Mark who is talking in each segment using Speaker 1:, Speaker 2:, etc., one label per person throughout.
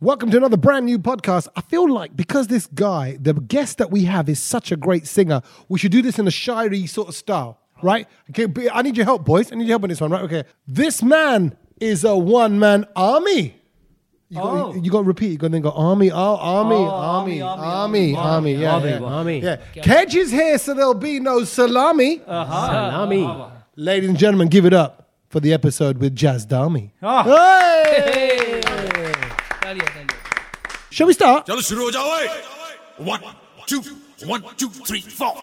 Speaker 1: Welcome to another brand new podcast. I feel like because this guy, the guest that we have, is such a great singer, we should do this in a shirey sort of style, right? Okay, but I need your help, boys. I need your help on this one, right? Okay. This man is a one man army. You got,
Speaker 2: Oh.
Speaker 1: you got to repeat. You got to then go army, oh, army,
Speaker 2: Oh,
Speaker 1: army, army, army,
Speaker 2: army, army,
Speaker 1: yeah,
Speaker 2: army,
Speaker 1: yeah,
Speaker 3: army.
Speaker 1: Yeah. Kedge is here, so there'll be no salami.
Speaker 3: Salami.
Speaker 1: Ladies and gentlemen, give it up for the episode with Jazz Dami.
Speaker 2: Ah.
Speaker 1: Hey!
Speaker 3: Hey.
Speaker 2: तालियां, तालियां।
Speaker 1: Shall we start?
Speaker 4: चलो शुरू हो जाओ ओए। One, two, one, two, three, four.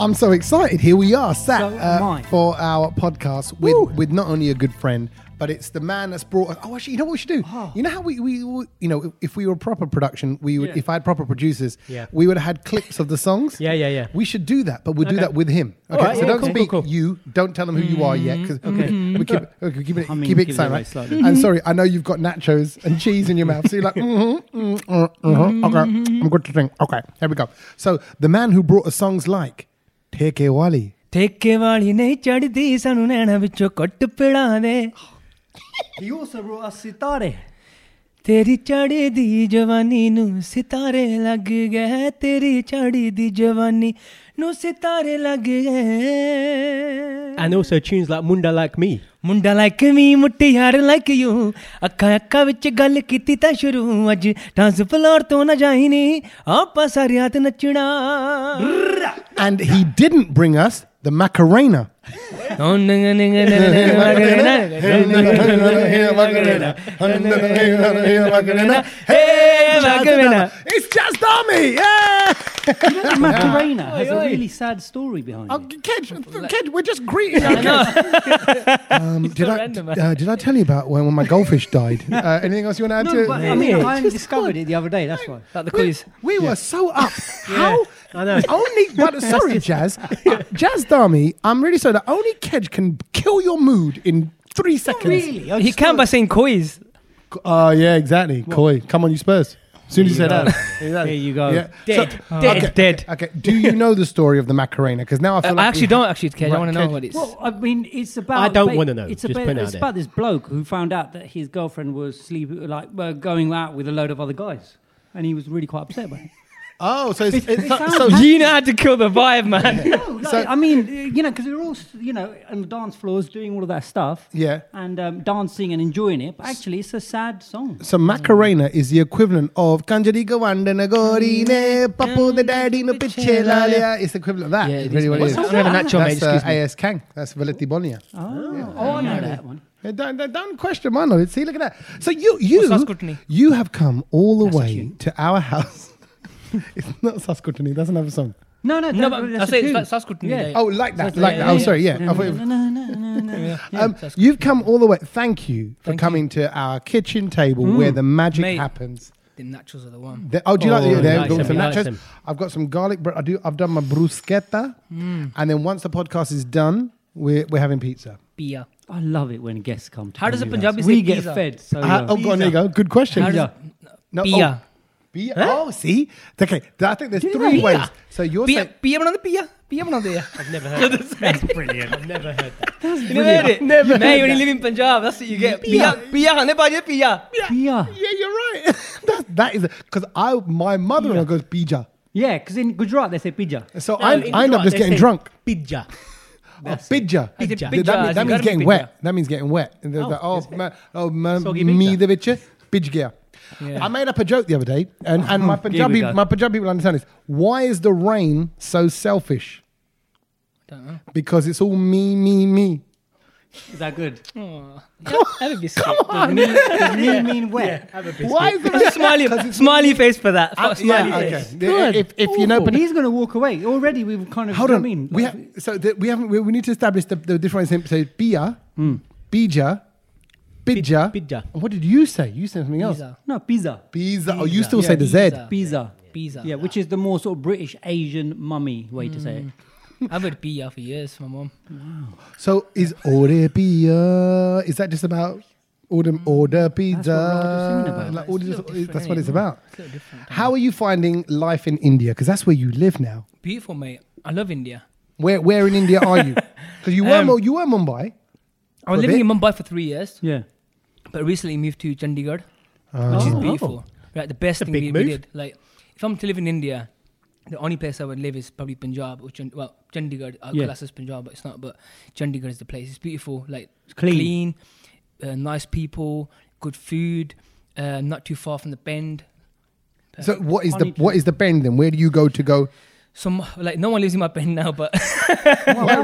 Speaker 1: I'm so excited. Here we are, sat
Speaker 2: So am
Speaker 1: uh,
Speaker 2: I.
Speaker 1: for our podcast with, with not only a good friend, but it's the man that's brought. Oh, actually, you know what we should do?
Speaker 2: Ah.
Speaker 1: You know how we, we, we- you know, if we were a proper production, we would, if I had proper producers,
Speaker 3: Yeah.
Speaker 1: we would have had clips of the songs.
Speaker 3: Yeah, yeah, yeah.
Speaker 1: We should do that, but we'll do that with him. Okay,
Speaker 3: right,
Speaker 1: so
Speaker 3: yeah,
Speaker 1: don't
Speaker 3: cool,
Speaker 1: speak.
Speaker 3: cool, Mm-hmm. cool.
Speaker 1: You don't tell them who you are yet, because we keep, okay, keep it,
Speaker 2: Humming,
Speaker 1: keep it
Speaker 2: keep it
Speaker 1: exciting.
Speaker 2: away
Speaker 1: right?
Speaker 2: slightly.
Speaker 1: And sorry, I know you've got nachos and cheese in your mouth, so you're like, mm mm, mm, mm,
Speaker 3: Mm-hmm.
Speaker 1: okay, I'm good to drink. Okay, here we go. So the man who brought us songs like Teke Wali.
Speaker 2: ਠੇਕੇ ਵਾਲੀ ਨਹੀਂ ਚੜਦੀ ਸਾਨੂੰ ਨੈਣਾ ਵਿੱਚੋਂ ਕੱਟ ਪਿੜਾ ਦੇ ਸਿਤਾਰੇ ਤੇਰੀ ਚੜੀ ਦੀ ਜਵਾਨੀ ਨੂੰ ਸਿਤਾਰੇ ਲੱਗ ਗਏ ਤੇਰੀ ਚੜੀ ਦੀ ਜਵਾਨੀ ਨੂੰ ਸਿਤਾਰੇ ਲੱਗ ਗਏ
Speaker 3: And also tunes like Munda Like Me.
Speaker 2: ਮੁੰਡਾ ਲਾਈਕ ਮੀ ਮੁਟਿਆਰ ਲਾਈਕ ਯੂ ਅੱਖਾਂ ਅੱਖਾਂ ਵਿੱਚ ਗੱਲ ਕੀਤੀ ਤਾਂ ਸ਼ੁਰੂ ਅੱਜ ਡਾਂਸ ਫਲੋਰ ਤੋਂ ਨਾ ਜਾਈ ਨੀ ਆਪਾਂ ਸਾਰਿਆਂ ਤੇ ਨੱਚਣਾ
Speaker 1: And he didn't bring us the Macarena. It's just Army! Yeah!
Speaker 5: Macarena has a really sad story behind
Speaker 1: Oh,
Speaker 5: it.
Speaker 1: Kedge, Kedge, we're just greeting. um, did, I,
Speaker 2: random.
Speaker 1: uh, did I tell you about when, when my goldfish died? Uh, anything else you want to add
Speaker 5: No,
Speaker 1: to
Speaker 5: but
Speaker 1: it?
Speaker 5: I mean,
Speaker 3: Yeah.
Speaker 5: I only discovered it the other day. That's why.
Speaker 2: Like the quiz.
Speaker 1: We were so up. How?
Speaker 3: I know.
Speaker 1: Only, but sorry, Jazz. Uh, Jazz Dami, I'm really sorry that only Kedge can kill your mood in three seconds.
Speaker 5: Really? I
Speaker 2: He
Speaker 5: just
Speaker 2: can by
Speaker 5: thought-
Speaker 2: saying quiz.
Speaker 1: Oh, yeah, exactly. Koi, come on, you Spurs. As soon as you say that. There
Speaker 5: you go.
Speaker 2: Dead. Dead.
Speaker 1: uh, okay,
Speaker 2: Dead.
Speaker 1: Okay, do you know the story of the Macarena? Because now I feel
Speaker 2: Uh,
Speaker 1: like.
Speaker 2: I actually
Speaker 1: we-
Speaker 2: don't actually care. I want to know
Speaker 1: Right,
Speaker 2: what it's.
Speaker 5: Well, I mean, it's about.
Speaker 3: I don't
Speaker 5: ba-
Speaker 3: wanna know,
Speaker 5: It's
Speaker 3: just
Speaker 5: about,
Speaker 3: put it out
Speaker 5: it's
Speaker 3: there.
Speaker 5: about this bloke who found out that his girlfriend was sleep, like uh, going out with a load of other guys, and he was really quite upset about it.
Speaker 1: Oh, so it's. it's so,
Speaker 5: sounds
Speaker 1: so-
Speaker 2: you know how to kill the vibe, man.
Speaker 5: No, like,
Speaker 1: So-
Speaker 5: I mean, uh, you know, because we were all, s- you know, on the dance floors doing all of that stuff.
Speaker 1: Yeah.
Speaker 5: And um, dancing and enjoying it, but actually, it's a sad song.
Speaker 1: So Macarena is the equivalent of Kanjarika Vandana Gorine, Papu the Daddy no Piche Lalia. It's the equivalent of that.
Speaker 2: Yeah,
Speaker 1: is
Speaker 2: it
Speaker 1: really
Speaker 2: is,
Speaker 1: what
Speaker 2: mate.
Speaker 1: it is.
Speaker 2: What's that? I don't have a nacho, mate,
Speaker 1: That's uh,
Speaker 2: excuse me.
Speaker 1: AS Kang. That's Veletti Bonia.
Speaker 5: Oh, oh I know that one.
Speaker 1: Hey, Don't, don't- don't question my knowledge. See, look at that. So you you
Speaker 2: Saskutni.
Speaker 1: you have come all the way to our house. it's not Saskutni. That's another song.
Speaker 5: No, no,
Speaker 2: No,
Speaker 5: that-
Speaker 2: but
Speaker 5: that's
Speaker 2: I say
Speaker 5: a
Speaker 2: it's
Speaker 5: tune.
Speaker 2: like Saskutni
Speaker 5: Yeah.
Speaker 2: Day.
Speaker 1: Oh, like that,
Speaker 2: Saskutni,
Speaker 1: like
Speaker 2: yeah,
Speaker 1: that. Oh,
Speaker 2: yeah.
Speaker 1: sorry. Yeah, I thought it was-
Speaker 5: No, no, no, no, no.
Speaker 1: Um, you've come all the way. Thank you for coming to our kitchen table where the magic
Speaker 2: Mate.
Speaker 1: happens.
Speaker 2: The nachos are the one.
Speaker 1: The- oh, do you like
Speaker 3: Oh,
Speaker 1: the, there,
Speaker 3: nice,
Speaker 1: got some
Speaker 3: nice.
Speaker 1: nachos? I've got some garlic bread. I do. I've done my bruschetta, and then once the podcast is done, we're we're having pizza.
Speaker 2: Pia.
Speaker 5: I love it when guests come. To
Speaker 2: How does a
Speaker 5: Pizza.
Speaker 2: Punjabi
Speaker 5: We
Speaker 2: say
Speaker 5: get
Speaker 2: pizza?
Speaker 5: fed. So
Speaker 1: Uh, oh,
Speaker 5: yeah.
Speaker 1: go on, there you go. Good question.
Speaker 2: How does-
Speaker 1: Yeah. No,
Speaker 2: Pia.
Speaker 1: Oh, Pia. Oh, see, okay. th- I think there's three
Speaker 2: Pia.
Speaker 1: ways. So you're
Speaker 2: Pia.
Speaker 1: saying
Speaker 2: Pia banana pia. Pia banana pia.
Speaker 3: I've never heard that. That's brilliant. I've never heard that.
Speaker 2: You never heard it? Never. Man, you only live in Punjab. That's what you get. Pia. Pia. खाने पाजे pia.
Speaker 5: Yeah,
Speaker 1: yeah, you're right. that, that is because I my mother-in-law goes bija,
Speaker 5: yeah. Because in Gujarat they say pizza.
Speaker 1: so
Speaker 3: No,
Speaker 1: I,
Speaker 3: in
Speaker 1: I end up
Speaker 3: Gujarat
Speaker 1: just
Speaker 3: they
Speaker 1: getting
Speaker 3: say-
Speaker 1: drunk.
Speaker 3: Pidja.
Speaker 1: Oh, pidja.
Speaker 2: I said
Speaker 1: That-
Speaker 2: pidja,
Speaker 1: That, means-
Speaker 2: you
Speaker 1: that
Speaker 2: gotta
Speaker 1: means
Speaker 2: be
Speaker 1: getting
Speaker 2: pidja.
Speaker 1: wet. That means getting wet. And they're like, oh, ma, oh ma,
Speaker 3: Soggy
Speaker 1: me
Speaker 3: pidja.
Speaker 1: the bitch, pidge gear. I made up a joke the other day, and, and my Punjabi
Speaker 2: go.
Speaker 1: my Punjabi people understand this. Why is the rain so selfish? Because it's all me, me, me.
Speaker 5: Is that good?
Speaker 6: Oh.
Speaker 2: Have a biscuit. Come on.
Speaker 5: Does me, does me mean where?
Speaker 1: Why is the rain?
Speaker 2: Smiley, smiley face for that.
Speaker 3: Ah,
Speaker 2: Fuck, smiley
Speaker 1: yeah, okay.
Speaker 2: face.
Speaker 1: If, if, if you know,
Speaker 5: But he's going to walk away already. We've kind of.
Speaker 1: hold
Speaker 5: you know
Speaker 1: on.
Speaker 5: what I mean,
Speaker 1: we
Speaker 5: Like,
Speaker 1: have, so the, we haven't. We, we need to establish the, the difference. in- So bia, bija, bija,
Speaker 3: pidja.
Speaker 1: What did you say? You said
Speaker 3: Oh.
Speaker 1: something else.
Speaker 2: Pizza.
Speaker 5: no pizza,
Speaker 1: Pizza. Oh, you still say the Z.
Speaker 2: Pizza.
Speaker 5: pizza.
Speaker 2: Pizza.
Speaker 5: Yeah, which is the more sort of British Asian mummy way to say it.
Speaker 6: Mm.
Speaker 2: I've had pia for years, my mum.
Speaker 1: So is order pizza? Is that just about order
Speaker 5: Mm,
Speaker 1: order pizza?
Speaker 5: Roger's singing about.
Speaker 1: Like, order-
Speaker 2: It's a little
Speaker 1: that's
Speaker 2: different,
Speaker 1: what
Speaker 2: innit?
Speaker 1: it's about.
Speaker 2: It's a little different.
Speaker 1: How are you finding life in India? Because that's where you live now.
Speaker 2: Beautiful, mate. I love India.
Speaker 1: Where where in India are you? Because you were
Speaker 2: Um,
Speaker 1: Mu- you were Mumbai.
Speaker 2: I was
Speaker 1: For a
Speaker 2: living
Speaker 1: bit.
Speaker 2: in Mumbai for three years,
Speaker 5: Yeah.
Speaker 2: but recently moved to Chandigarh,
Speaker 1: Uh,
Speaker 2: which is
Speaker 5: Oh.
Speaker 2: beautiful.
Speaker 6: Right, the best
Speaker 3: a
Speaker 6: thing
Speaker 3: big
Speaker 6: we, we
Speaker 3: move.
Speaker 6: did. Like, if I'm to live in India, the only place I would live is probably Punjab or Chand- well, Chandigarh. I
Speaker 5: Yeah.
Speaker 6: class as Punjab, but it's not. But Chandigarh is the place. It's beautiful, like
Speaker 5: It's clean.
Speaker 6: clean, uh, nice people, good food, uh, not too far from the bend.
Speaker 1: So what is
Speaker 5: I
Speaker 1: the
Speaker 5: need to-
Speaker 1: what is the bend then? Where do you go to go?
Speaker 6: Some like no one lives in my bend now, but
Speaker 1: Where,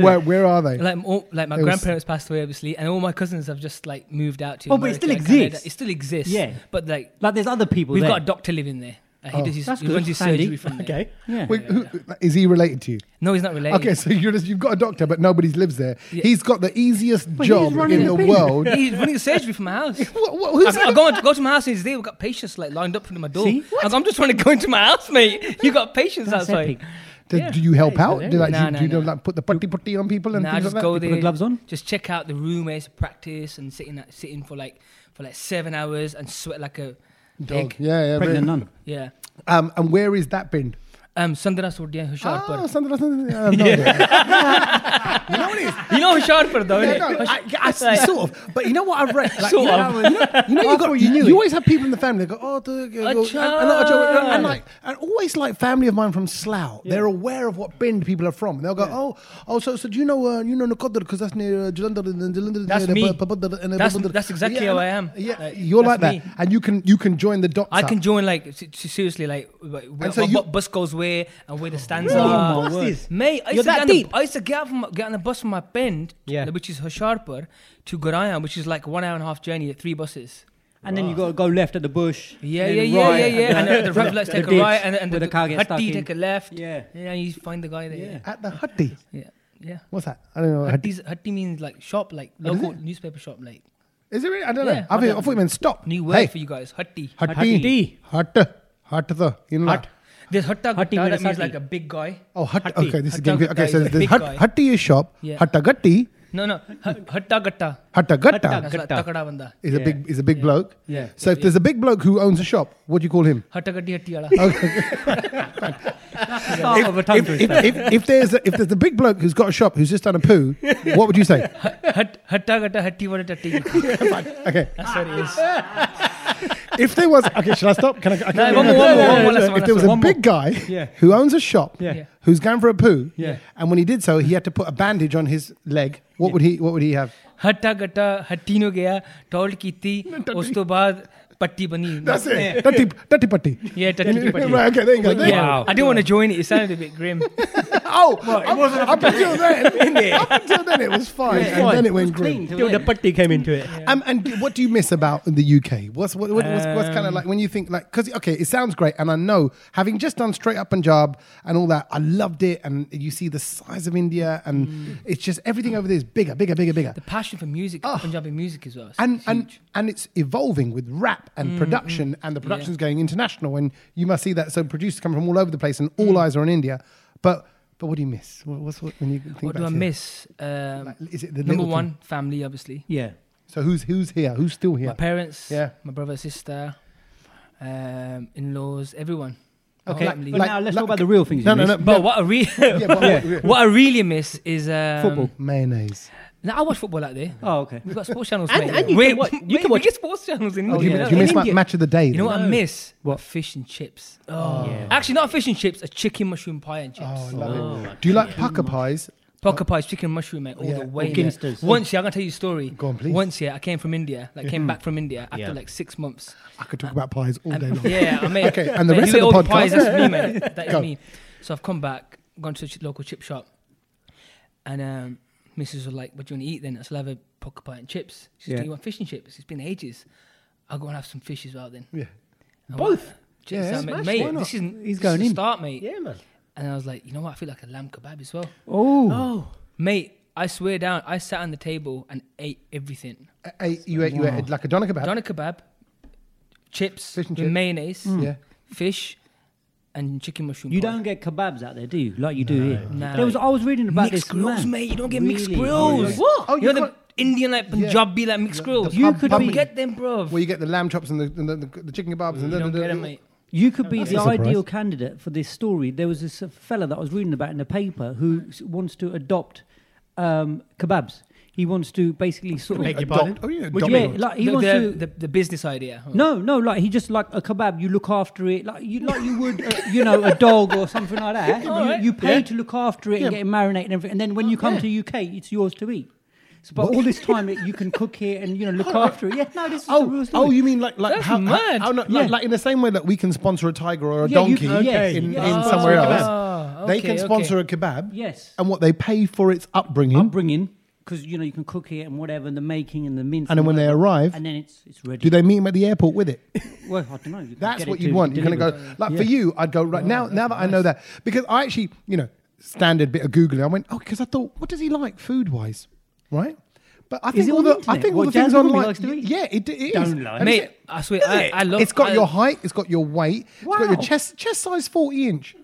Speaker 1: where, where are they?
Speaker 6: like all, like my
Speaker 1: It was-
Speaker 6: grandparents passed away obviously, and all my cousins have just like moved out to.
Speaker 5: Oh, but it
Speaker 6: America
Speaker 5: still
Speaker 6: and Canada.
Speaker 5: exists.
Speaker 6: It still exists.
Speaker 5: Yeah.
Speaker 6: but like
Speaker 5: Like there's other people.
Speaker 6: we've
Speaker 5: there.
Speaker 6: got a doctor living there. Uh, he does his,
Speaker 5: that's
Speaker 6: he
Speaker 5: good.
Speaker 6: runs his
Speaker 5: Handy.
Speaker 6: surgery from there.
Speaker 3: Okay.
Speaker 5: Yeah.
Speaker 1: Wait, who, is he related to you?
Speaker 6: No, he's not related.
Speaker 1: Okay, so you're just, you've got a doctor, but nobody lives there.
Speaker 6: Yeah.
Speaker 1: He's got the easiest
Speaker 5: he's
Speaker 1: job
Speaker 5: running
Speaker 1: in
Speaker 5: the
Speaker 1: the
Speaker 5: business.
Speaker 1: world.
Speaker 6: He's running the surgery from my house.
Speaker 1: What- what- who's
Speaker 6: I, I
Speaker 1: that?
Speaker 6: go, on, go to my house and he's there. We've got patients like lined up for my door.
Speaker 5: See?
Speaker 6: I go, I'm just trying to go into my house, mate. You got patients
Speaker 5: That's
Speaker 6: outside.
Speaker 5: epic.
Speaker 1: Do,
Speaker 6: Yeah.
Speaker 1: do you help out? Do, like,
Speaker 6: No,
Speaker 1: you,
Speaker 6: no,
Speaker 1: do you
Speaker 6: no.
Speaker 1: know, like put the putty putty on people and
Speaker 6: Nah, I
Speaker 1: things
Speaker 6: just
Speaker 1: like
Speaker 6: go
Speaker 1: that?
Speaker 6: there.
Speaker 5: the gloves on?
Speaker 6: Just check out the room where it's practice and sitting at, sitting for like for like seven hours and sweat like a
Speaker 1: Dog.
Speaker 6: pig.
Speaker 1: Yeah, yeah.
Speaker 5: pregnant
Speaker 1: very-
Speaker 5: nun.
Speaker 6: Yeah.
Speaker 1: Um, and where is that bend?
Speaker 6: Um, Sandra Surdian
Speaker 1: Ah,
Speaker 6: Husharpur.
Speaker 1: something, something, I have no idea.
Speaker 6: you know Husharpur though,
Speaker 1: Ah. Yeah,
Speaker 6: innit?
Speaker 1: no,
Speaker 6: Hush-
Speaker 1: I, I, sort of, but you know what I've read? Like, you
Speaker 6: Sort
Speaker 1: know,
Speaker 6: of.
Speaker 1: You know, you, know you, got, you,
Speaker 5: knew
Speaker 1: you
Speaker 5: it.
Speaker 1: always have people in the family that go, oh, the, and, and, and, and, and like, and always like family of mine from Slough, they're aware of what bend people are from. They'll go, oh, oh, so so do you know uh, you know Nakodar because that's near uh, Jalandhar and Jalandhar.
Speaker 6: That's
Speaker 1: near,
Speaker 6: me.
Speaker 1: the- Papadar and the
Speaker 6: That's-
Speaker 1: Papadar."
Speaker 6: that's exactly how I am.
Speaker 1: Yeah,
Speaker 6: Like,
Speaker 1: you're like
Speaker 6: that's
Speaker 1: that,
Speaker 6: me.
Speaker 1: and you can you can join the dots.
Speaker 6: I
Speaker 1: up.
Speaker 6: can join like s- s- seriously like wh- where,
Speaker 1: so
Speaker 6: what
Speaker 1: you-
Speaker 6: bus goes where and where the stands
Speaker 5: Really?
Speaker 6: are.
Speaker 5: Oh my word.
Speaker 6: Mate, I
Speaker 5: You're
Speaker 6: used, to
Speaker 5: that
Speaker 6: get on the,
Speaker 5: deep?
Speaker 6: I used to get, out from, get on the bus from my bend,
Speaker 3: Yeah.
Speaker 6: like, which is Hosharpur, to Gorayan, which is like one hour and a half journey, three buses.
Speaker 5: And then you got to go left at the bush.
Speaker 6: Yeah,
Speaker 5: and
Speaker 6: yeah,
Speaker 5: then
Speaker 6: yeah,
Speaker 5: right,
Speaker 6: yeah, yeah. And
Speaker 5: then
Speaker 6: then the red lights
Speaker 5: the
Speaker 6: take a
Speaker 5: ditch
Speaker 6: right, and, and
Speaker 5: where the car gets stuck
Speaker 6: Hatti
Speaker 5: in.
Speaker 6: take a left.
Speaker 5: Yeah.
Speaker 6: yeah. You find the guy there. Yeah,
Speaker 5: Yeah.
Speaker 1: at the Hutti.
Speaker 6: yeah. yeah.
Speaker 1: What's that? I don't know. Hutti.
Speaker 6: Hatti's, Hatti means like shop, like local newspaper shop, like
Speaker 1: Is it really? I don't know.
Speaker 6: Yeah,
Speaker 1: I,
Speaker 6: I
Speaker 1: think, I
Speaker 6: don't-
Speaker 1: thought you meant stop.
Speaker 6: new word
Speaker 1: hey,
Speaker 6: for you guys. Hatti.
Speaker 1: Hutti. Hut. Hut the. You know. that?
Speaker 6: There's Hatta
Speaker 5: Hatti
Speaker 6: Gutta, that
Speaker 5: means
Speaker 6: means
Speaker 5: Hatti.
Speaker 6: like a big guy.
Speaker 1: Oh, hut.
Speaker 5: Hutti.
Speaker 1: Okay, this is
Speaker 6: Hutti
Speaker 1: getting good.
Speaker 6: Gutta
Speaker 1: Okay, so
Speaker 6: is a
Speaker 1: there's
Speaker 6: big
Speaker 1: hut,
Speaker 6: guy.
Speaker 1: Hutti is shop.
Speaker 6: Yeah.
Speaker 1: Hattagatti.
Speaker 6: No, no, H- Hatta Gatta.
Speaker 1: Hattagatta
Speaker 6: That's like
Speaker 3: Gatta.
Speaker 6: takada banda.
Speaker 1: is a big is a big bloke.
Speaker 5: Yeah.
Speaker 1: So if there's a big bloke who owns a shop, what do you call him?
Speaker 6: Hatta Gatti Hatti Ala.
Speaker 5: start of a tongue
Speaker 1: If, if,
Speaker 5: twister.
Speaker 1: if, if there's a, if there's a big bloke who's got a shop who's just done a poo, what would you say?
Speaker 6: Hat- Hatta Gatta Hatti Vada Tatti.
Speaker 1: Okay.
Speaker 6: That's what it is.
Speaker 1: If there was okay, shall I stop? Can I? I
Speaker 6: No, one more, one more, one more, last one,
Speaker 1: If there was
Speaker 6: last
Speaker 1: a
Speaker 6: one.
Speaker 1: big guy
Speaker 3: Yeah.
Speaker 1: who owns a shop,
Speaker 3: Yeah.
Speaker 1: who's going for a poo,
Speaker 3: Yeah.
Speaker 1: and when he did so, he had to put a bandage on his leg. What would he? What would he have?
Speaker 6: ਹੱਟਾ ਗੱਟਾ ਹੱਟੀ ਨੂੰ ਗਿਆ toll ਕੀਤੀ ਉਸ ਤੋਂ ਬਾਅਦ ਪੱਟੀ ਬਣੀ
Speaker 1: That's it. Tatty, tatty putty.
Speaker 6: Yeah, tatty putty.
Speaker 1: Right, okay, there you go. There you go.
Speaker 6: Yeah, I didn't want to join it. It sounded a bit grim.
Speaker 1: Oh, up, up until then, up until then it was fine, and
Speaker 3: fine.
Speaker 1: then it
Speaker 5: It was
Speaker 1: went
Speaker 5: clean
Speaker 1: green.
Speaker 5: till
Speaker 3: Till the
Speaker 5: then.
Speaker 3: putty came into it.
Speaker 1: Um, and do- what do you miss about the UK? What's what, what, what's, what's kind of
Speaker 6: Um,
Speaker 1: like when you think like because okay, it sounds great, and I know having just done straight up Punjab and all that, I loved it, and you see the size of India, and it's just everything over there is bigger, bigger, bigger, bigger.
Speaker 6: Mm. The passion for music, Punjabi music as well.
Speaker 1: Ah. and, and and it's evolving with rap and
Speaker 6: Mm-hmm.
Speaker 1: production, and the production's going international. And you must see that. So producers come from all over the place, and
Speaker 6: Mm.
Speaker 1: all eyes are on India. But but what do you miss? What, what's what when you think
Speaker 6: what
Speaker 1: back
Speaker 6: do I
Speaker 1: to here?
Speaker 6: miss? Um,
Speaker 1: Like, is it the
Speaker 6: number
Speaker 1: little
Speaker 6: one, family, obviously.
Speaker 5: yeah.
Speaker 1: So who's who's here? Who's still here?
Speaker 6: My parents,
Speaker 1: Yeah.
Speaker 6: my brother, sister, um, in-laws, everyone. My
Speaker 5: Okay.
Speaker 6: whole family.
Speaker 5: but
Speaker 1: like-
Speaker 5: now let's
Speaker 1: like-
Speaker 5: talk about the real things.
Speaker 1: No,
Speaker 5: you
Speaker 1: no,
Speaker 5: miss.
Speaker 1: no.
Speaker 6: But what I really,
Speaker 1: Yeah, but-
Speaker 6: what I really miss is um,
Speaker 5: Football.
Speaker 1: Mayonnaise.
Speaker 6: Now I watch football out there.
Speaker 5: Oh, okay.
Speaker 6: We've got sports channels.
Speaker 3: And-
Speaker 6: mate.
Speaker 3: and you
Speaker 6: Wait,
Speaker 3: can watch- you
Speaker 6: we-
Speaker 3: can
Speaker 6: we
Speaker 3: watch-
Speaker 6: get sports channels in
Speaker 1: Oh, do you,
Speaker 6: India.
Speaker 1: do you
Speaker 5: in
Speaker 1: miss like
Speaker 5: India-
Speaker 1: match of the day?
Speaker 6: You know
Speaker 1: then?
Speaker 6: what I miss?
Speaker 5: What?
Speaker 6: Fish and chips. Oh. Actually, not fish and chips, a chicken mushroom pie and chips.
Speaker 1: Oh, I love it. Do you like pucker pies?
Speaker 6: Poker pies, chicken and mushroom, mate, all
Speaker 1: Yeah.
Speaker 6: the way.
Speaker 5: Or
Speaker 6: mate.
Speaker 5: Ginsters.
Speaker 6: Once, yeah, I'm going to tell you a story.
Speaker 1: Go on, please. Mm-hmm.
Speaker 6: Once, yeah, I came from India, like came back from India after
Speaker 3: Yeah.
Speaker 6: like six months.
Speaker 1: I could talk about pies all day
Speaker 6: And-
Speaker 1: long.
Speaker 6: yeah, I mean,
Speaker 1: Okay, and the
Speaker 6: mate,
Speaker 1: rest
Speaker 6: you
Speaker 1: of the
Speaker 6: eat all pies,
Speaker 1: podcast?
Speaker 6: that's me, mate. That is
Speaker 1: Go.
Speaker 6: me. So I've come back, gone to a ch- local chip shop, and um, Mrs. was like, "What do you want to eat then?" I said, "I'll have a poker pie and chips." She said,
Speaker 5: Yeah.
Speaker 6: "Do you want fish and chips?" It's been ages. I'll go and have some fish as well then.
Speaker 1: Yeah.
Speaker 6: I
Speaker 3: Both?
Speaker 6: went, "Chips,
Speaker 1: Yeah,
Speaker 6: I went,
Speaker 1: smash, why
Speaker 6: mate.
Speaker 1: not?
Speaker 6: This isn't.
Speaker 5: He's
Speaker 6: this
Speaker 5: going
Speaker 6: is the
Speaker 5: in.
Speaker 6: Start, mate.
Speaker 3: Yeah, man.
Speaker 6: And I was like, you know what? I feel like a lamb kebab as well,
Speaker 5: Oh,
Speaker 3: Oh.
Speaker 6: mate. I swear down, I sat on the table and ate everything.
Speaker 1: I- I- you ate, you ate like a doner kebab.
Speaker 6: Doner kebab, chips,
Speaker 1: Fish and
Speaker 6: with
Speaker 1: chips. Mm.
Speaker 6: mayonnaise,
Speaker 1: Yeah.
Speaker 6: fish, and chicken mushroom.
Speaker 5: you
Speaker 6: pie.
Speaker 5: don't get kebabs out there, do you? Like you do here.
Speaker 6: No.
Speaker 5: There was I was reading about
Speaker 6: mixed
Speaker 5: this
Speaker 6: grills,
Speaker 5: man.
Speaker 6: mate. You don't get mixed
Speaker 5: Really?
Speaker 6: grills.
Speaker 1: What? Oh,
Speaker 6: you,
Speaker 1: you
Speaker 6: know the
Speaker 1: can't-
Speaker 6: Indian like Punjabi like mixed grills.
Speaker 1: the
Speaker 5: You
Speaker 1: pub-
Speaker 5: could
Speaker 1: pub-
Speaker 5: be-
Speaker 6: don't get them, bro.
Speaker 1: Where you get the lamb chops and the, and the, the, the chicken kebabs and
Speaker 6: you
Speaker 1: da-
Speaker 6: don't
Speaker 1: da- da-
Speaker 6: get them, mate.
Speaker 5: You could be
Speaker 1: That's
Speaker 5: the
Speaker 1: a surprise.
Speaker 5: ideal candidate for this story. There was this uh, fella that I was reading about in the paper who s- wants to adopt um, kebabs. He wants to basically sort
Speaker 6: Beg
Speaker 5: of.
Speaker 6: your
Speaker 1: Adopt-
Speaker 6: pardon?
Speaker 1: Oh, yeah,
Speaker 5: Would you-
Speaker 1: dominant.
Speaker 5: Yeah, like he
Speaker 6: the,
Speaker 5: wants
Speaker 6: the,
Speaker 5: to.
Speaker 6: the, the business idea.
Speaker 5: no, no, like he just like a kebab. You look after it like you like you would, uh, you know, a dog or something like that. you,
Speaker 6: Alright.
Speaker 5: you pay to look after it
Speaker 1: Yeah.
Speaker 5: and get it marinated and everything. And then when you come to UK, it's yours to eat. So, but all this time it, you can cook it and you know look after it. Yeah, no, this is the
Speaker 1: Oh,
Speaker 5: real story.
Speaker 1: oh, you mean like like
Speaker 6: That's
Speaker 1: how,
Speaker 6: mad.
Speaker 1: How, how not-
Speaker 5: Yeah.
Speaker 1: like, like in the same way that we can sponsor a tiger or a
Speaker 5: Yeah, you-
Speaker 1: donkey
Speaker 5: yes,
Speaker 1: in,
Speaker 5: yes.
Speaker 1: in
Speaker 5: Oh,
Speaker 1: somewhere
Speaker 5: okay.
Speaker 1: else,
Speaker 6: Oh,
Speaker 1: they
Speaker 6: okay,
Speaker 1: can
Speaker 6: okay.
Speaker 1: sponsor a kebab.
Speaker 5: Yes.
Speaker 1: and what they pay for its upbringing,
Speaker 5: upbringing because you know you can cook it and whatever and the making and the mince
Speaker 1: and then when they
Speaker 5: whatever,
Speaker 1: arrive,
Speaker 5: and then it's it's ready.
Speaker 1: do they meet him at the airport with it?
Speaker 5: Well, I don't know. You can
Speaker 1: That's
Speaker 5: get
Speaker 1: what
Speaker 5: it
Speaker 1: you'd
Speaker 5: to- Oh,
Speaker 1: want. You're going to
Speaker 5: delivered.
Speaker 1: go like for you. I'd go right now. Now that I know that, because I actually, you know, standard bit of googling. I went oh, because I thought, what does he like food wise, right? But I think
Speaker 5: it
Speaker 1: all
Speaker 5: on
Speaker 1: the
Speaker 5: the
Speaker 1: I
Speaker 5: internet?
Speaker 1: think all
Speaker 5: What
Speaker 1: the things
Speaker 5: Jasmine
Speaker 1: online.
Speaker 5: likes to eat?
Speaker 1: Yeah, it, it is.
Speaker 5: Don't lie.
Speaker 1: And
Speaker 6: Mate,
Speaker 1: it's-
Speaker 6: I swear,
Speaker 1: is
Speaker 6: I-
Speaker 1: it?
Speaker 6: I love-
Speaker 1: It's got
Speaker 6: I-
Speaker 1: your height. It's got your weight. It's got
Speaker 5: Wow.
Speaker 1: your chest chest size forty inch.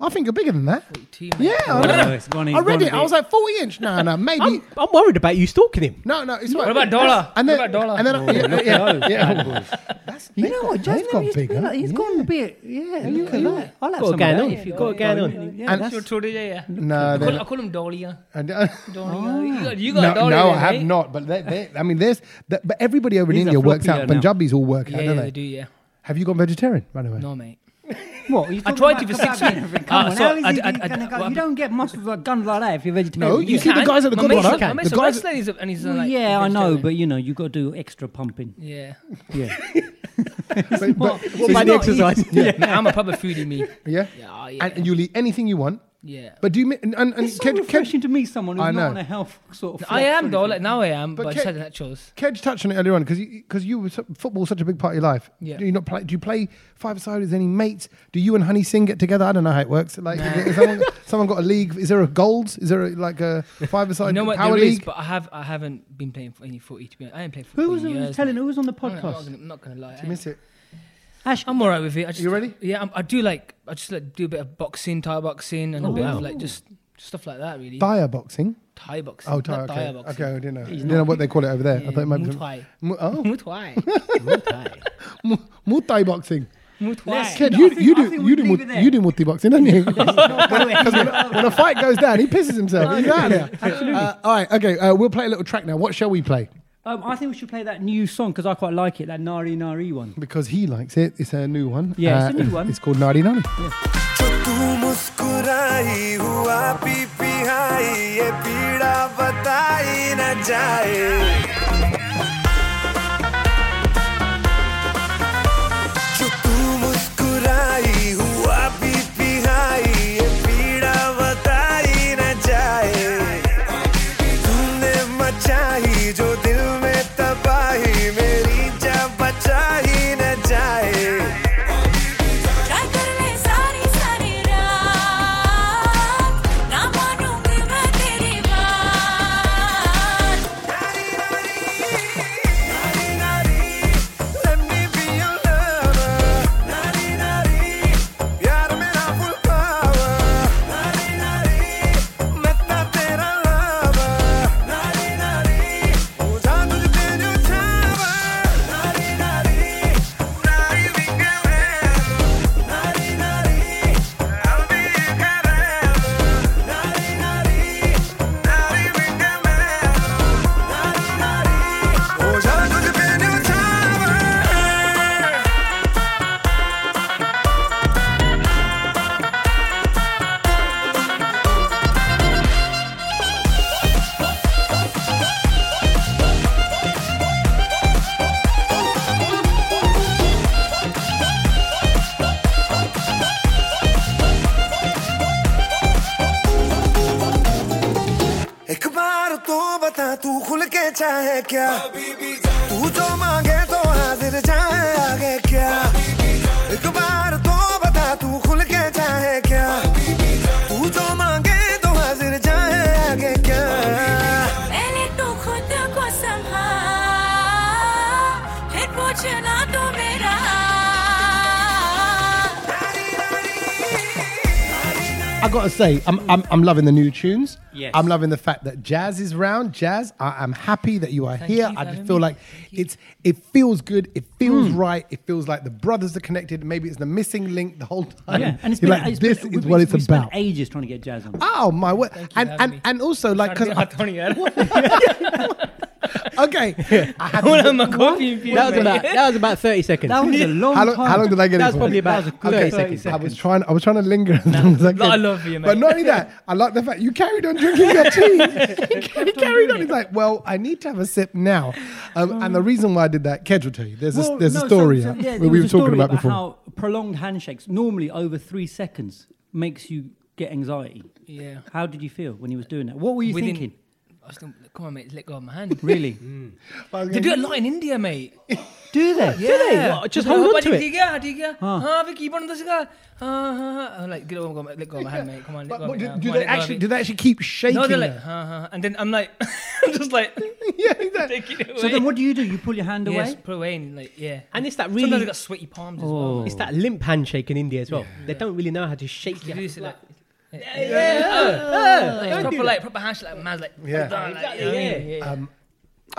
Speaker 1: I think you're bigger than that.
Speaker 6: 42, mate.
Speaker 1: yeah, I,
Speaker 5: no,
Speaker 1: know.
Speaker 5: it's gone-
Speaker 1: I
Speaker 5: it's
Speaker 1: read
Speaker 5: gone
Speaker 1: it.
Speaker 5: a
Speaker 1: I was
Speaker 5: bit.
Speaker 1: like forty inch. No, no, maybe.
Speaker 3: I'm, I'm worried about you stalking him.
Speaker 1: No, no, it's
Speaker 6: What about dollar?
Speaker 1: And then,
Speaker 6: What about dollar?
Speaker 1: And then, yeah, yeah, yeah. That's,
Speaker 5: You
Speaker 1: they've
Speaker 5: know
Speaker 1: got-
Speaker 5: what?
Speaker 1: they've
Speaker 5: Jasmine
Speaker 1: got
Speaker 5: used to be
Speaker 1: bigger.
Speaker 5: like- He's gone a bit. Yeah, look at that. I'll have
Speaker 3: Got a
Speaker 5: some of
Speaker 3: gown
Speaker 5: that
Speaker 3: on.
Speaker 5: if you
Speaker 3: Got a gown on.
Speaker 5: Yeah,
Speaker 1: And-
Speaker 5: that's-
Speaker 6: Your Tory, yeah. yeah.
Speaker 1: No,
Speaker 6: I
Speaker 1: they're
Speaker 6: call, I
Speaker 1: not.
Speaker 6: call him Dolia.
Speaker 1: And, uh,
Speaker 6: Dolia. You got, you
Speaker 1: no,
Speaker 6: got Dolia.
Speaker 1: no, I
Speaker 6: mate.
Speaker 1: have not. But they, they, I mean, there's. The, but everybody over in
Speaker 5: These are
Speaker 1: India works
Speaker 5: floppy
Speaker 1: out.
Speaker 5: now.
Speaker 1: Punjabis all work
Speaker 6: Yeah,
Speaker 1: out,
Speaker 6: yeah,
Speaker 1: don't
Speaker 6: they
Speaker 1: they?
Speaker 6: do, yeah.
Speaker 1: Have you gone vegetarian, by the way?
Speaker 6: No, mate.
Speaker 5: What?
Speaker 6: I tried to for six
Speaker 5: Come
Speaker 6: weeks. Uh,
Speaker 5: on,
Speaker 6: so
Speaker 5: how is
Speaker 6: I-
Speaker 5: he
Speaker 6: I- I-
Speaker 5: gonna go?
Speaker 6: well,
Speaker 5: You don't get muscles like guns like that if you're vegetarian.
Speaker 1: No, you see the
Speaker 6: can.
Speaker 1: guys at the
Speaker 6: My
Speaker 1: Godwara?
Speaker 6: mate's- My mate's
Speaker 1: The
Speaker 6: a
Speaker 1: guys- Oh,
Speaker 6: wrestler, he's a- and he's a,
Speaker 5: Well,
Speaker 6: like,
Speaker 5: yeah, I know,
Speaker 6: vegetarian.
Speaker 5: but you know, you got to do extra pumping.
Speaker 6: Yeah.
Speaker 5: Yeah,
Speaker 1: But, but,
Speaker 3: By the exercise.
Speaker 6: yeah. Mate, I'm a proper foodie, me.
Speaker 1: yeah.
Speaker 6: Yeah, oh, yeah.
Speaker 1: And, and you'll eat anything you want.
Speaker 6: yeah.
Speaker 1: But do you mi- and and, and
Speaker 5: it's so
Speaker 1: Kedge, Kedge,
Speaker 5: refreshing to meet someone who's
Speaker 1: I know.
Speaker 5: not on a health sort of.
Speaker 6: I
Speaker 5: flex
Speaker 6: am,
Speaker 5: or
Speaker 6: though.
Speaker 5: anything.
Speaker 6: Like, now I am, but,
Speaker 1: But
Speaker 6: I
Speaker 1: Kate-
Speaker 6: decided not chose.
Speaker 1: Kedge touched on it earlier on because because you, were so, football's such a big part of your life.
Speaker 6: Yeah.
Speaker 1: Do you not play? Do you play five side with any mates? Do you and Honey Singh get together? I don't know how it works. Like, is there- someone, someone got a league? Is there a golds? Is there a, like a five side
Speaker 6: You know what?
Speaker 1: power
Speaker 6: There is,
Speaker 1: league?
Speaker 6: but I have I haven't been playing for any footy. To be honest, I ain't playing footy.
Speaker 5: Who was
Speaker 6: in
Speaker 5: it who was
Speaker 6: years,
Speaker 5: telling?
Speaker 6: mate.
Speaker 5: Who was on the
Speaker 6: I'm not-
Speaker 5: podcast?
Speaker 6: I'm not gonna lie. I
Speaker 1: you miss it.
Speaker 5: Ash,
Speaker 6: I'm alright with it. I just,
Speaker 1: You ready?
Speaker 6: Yeah, I'm, I do like I just like do a bit of boxing, Thai boxing, and a bit of like just stuff like that. Really,
Speaker 1: Dire boxing.
Speaker 6: Thai boxing.
Speaker 1: Oh, Thai.
Speaker 6: not
Speaker 1: Okay.
Speaker 6: Thai boxing.
Speaker 1: okay, I didn't know. I didn't know what they call it over there. I thought it might be.
Speaker 6: Muay Thai.
Speaker 1: Mu- oh,
Speaker 6: Muay Thai.
Speaker 1: mu- Muay Thai boxing.
Speaker 6: Muay Thai.
Speaker 1: Kid,
Speaker 5: No,
Speaker 1: you,
Speaker 5: I think-
Speaker 1: you do
Speaker 5: I think
Speaker 1: you
Speaker 5: we
Speaker 1: do
Speaker 5: leave
Speaker 1: Muay-
Speaker 5: it there.
Speaker 1: you do Mutti boxing, don't you?
Speaker 5: Because
Speaker 1: when, a- when a fight goes down, he pisses himself. He's out there. Uh, all right, okay. Uh, we'll play a little track now. What shall we play?
Speaker 5: Um, I think we should play that new song because I quite like it, that Nari Nari one.
Speaker 1: Because he likes it. It's a new one. Uh,
Speaker 5: Yeah, it's a new one.
Speaker 1: It's called Nadi Nani.
Speaker 7: जो तू मुस्कुराई हुआ P पिहाई ये पीड़ा बताई न जाए जो तू मुस्कुराई हुआ पी पिहाई ये पीड़ा बताई न जाए तूने मचाई जो दिल में तबाही मेरी जा बचाई न जाए
Speaker 8: ट्राई कर ले सारी सारी रात ना मानूंगी मैं तेरी बात
Speaker 7: Oh, John, you've been in time. एक बार तो बता तू खुल के चाहे क्या तू जो मांगे तो हाजिर जाए आगे क्या एक बार तो बता तू खुल के चाहे क्या तू जो मांगे तो हाजिर जाए आगे क्या
Speaker 8: पहले तू खुद को संभाल फिर पूछना तू मेरा
Speaker 5: I
Speaker 1: I gotta say, I'm, I'm, I'm loving the new tunes.
Speaker 5: Yes.
Speaker 1: I'm loving the fact that jazz is round. Jazz, I, I'm happy that you are here.
Speaker 6: you for
Speaker 1: I just
Speaker 6: having
Speaker 1: feel
Speaker 6: me.
Speaker 1: like it's it feels good. It
Speaker 5: Hmm.
Speaker 1: feels right. It feels like the brothers are connected. Maybe it's the missing link the whole time.
Speaker 5: yeah, and it's
Speaker 1: You're
Speaker 5: been,
Speaker 1: like,
Speaker 5: it's
Speaker 1: this
Speaker 5: been- we-
Speaker 1: is
Speaker 5: we-
Speaker 1: what it's
Speaker 5: we spent
Speaker 1: about.
Speaker 5: Ages trying to get jazz on.
Speaker 1: Oh my word!
Speaker 6: for
Speaker 1: And
Speaker 6: having
Speaker 1: and,
Speaker 6: me.
Speaker 1: and also like because okay, I had to-
Speaker 3: That was about that was about thirty seconds.
Speaker 5: that was a long
Speaker 1: how long,
Speaker 5: time.
Speaker 1: how long did I get
Speaker 3: That
Speaker 1: it
Speaker 3: was
Speaker 1: for?
Speaker 3: probably about
Speaker 5: That was a
Speaker 3: thirty
Speaker 5: good
Speaker 3: seconds.
Speaker 1: I
Speaker 5: thirty
Speaker 1: was trying. I was trying to linger. As long as I could.
Speaker 6: I love you, mate.
Speaker 1: But not only that, I like the fact you carried on drinking your tea. you carried on. He's like, well, I need to have a sip now. Um, and the reason why I did that, Kedge will tell you. There's a,
Speaker 5: Well,
Speaker 1: there's
Speaker 5: no,
Speaker 1: a story
Speaker 5: so- so,
Speaker 1: uh, we-
Speaker 5: yeah, there
Speaker 1: we
Speaker 5: was
Speaker 1: were
Speaker 5: a
Speaker 1: talking
Speaker 5: story
Speaker 1: about before.
Speaker 5: How prolonged handshakes, normally over three seconds, makes you get anxiety.
Speaker 6: Yeah.
Speaker 5: How did you feel when he was doing that? What were you
Speaker 6: Within-
Speaker 5: thinking?
Speaker 6: I was gonna, come on, mate, let go of my hand.
Speaker 5: Really?
Speaker 1: I was
Speaker 6: They
Speaker 1: gonna-
Speaker 6: do it a lot in India, mate.
Speaker 5: Do they?
Speaker 6: Yeah.
Speaker 3: What, just hold on
Speaker 6: But
Speaker 3: to it?
Speaker 6: ठीक है, ठीक है. हाँ, Vicky, बंद तो सिखा. हाँ, हाँ, हाँ. I'm like, get over, let go of my hand, mate. Come on,
Speaker 1: But,
Speaker 6: let go of
Speaker 1: but
Speaker 6: my
Speaker 1: do,
Speaker 6: hand.
Speaker 1: do
Speaker 6: Come on,
Speaker 1: they
Speaker 6: let go of
Speaker 1: actually
Speaker 6: it.
Speaker 1: do they actually keep shaking?
Speaker 6: No, they're like,
Speaker 1: it?
Speaker 6: huh, huh. And then I'm like, I'm just like,
Speaker 1: yeah, exactly.
Speaker 6: take it away.
Speaker 5: So then what do you do? You pull your hand
Speaker 6: Yes,
Speaker 5: away?
Speaker 6: put away and like, yeah.
Speaker 3: And it's that
Speaker 6: Sometimes
Speaker 3: really-
Speaker 6: I got sweaty palms as well.
Speaker 5: Oh.
Speaker 3: It's that limp handshake in India as well. They don't really know how to shake
Speaker 6: You
Speaker 3: your
Speaker 6: do
Speaker 3: hand.
Speaker 6: this like,
Speaker 3: Yeah,
Speaker 6: like, proper like proper handshake, like man's like,
Speaker 1: Yeah.
Speaker 6: down, like,
Speaker 3: Exactly,
Speaker 6: you know what I
Speaker 3: yeah.
Speaker 6: mean? yeah.
Speaker 1: Um,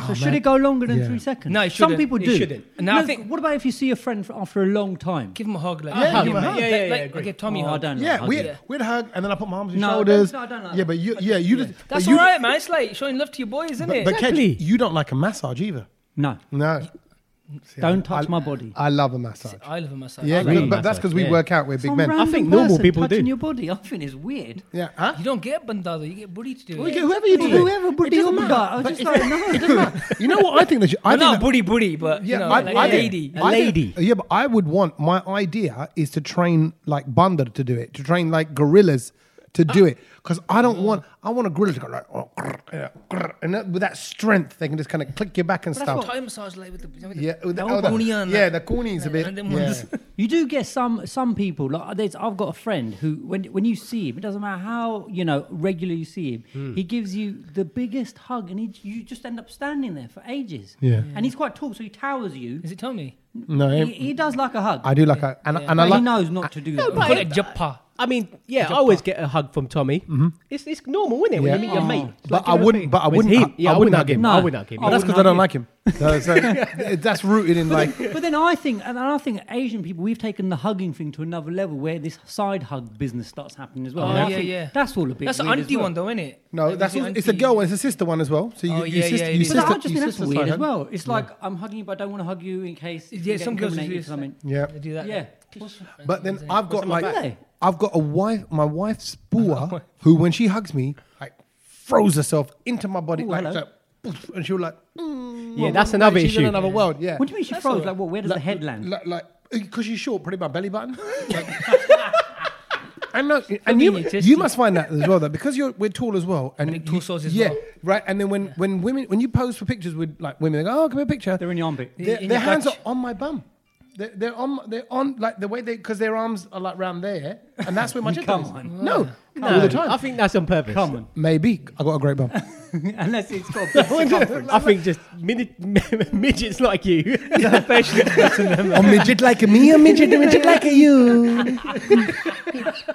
Speaker 5: So should it go longer than
Speaker 1: Yeah.
Speaker 5: three seconds?
Speaker 6: Oh, No, it
Speaker 5: Some
Speaker 6: shouldn't.
Speaker 5: people
Speaker 6: It
Speaker 5: do.
Speaker 3: shouldn't.
Speaker 6: No, I
Speaker 5: No,
Speaker 6: think-
Speaker 5: what about if you see a friend for, after a long time?
Speaker 6: Give him a hug, like,
Speaker 3: Yeah,
Speaker 6: hug
Speaker 3: give him
Speaker 6: him,
Speaker 3: a
Speaker 6: mate.
Speaker 3: hug. Yeah, yeah, yeah,
Speaker 6: like,
Speaker 3: agree.
Speaker 6: give Tommy a
Speaker 5: oh, I
Speaker 6: hug.
Speaker 5: don't
Speaker 1: yeah,
Speaker 5: like
Speaker 1: we'd,
Speaker 5: hugging.
Speaker 1: we'd hug and then I put my arms and
Speaker 5: No, I don't-
Speaker 1: shoulders.
Speaker 5: no, I don't like
Speaker 1: yeah,
Speaker 5: that.
Speaker 1: but you, yeah, you just.
Speaker 6: That's
Speaker 1: but you,
Speaker 6: all right, man. It's like showing love to your boys, isn't
Speaker 1: But,
Speaker 6: it?
Speaker 1: but Kedge,
Speaker 3: Exactly.
Speaker 1: you don't like a massage either.
Speaker 5: No,
Speaker 1: No. See,
Speaker 5: don't
Speaker 1: I-
Speaker 5: touch my body.
Speaker 1: I love a massage.
Speaker 6: I love a massage.
Speaker 1: Yeah,
Speaker 6: I
Speaker 1: good,
Speaker 6: like-
Speaker 1: but that's because we
Speaker 3: Yeah.
Speaker 1: work out. We're big
Speaker 5: Some
Speaker 1: men.
Speaker 5: random
Speaker 3: I think normal
Speaker 5: person
Speaker 3: people do.
Speaker 5: touching your body, I think it's weird.
Speaker 1: Yeah, huh?
Speaker 6: You don't get bandado, you get booty to do
Speaker 1: Well,
Speaker 6: it.
Speaker 1: you get whoever you do.
Speaker 5: Whoever would do that, I was just like, no, it doesn't matter.
Speaker 1: You know what I think that should, I
Speaker 6: Well,
Speaker 1: think
Speaker 6: not
Speaker 1: that-
Speaker 6: booty booty, but you
Speaker 1: yeah,
Speaker 6: know,
Speaker 1: I,
Speaker 6: like
Speaker 1: I
Speaker 6: a
Speaker 1: think-
Speaker 6: lady.
Speaker 1: I think-
Speaker 3: lady.
Speaker 1: yeah, but I would want my idea is to train like Banda to do it, to train like gorillas to do it, because I don't want I want a gorilla to go like oh, grr, yeah, grr, and that, with that strength they can just kind of click your back and
Speaker 6: That's what
Speaker 1: stuff.
Speaker 6: Thai massage like with the, with the
Speaker 1: yeah, with the,
Speaker 6: the
Speaker 1: oh, the-
Speaker 6: booty and
Speaker 1: yeah,
Speaker 6: that.
Speaker 1: the corny's a bit.
Speaker 6: And them
Speaker 1: Yeah.
Speaker 6: ones.
Speaker 5: You do get some some people like there's, I've got a friend who when when you see him it doesn't matter how you know regularly you see him
Speaker 6: Hmm.
Speaker 5: he gives you the biggest hug and he, you just end up standing there for ages
Speaker 1: Yeah.
Speaker 5: and he's quite tall so he towers you
Speaker 6: Is it Tommy?
Speaker 1: No,
Speaker 5: he, he does like a hug
Speaker 1: I do like a and, and I
Speaker 5: but he
Speaker 1: like
Speaker 5: knows not to do that
Speaker 6: We call it japa.
Speaker 3: I mean, yeah, I always get a hug from Tommy. It's it's normal, isn't it? When you meet your
Speaker 5: Oh.
Speaker 3: mate. It's
Speaker 1: But
Speaker 3: like, you
Speaker 1: I
Speaker 3: know,
Speaker 1: wouldn't- but Mm-hmm. I
Speaker 3: when
Speaker 1: wouldn't
Speaker 3: it's
Speaker 1: hug- I wouldn't hug him.
Speaker 5: No.
Speaker 3: I wouldn't hug him. Oh,
Speaker 5: I
Speaker 1: that's
Speaker 5: wouldn't
Speaker 1: because I don't
Speaker 5: hug
Speaker 1: like him. So- so that's rooted in like
Speaker 5: but then I think and I think Asian people we've taken the hugging thing to another level where this side hug business starts happening as well
Speaker 6: Oh,
Speaker 5: And I
Speaker 6: yeah,
Speaker 5: think
Speaker 6: yeah.
Speaker 5: That's all a bit
Speaker 6: That's an
Speaker 5: weird as
Speaker 6: auntie
Speaker 5: well.
Speaker 6: one though, isn't it?
Speaker 1: No, that's also, it's a girl one. It's a sister one as well. So you,
Speaker 6: Oh,
Speaker 1: you
Speaker 6: yeah,
Speaker 1: sister,
Speaker 6: yeah,
Speaker 1: you
Speaker 6: it is.
Speaker 5: But
Speaker 1: sister,
Speaker 5: I just
Speaker 1: you
Speaker 5: think that's
Speaker 1: sister
Speaker 5: weird
Speaker 1: side
Speaker 5: as
Speaker 1: hug.
Speaker 5: well. It's like I'm hugging you, but I don't want to hug you in case. you
Speaker 6: Yeah,
Speaker 5: get
Speaker 6: some girls do
Speaker 5: incriminated
Speaker 6: this,
Speaker 5: or something.
Speaker 1: Yeah,
Speaker 6: They do that.
Speaker 5: Yeah.
Speaker 1: but then I've got
Speaker 5: back?
Speaker 1: like
Speaker 5: Really?
Speaker 1: I've got a wife. My wife's bua, who when she hugs me, like throws herself into my body,
Speaker 5: Ooh,
Speaker 1: like
Speaker 5: hello.
Speaker 1: so, poof, and she'll like.
Speaker 3: Yeah, that's another
Speaker 1: she's in
Speaker 3: issue.
Speaker 1: another world. Yeah.
Speaker 5: What do you mean she
Speaker 6: That's
Speaker 5: froze?
Speaker 6: all-
Speaker 5: Like, what? Where does the head land?
Speaker 1: Like, like because she's short, probably my belly button. I know, and you,
Speaker 6: Convenient,
Speaker 1: you must find that as well, though, because you're we're tall as well, and
Speaker 6: big
Speaker 1: you-
Speaker 6: torsos as
Speaker 1: yeah,
Speaker 6: well.
Speaker 1: right. And then when, when women when you pose for pictures with like women, they go, oh, give me a picture.
Speaker 5: They're in your armpit.
Speaker 1: their,
Speaker 6: in
Speaker 1: their
Speaker 6: your
Speaker 1: hands
Speaker 6: clutch.
Speaker 1: are on my bum. They're, they're on. They're on like the way they because their arms are like round there, and that's where my dick
Speaker 5: Come
Speaker 1: is.
Speaker 5: on.
Speaker 1: No,
Speaker 3: No,
Speaker 1: all the time.
Speaker 3: I think that's on purpose.
Speaker 5: Come on.
Speaker 1: Maybe I got a great bum.
Speaker 5: Unless it's got a big circumference.
Speaker 3: I think just mini- midgets like you.
Speaker 1: a midget like me, a midget, a midget like you.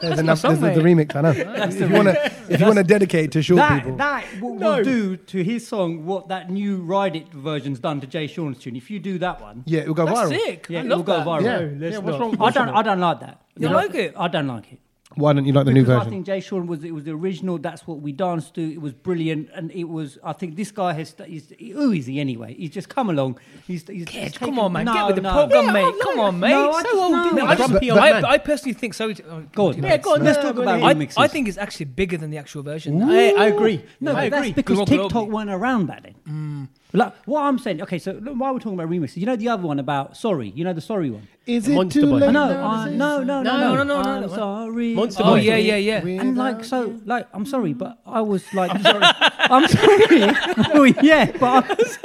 Speaker 1: There's enough. There's the, the remix. I know. if you want to, if you want to dedicate it to short people,
Speaker 5: That, that will, will do to his song what that new Ride It version's done to Jay Sean's tune. If you do that one,
Speaker 1: yeah, it'll go viral.
Speaker 6: sick.
Speaker 5: yeah,
Speaker 6: I
Speaker 5: it
Speaker 6: love
Speaker 5: will go
Speaker 6: that.
Speaker 5: viral.
Speaker 1: Yeah,
Speaker 3: No, let's
Speaker 1: yeah what's
Speaker 3: not.
Speaker 1: wrong?
Speaker 5: I
Speaker 1: What's
Speaker 5: don't,
Speaker 1: wrong?
Speaker 5: I don't like that.
Speaker 6: You
Speaker 5: know,
Speaker 6: like it?
Speaker 5: I don't like it.
Speaker 1: Why don't you like the new
Speaker 5: Because I
Speaker 1: version?
Speaker 5: think Jay Sean was it was the original. That's what we danced to. It was brilliant, and it was. I think this guy has. st- He's, he- who is he anyway? He's just come along. He's. he's
Speaker 6: Get-
Speaker 5: taken-
Speaker 6: come on, man.
Speaker 5: No,
Speaker 6: get with the
Speaker 5: no.
Speaker 6: program, mate. Come on, mate.
Speaker 5: No, I
Speaker 6: so
Speaker 5: just
Speaker 6: old.
Speaker 5: know.
Speaker 6: isn't it?
Speaker 5: No,
Speaker 6: I, just,
Speaker 1: but-
Speaker 6: I,
Speaker 1: but-
Speaker 6: I personally think so. oh,
Speaker 5: Go on,
Speaker 3: Yeah, go on,
Speaker 5: Let's
Speaker 3: no,
Speaker 5: talk
Speaker 3: go on,
Speaker 5: about
Speaker 3: yeah.
Speaker 6: I,
Speaker 5: remixes.
Speaker 6: I think it's actually bigger than the actual version.
Speaker 3: I, I agree.
Speaker 5: No,
Speaker 3: I
Speaker 5: but that's
Speaker 3: agree.
Speaker 5: because
Speaker 6: Google Globe.
Speaker 5: TikTok weren't around back then. Like what I'm saying, okay. So look, while we're talking about remixes, you know the other one about sorry, you know the sorry one.
Speaker 1: Is it
Speaker 3: Monster
Speaker 1: too
Speaker 3: Boy.
Speaker 1: late?
Speaker 5: I know,
Speaker 1: now
Speaker 5: uh,
Speaker 1: to say
Speaker 5: no, no, no,
Speaker 6: No,
Speaker 5: no,
Speaker 6: no, no, no,
Speaker 5: I'm
Speaker 6: no.
Speaker 5: sorry.
Speaker 3: Monster
Speaker 5: I'm
Speaker 6: Oh
Speaker 3: Boy.
Speaker 6: yeah,
Speaker 5: sorry.
Speaker 6: yeah, yeah.
Speaker 5: And like so, like I'm sorry, but I was like, I'm sorry. I'm sorry. oh yeah, but I was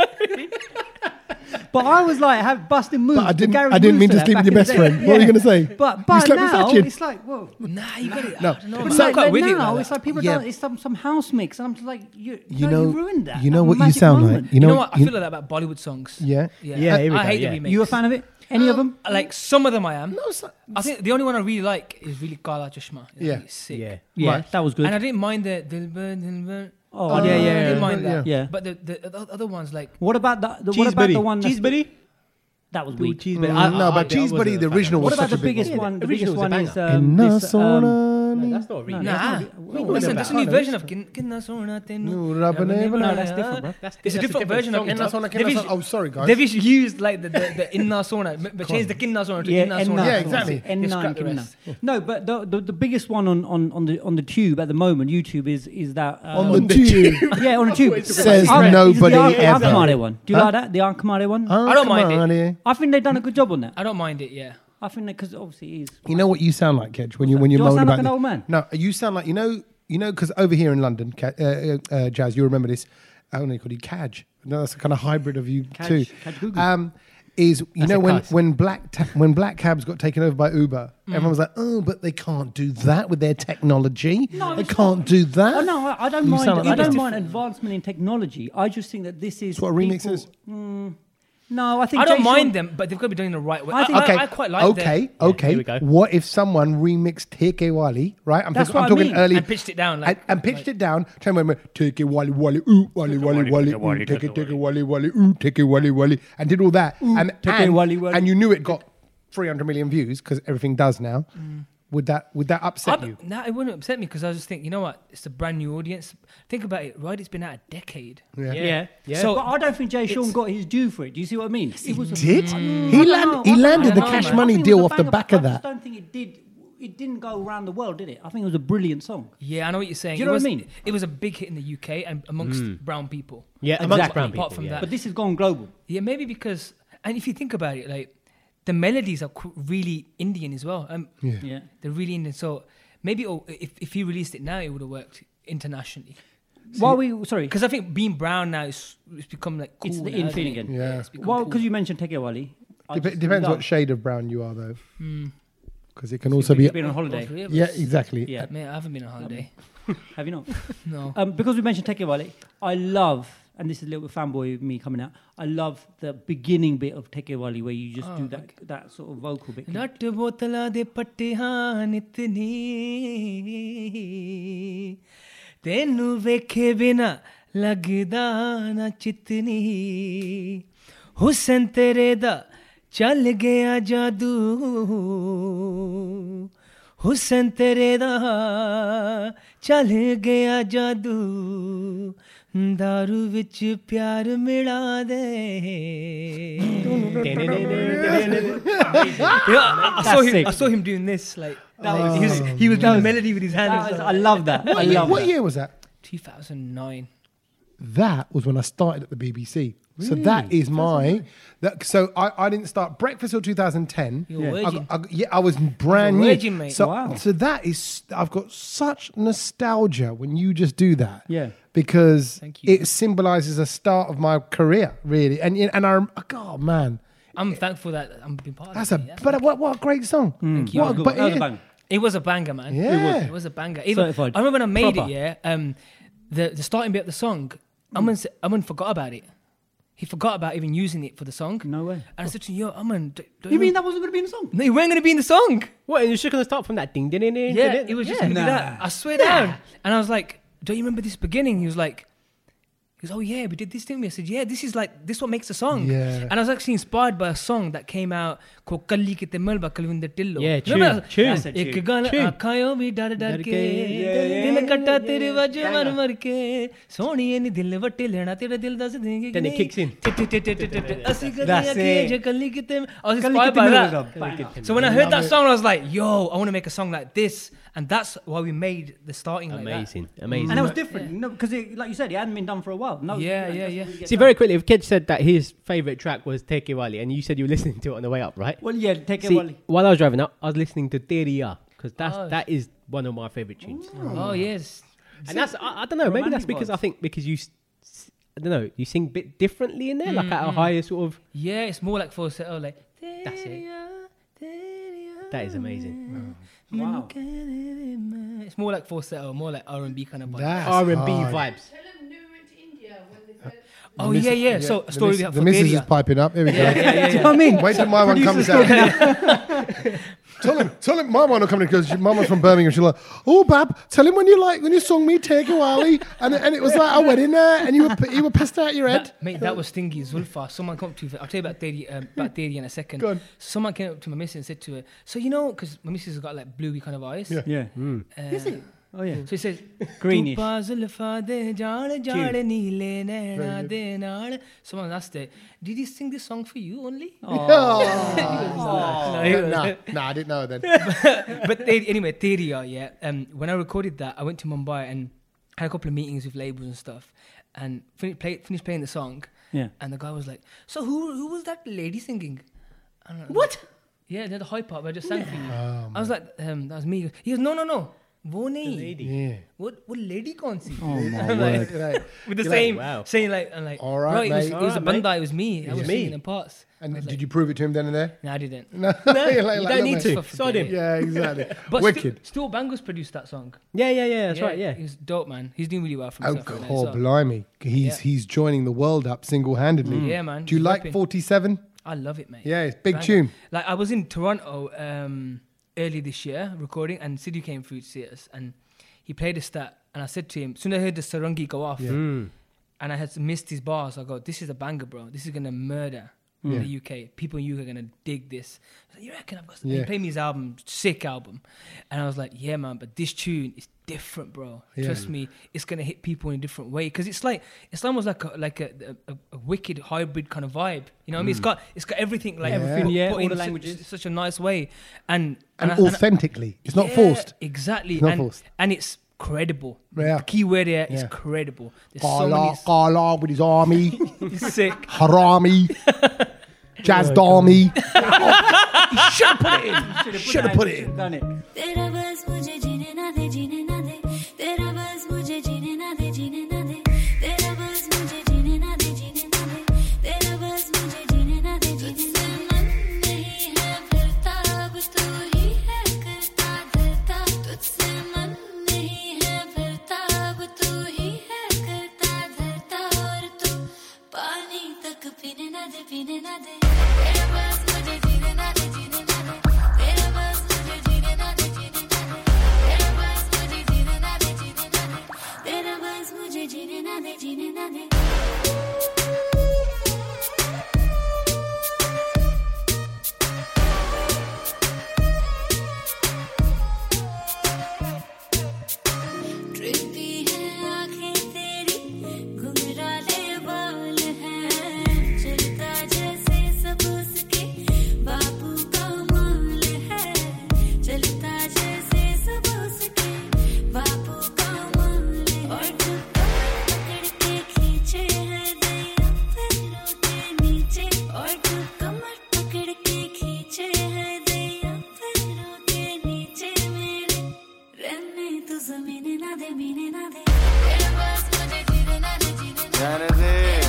Speaker 5: But I was like, have busting moves.
Speaker 1: But I
Speaker 5: to
Speaker 1: didn't.
Speaker 5: Gary
Speaker 1: I didn't mean to
Speaker 5: Russo
Speaker 1: sleep
Speaker 5: back
Speaker 1: with your
Speaker 5: in the
Speaker 1: best
Speaker 5: day.
Speaker 1: friend. What are you
Speaker 5: Yeah.
Speaker 1: going to say?
Speaker 5: But
Speaker 1: you
Speaker 5: by
Speaker 1: slept with
Speaker 5: now,
Speaker 1: Sachin.
Speaker 5: it's like, whoa.
Speaker 6: Nah, you got it.
Speaker 1: No.
Speaker 6: I don't know,
Speaker 5: But like,
Speaker 6: man. I'm quite
Speaker 5: like
Speaker 6: with it.
Speaker 5: now,
Speaker 6: like
Speaker 5: it's
Speaker 6: that.
Speaker 5: like people
Speaker 1: Yeah.
Speaker 5: don't. It's some some house mix, and I'm just like, you,
Speaker 1: You
Speaker 5: no,
Speaker 1: know-
Speaker 5: you ruined that.
Speaker 1: you know
Speaker 5: That
Speaker 1: what you
Speaker 5: magic
Speaker 1: sound like.
Speaker 5: moment.
Speaker 1: You
Speaker 6: You
Speaker 1: know
Speaker 6: know what? I
Speaker 1: you-
Speaker 6: feel like that about Bollywood songs.
Speaker 1: Yeah.
Speaker 6: Yeah.
Speaker 3: Yeah,
Speaker 6: I,
Speaker 3: here we
Speaker 6: I
Speaker 3: go,
Speaker 6: hate
Speaker 3: yeah.
Speaker 6: the remix.
Speaker 5: You a fan of it? Any of them?
Speaker 6: Like some of them, I am.
Speaker 1: No, so-
Speaker 6: I think the only one I really like is really Gala Chashma. I think
Speaker 1: Yeah.
Speaker 6: it's sick.
Speaker 3: Yeah.
Speaker 5: Yeah,
Speaker 1: Right.
Speaker 5: that was good.
Speaker 6: And I didn't mind the Dilber Dilber.
Speaker 5: Oh,
Speaker 6: I
Speaker 5: yeah,
Speaker 6: didn't-
Speaker 5: yeah,
Speaker 6: I
Speaker 1: yeah,
Speaker 6: didn't mind
Speaker 1: yeah.
Speaker 6: that.
Speaker 5: Yeah.
Speaker 6: But the, the the other ones like
Speaker 5: what about the, the
Speaker 3: Cheese
Speaker 5: what about
Speaker 3: buddy.
Speaker 5: the one that's-
Speaker 3: cheese buddy?
Speaker 5: That was
Speaker 3: Ooh,
Speaker 5: weak.
Speaker 3: Cheese buddy.
Speaker 1: Mm,
Speaker 3: I-
Speaker 1: no,
Speaker 3: I-
Speaker 1: but
Speaker 3: I- that
Speaker 1: Cheese
Speaker 3: wasn't
Speaker 1: buddy,
Speaker 3: a
Speaker 1: the
Speaker 3: fan.
Speaker 1: original
Speaker 5: What
Speaker 1: was
Speaker 5: about
Speaker 1: such a
Speaker 5: the
Speaker 1: big
Speaker 5: biggest
Speaker 1: one.
Speaker 5: one? The biggest
Speaker 3: Original was a
Speaker 5: one is
Speaker 3: banger.
Speaker 5: um, this, um,
Speaker 1: Innasonani.
Speaker 3: No, that's not original.
Speaker 6: nah.
Speaker 5: what- what-
Speaker 6: Listen,
Speaker 3: what
Speaker 6: that's a
Speaker 3: about-
Speaker 6: new version of Kin- Kinna Sona Tenu.
Speaker 1: No, Rabba Neva.
Speaker 5: No, that's different, bro.
Speaker 3: That's- that's
Speaker 6: It's a different version of
Speaker 3: song.
Speaker 1: Kinna Sona,
Speaker 6: Kinna Sona.
Speaker 1: Kinna Sona. Oh, sorry, guys.
Speaker 6: They've used like the the, the Inna Sona, but but changed the Kinna Sona to
Speaker 5: Yeah,
Speaker 6: Inna
Speaker 5: N9.
Speaker 6: Sona.
Speaker 1: Yeah, exactly.
Speaker 5: N9,
Speaker 6: They've scrapped the
Speaker 5: Kinna.
Speaker 6: rest.
Speaker 5: No, but the, the the biggest one on, on, on the on the tube at the moment, YouTube is is that uh,
Speaker 1: On the tube.
Speaker 5: yeah on the tube
Speaker 1: Says
Speaker 5: Ar- is
Speaker 1: nobody
Speaker 5: the Ar-
Speaker 1: ever.
Speaker 5: Arcamare one. Do you
Speaker 1: Huh?
Speaker 5: like that? The Arcamare one.
Speaker 1: Oh,
Speaker 6: I don't
Speaker 1: come
Speaker 6: mind
Speaker 1: on,
Speaker 6: it.
Speaker 1: here.
Speaker 5: I think they've done a good job on that.
Speaker 6: I don't mind it. Yeah.
Speaker 5: I think because obviously it is.
Speaker 1: You know what you sound like, Kedge, when you when you
Speaker 5: Do I
Speaker 1: moan
Speaker 5: sound
Speaker 1: about
Speaker 5: like an
Speaker 1: the-
Speaker 5: old man?
Speaker 1: No, you sound like you know you know because over here in London, Ca- uh, uh, uh, Jazz, you remember this? I only call you Cadge. No, that's a kind of hybrid of you
Speaker 5: Cadge-
Speaker 1: too.
Speaker 5: Cadge Gugu.
Speaker 1: um, is you know
Speaker 3: a
Speaker 1: when
Speaker 3: cuss.
Speaker 1: when black ta- when black cabs got taken over by Uber,
Speaker 5: Mm.
Speaker 1: everyone was like, oh, but they can't do that with their technology.
Speaker 5: No,
Speaker 1: they
Speaker 5: it's
Speaker 1: can't
Speaker 5: not-
Speaker 1: do that.
Speaker 5: Oh no, I, I don't
Speaker 1: You
Speaker 5: mind.
Speaker 1: sound like
Speaker 5: I
Speaker 1: that.
Speaker 5: don't
Speaker 1: It's
Speaker 5: mind advancement in technology. I just think that this is
Speaker 1: That's what a remix
Speaker 5: people-
Speaker 1: is.
Speaker 5: No, I think
Speaker 6: I don't
Speaker 5: Jay
Speaker 6: mind
Speaker 5: Sean-
Speaker 6: them, but they've got to be doing it the right way.
Speaker 5: I
Speaker 6: I,
Speaker 5: think-
Speaker 6: I-
Speaker 1: Okay.
Speaker 6: I quite like them.
Speaker 1: okay. Okay.
Speaker 3: here we go.
Speaker 1: What if someone remixed Teke Wali, right? I'm,
Speaker 5: That's
Speaker 1: talking- I'm
Speaker 5: what I
Speaker 1: talking
Speaker 5: mean.
Speaker 1: early.
Speaker 6: And pitched it down, like-
Speaker 1: and, and pitched it down. Tell me, Teke Wali Wali, ooh, Wali Wali Wali, ooh, Teke Teke Wali Wali, ooh, Teke Wali Wali, and did all that. and,
Speaker 5: Teke
Speaker 1: and,
Speaker 5: Wali Wali.
Speaker 1: and you knew it got 300 million views because everything does now.
Speaker 5: Mm.
Speaker 1: Would that would that upset
Speaker 6: I-
Speaker 1: you?
Speaker 6: Nah, it wouldn't upset me because I just think, you know what? It's a brand new audience. Think about it, right? It's been out a decade.
Speaker 3: Yeah. Yeah.
Speaker 6: So
Speaker 5: But I don't think Jay Sean got his due for it. Do you see what I mean? It was
Speaker 1: Did
Speaker 5: I
Speaker 1: he
Speaker 5: don't
Speaker 1: land,
Speaker 5: know.
Speaker 1: he
Speaker 5: I don't
Speaker 1: landed the
Speaker 6: know,
Speaker 1: cash
Speaker 6: man.
Speaker 1: money
Speaker 5: I think it
Speaker 1: deal
Speaker 5: was a
Speaker 1: off the
Speaker 5: banger,
Speaker 1: back
Speaker 5: but
Speaker 1: of
Speaker 5: I just
Speaker 1: that?
Speaker 5: don't think it did. It didn't go around the world, did it? I think it was a brilliant song.
Speaker 6: yeah, I know what you're saying.
Speaker 5: Do you
Speaker 6: It
Speaker 5: know what I
Speaker 6: was-
Speaker 5: mean? Mm.
Speaker 6: It was a big hit in the UK and amongst brown people.
Speaker 3: Yeah,
Speaker 6: Apart-
Speaker 3: amongst brown
Speaker 6: Apart
Speaker 3: people,
Speaker 6: from
Speaker 3: yeah.
Speaker 6: that,
Speaker 5: But this has gone global.
Speaker 6: Yeah, maybe because, and if you think about it, like the melodies are qu- really Indian as well. Um,
Speaker 5: Yeah.
Speaker 6: they're really Indian. So maybe oh, if if he released it now, it would have worked internationally.
Speaker 5: While we sorry,
Speaker 6: Because I think being brown now is it's become like cool.
Speaker 5: It's the
Speaker 6: now,
Speaker 5: in
Speaker 6: isn't
Speaker 5: thing
Speaker 6: it?
Speaker 5: again.
Speaker 1: Yeah.
Speaker 6: it's become
Speaker 5: well,
Speaker 6: cool.
Speaker 5: because you mentioned Teke Wali. I
Speaker 1: Dep-
Speaker 5: just- Mm.
Speaker 1: depends
Speaker 5: no.
Speaker 1: what shade of brown you are, though, because it can also be.
Speaker 5: been on holiday.
Speaker 6: All three of
Speaker 1: Yeah,
Speaker 6: us.
Speaker 1: exactly.
Speaker 5: Yeah.
Speaker 6: Man, I haven't been on holiday.
Speaker 5: Have you not?
Speaker 6: No.
Speaker 5: Um, because we mentioned Teke Wale, I love, and this is a little bit fanboy of me coming out, I love the beginning bit of Teke Wale where you just
Speaker 6: Oh,
Speaker 5: do that, that sort of vocal bit.
Speaker 6: ਨਟ ਬੋਤਲਾਂ ਦੇ ਪੱਟੇ ਹਨ ਇਤਨੀ ਤੈਨੂੰ ਵੇਖੇ ਬਿਨਾ ਲੱਗਦਾ ਨਾ ਚਿਤਨੀ ਹੁਸਨ ਤੇਰੇ ਦਾ ਚੱਲ ਗਿਆ ਜਾਦੂ ਹੁਸਨ ਤੇਰੇ ਦਾ ਚੱਲ ਗਿਆ ਜਾਦੂ ਦਾਰੂ ਵਿੱਚ ਪਿਆਰ ਮਿਲਾ ਦੇ Yeah, I, I saw him.
Speaker 5: sick. Oh.
Speaker 6: I saw him doing this. Like that was, he was, he was doing the melody with his hand.
Speaker 5: That was- I love that. I
Speaker 1: What year-
Speaker 5: love
Speaker 1: what
Speaker 5: that.
Speaker 1: year was that?
Speaker 6: 2009.
Speaker 1: that was when I started at the BBC. So that is my. That, so I, I didn't start breakfast till 2010.
Speaker 6: You
Speaker 1: I
Speaker 6: were virgin.
Speaker 1: got- I got- yeah, I was brand
Speaker 6: You were
Speaker 1: new.
Speaker 6: virgin, mate.
Speaker 1: So,
Speaker 5: Wow.
Speaker 1: so that is I've got such nostalgia when you just do that.
Speaker 5: Yeah.
Speaker 1: Because
Speaker 6: Thank you.
Speaker 1: it symbolises the start of my career, really. And and I rem- oh, God man,
Speaker 6: I'm thankful that I'm being part
Speaker 1: that's a
Speaker 6: of it. yeah.
Speaker 1: but what what a great song.
Speaker 5: That was
Speaker 1: What
Speaker 5: a
Speaker 1: a-
Speaker 5: good
Speaker 1: but
Speaker 5: one. That was a
Speaker 1: it-
Speaker 5: bang.
Speaker 6: It was a banger, man.
Speaker 1: Yeah.
Speaker 6: It was, it was a banger. Even,
Speaker 5: Certified.
Speaker 6: I remember when I made
Speaker 5: Proper.
Speaker 6: it, yeah, um, the, the starting bit of the song, Aman, s- Aman forgot about it. He forgot about even using it for the song.
Speaker 5: No way.
Speaker 6: And I said to him, yo, Aman, do, do
Speaker 5: You mean that wasn't going to be in the song?
Speaker 6: No, you weren't going to be in the song.
Speaker 3: What? It was just gonna start from that ding ding ding ding.
Speaker 6: Yeah,
Speaker 3: ding,
Speaker 6: it was just
Speaker 3: yeah.
Speaker 6: gonna be that. I swear down. And I was like, "Don't you remember this beginning?" He was like, "He was oh yeah, we did this thing." I said, "Yeah, this is like this what makes a song."
Speaker 1: Yeah.
Speaker 6: And I was actually inspired by a song that came out called "Kalli Kite Melba Kalvinda Tillo."
Speaker 3: Yeah, tune,
Speaker 6: Remember?
Speaker 3: tune.
Speaker 6: That's a एक गाना आँखाओं भी डर डर के दिन कटा तेरे वजह मर मर के सोनिए नी दिल वट्टे लेना तेरा दिल दस देंगे
Speaker 3: Then it kicks in.
Speaker 6: ਅਸੀਂ
Speaker 3: That's
Speaker 6: ਕਰੀਆਂ ਕਿ
Speaker 3: it.
Speaker 6: ਜੇ ਕੱਲੀ ਕਿਤੇ I was
Speaker 5: Kalli
Speaker 6: inspired
Speaker 5: Kite
Speaker 6: by
Speaker 5: Melba.
Speaker 6: that. So when I heard that song, I was like, "Yo, I want to make a song like this," and that's why we made the starting like that.
Speaker 3: Amazing, amazing.
Speaker 5: And that was different, no, because like you said, it hadn't been done for a while. No,
Speaker 6: Yeah,
Speaker 5: you know,
Speaker 6: yeah,
Speaker 5: that's
Speaker 6: yeah.
Speaker 5: what we get
Speaker 3: See,
Speaker 5: done.
Speaker 3: very quickly, if Kedge said that his favorite track was Teke Wali, and you said you were listening to it on the way up, right?
Speaker 5: Well, yeah, Teke
Speaker 3: See,
Speaker 5: Wale.
Speaker 3: while I was driving up, I was listening to Teria because that's
Speaker 6: Oh.
Speaker 3: that is one of my favorite tunes,
Speaker 6: Oh yes,
Speaker 3: and that's I, I don't know, maybe that's
Speaker 5: Romantic
Speaker 3: because
Speaker 5: vibes.
Speaker 3: I think because you. s- s- I don't know. You sing bit differently in there, like at a higher sort of.
Speaker 6: yeah. It's more like falsetto, like
Speaker 3: That's it.
Speaker 6: it.
Speaker 3: That is amazing.
Speaker 5: Wow.
Speaker 6: Mm. It's more like falsetto, more like R and B kind of vibe.
Speaker 1: that's
Speaker 3: R and B
Speaker 1: hard.
Speaker 3: vibes.
Speaker 7: Tell them we went to India when they said
Speaker 6: Oh yeah, yeah. So a story we have
Speaker 1: The
Speaker 6: for
Speaker 1: missus is
Speaker 6: Keria.
Speaker 1: piping up. Here we go.
Speaker 6: Do you know what I mean?
Speaker 1: Wait till my one comes out. tell him, tell him, my one will come in because my one's from Birmingham. She's like, oh, bab, tell him when you like when you sung me Take You Ali, and and it was like I went in there and you were p- you were pissed out your head.
Speaker 6: That, mate, that was stingy. Zulfa. Someone come up to me. I'll tell you about Thady, um, about Thady in a second.
Speaker 1: Go on.
Speaker 6: Someone came up to my missus and said to her, So, you know, because my missus has got like bluey kind of eyes.
Speaker 1: Yeah.
Speaker 2: Yeah.
Speaker 6: Uh, Is it?
Speaker 2: Oh yeah.
Speaker 6: So he says,
Speaker 2: Greenish.
Speaker 6: "ਧੁੱਪਾਂ ਜ਼ੁਲਫ਼ਾਂ ਦੇ ਜਾਣ ਜਾੜ ਨੀਲੇ ਨੈਣਾਂ ਦੇ ਨਾਲ." Someone asked her, "Did he sing this song for you only?"
Speaker 1: Oh. nah, nah, I didn't know then.
Speaker 6: but they, anyway, Theria, yeah. Um, when I recorded that, I went to Mumbai and had a couple of meetings with labels and stuff, and fin- play, finished playing the song.
Speaker 2: Yeah.
Speaker 6: And the guy was like, "So who who was that lady singing?" And I was what? yeah, they're the high part. where I just sang for you.
Speaker 2: Oh,
Speaker 6: I was like, um, "That was me." He goes, "No, no, no." वो नहीं lady. What what lady कौन सी?
Speaker 2: Oh my
Speaker 6: I'm like,
Speaker 1: You're like-
Speaker 6: with the
Speaker 1: you're like,
Speaker 6: same
Speaker 3: wow.
Speaker 6: same like I'm like
Speaker 1: All right,
Speaker 6: bro, it was,
Speaker 1: mate.
Speaker 6: it was
Speaker 3: All
Speaker 6: a
Speaker 3: right, mate.
Speaker 6: banda it was me I was
Speaker 1: me.
Speaker 6: singing in parts
Speaker 1: and
Speaker 6: I was
Speaker 1: did
Speaker 6: like,
Speaker 1: you prove it to him then and there?
Speaker 6: no I didn't
Speaker 1: No, You're like,
Speaker 6: you
Speaker 1: like,
Speaker 6: don't
Speaker 1: look,
Speaker 6: need
Speaker 1: mate.
Speaker 6: to fucking
Speaker 3: So I
Speaker 6: do it.
Speaker 3: didn't.
Speaker 1: Yeah, exactly.
Speaker 6: but
Speaker 1: Wicked.
Speaker 6: Stu- Stuart Bangles produced that song
Speaker 3: Yeah, yeah, yeah. That's right. Yeah.
Speaker 6: he's dope man he's doing really well for
Speaker 1: Oh
Speaker 6: himself right now as
Speaker 1: God,
Speaker 6: well.
Speaker 1: blimey! He's
Speaker 6: Yeah. Mm.
Speaker 1: he's joining the world up single-handedly.
Speaker 6: Yeah, man.
Speaker 1: Do you
Speaker 6: He's
Speaker 1: like
Speaker 6: ripping.
Speaker 1: forty-seven?
Speaker 6: I love it mate
Speaker 1: Yeah, it's big
Speaker 6: Banger.
Speaker 1: tune.
Speaker 6: like I was in Toronto um early this year recording and Sidhu came through to see us and he played a stat and I said to him soon as I heard the sarangi go off and I had missed his bars I go this is a banger bro this is gonna murder the UK people in UK are gonna dig this I was like, you reckon I've got something
Speaker 1: Yeah.
Speaker 6: he played me his album sick album and I was like yeah man but this tune is different bro
Speaker 1: Yeah.
Speaker 6: trust me it's gonna hit people in a different way because it's like it's almost like a like a, a, a wicked hybrid kind of vibe you know what I mean
Speaker 1: Hmm.
Speaker 6: it's got it's got everything like
Speaker 1: Everything,
Speaker 6: put-
Speaker 3: yeah,
Speaker 6: put
Speaker 3: all
Speaker 6: in
Speaker 3: the
Speaker 6: su-
Speaker 3: languages.
Speaker 6: such a nice way and
Speaker 1: And,
Speaker 6: I-
Speaker 1: authentically, it's not
Speaker 6: yeah,
Speaker 1: forced.
Speaker 6: exactly
Speaker 1: It's not
Speaker 6: and,
Speaker 1: forced.
Speaker 6: and it's credible
Speaker 1: Yeah.
Speaker 6: the key word there is
Speaker 1: Yeah.
Speaker 6: credible there's
Speaker 1: Gala,
Speaker 6: so
Speaker 1: Gala with his army,
Speaker 6: many it's sick
Speaker 1: Harami, Jazz
Speaker 6: um,
Speaker 1: Darmy.
Speaker 2: Should have put it in. Done it.
Speaker 9: तेरा बस मुझे जीने ना दे जीने ना दे तेरा बस मुझे जीने ना दे जीने ना दे तेरा बस मुझे जीने ना दे जीने ना दे तेरा बस मुझे जीने ना दे जीने ना दे मन नहीं है फिरता अब तू ही है करता धरता तुझसे मन नहीं है फिरता अब तू ही है करता धरता और तू पानी तक पीने ना दे पीने ना दे तेरा बस मुझे जीने ना दे जीने ना दे तेरा बस मुझे जीने ना दे जीने ना दे तेरा बस मुझे जीने ना दे जीने ना दे तेरा बस मुझे जीने ना दे जीने ना दे ट्रिपी है आंखें तेरी घुंघराले बाल हैं चलता जैसे सब उसके बापू का माल है चलता जैसे सब उसके बापू का माल और टुकड़ा पकड़ के खींचे हैं दया पैरों के नीचे और तू कमर पकड़ के खींचे हैं दया पैरों के नीचे मेरे रहने तू जमीने ना दे मीने ना दे तेरा बस मुझे जीने ना दे जीने ना दे
Speaker 10: Running there,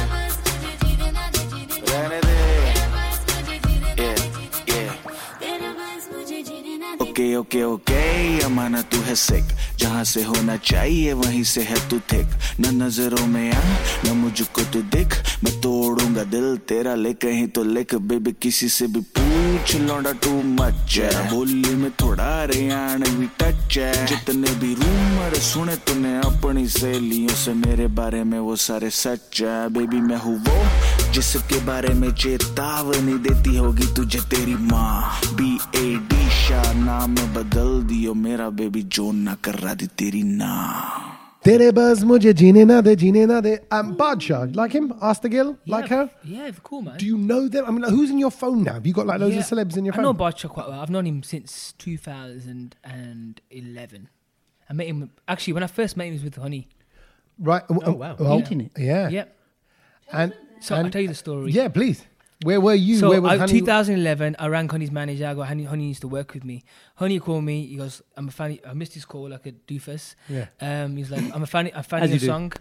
Speaker 9: तेरा बस मुझे जीने ना दे जीने ना दे
Speaker 10: running there.
Speaker 9: तेरा बस मुझे जीने ना
Speaker 10: Yeah,
Speaker 9: दे जीने ना
Speaker 10: yeah.
Speaker 9: दे तेरा बस मुझे जीने ना दे
Speaker 10: ओके ओके ओके अमाना तू है सिक जहाँ से होना चाहिए वहीं से है तू थिक न नजरों में आ न मुझको तू दिख मैं तोड़ूंगा दिल तेरा ले कहीं तो लिख बेबी किसी से भी पूछ लौंडा टू मच है बोली में थोड़ा हरियाणा भी टच है जितने भी रूमर सुने तूने अपनी सहेलियों से मेरे बारे में वो सारे सच है बेबी मैं हूँ वो जिसके बारे में चेतावनी देती होगी तुझे तेरी माँ बी ए डी शाह नाम बदल दियो मेरा बेबी जोन ना कर रहा दी तेरी ना
Speaker 1: Tere baz mujhe jeene na de, jeene na de. Um, Badshah, you like him? Asta Gill, like
Speaker 6: yeah,
Speaker 1: her?
Speaker 6: yeah it's cool man
Speaker 1: Do you know them? I mean, like, who's in your phone now? Have you got like loads of
Speaker 6: Yeah.
Speaker 1: celebs in your
Speaker 6: I
Speaker 1: phone?
Speaker 6: know Bartra quite well. I've known him since 2011. I met him actually when I first met him he was with Honey.
Speaker 1: right. Oh,
Speaker 3: wow.
Speaker 2: Eating it.
Speaker 1: Yeah.
Speaker 6: Yeah.
Speaker 1: And,
Speaker 6: So I'll
Speaker 1: and
Speaker 6: tell you the story.
Speaker 1: yeah, please. Where were you?
Speaker 6: So uh,
Speaker 1: Where was
Speaker 6: I,
Speaker 1: Honey?
Speaker 6: 2011, I rang Honey's manager. I go, Honey, Honey used to work with me. Honey called me. He goes, I'm a fan. I missed his call like a doofus.
Speaker 1: Yeah.
Speaker 6: Um, he's like, I'm a fan. I fan
Speaker 3: As
Speaker 6: of your
Speaker 3: you do.
Speaker 6: song,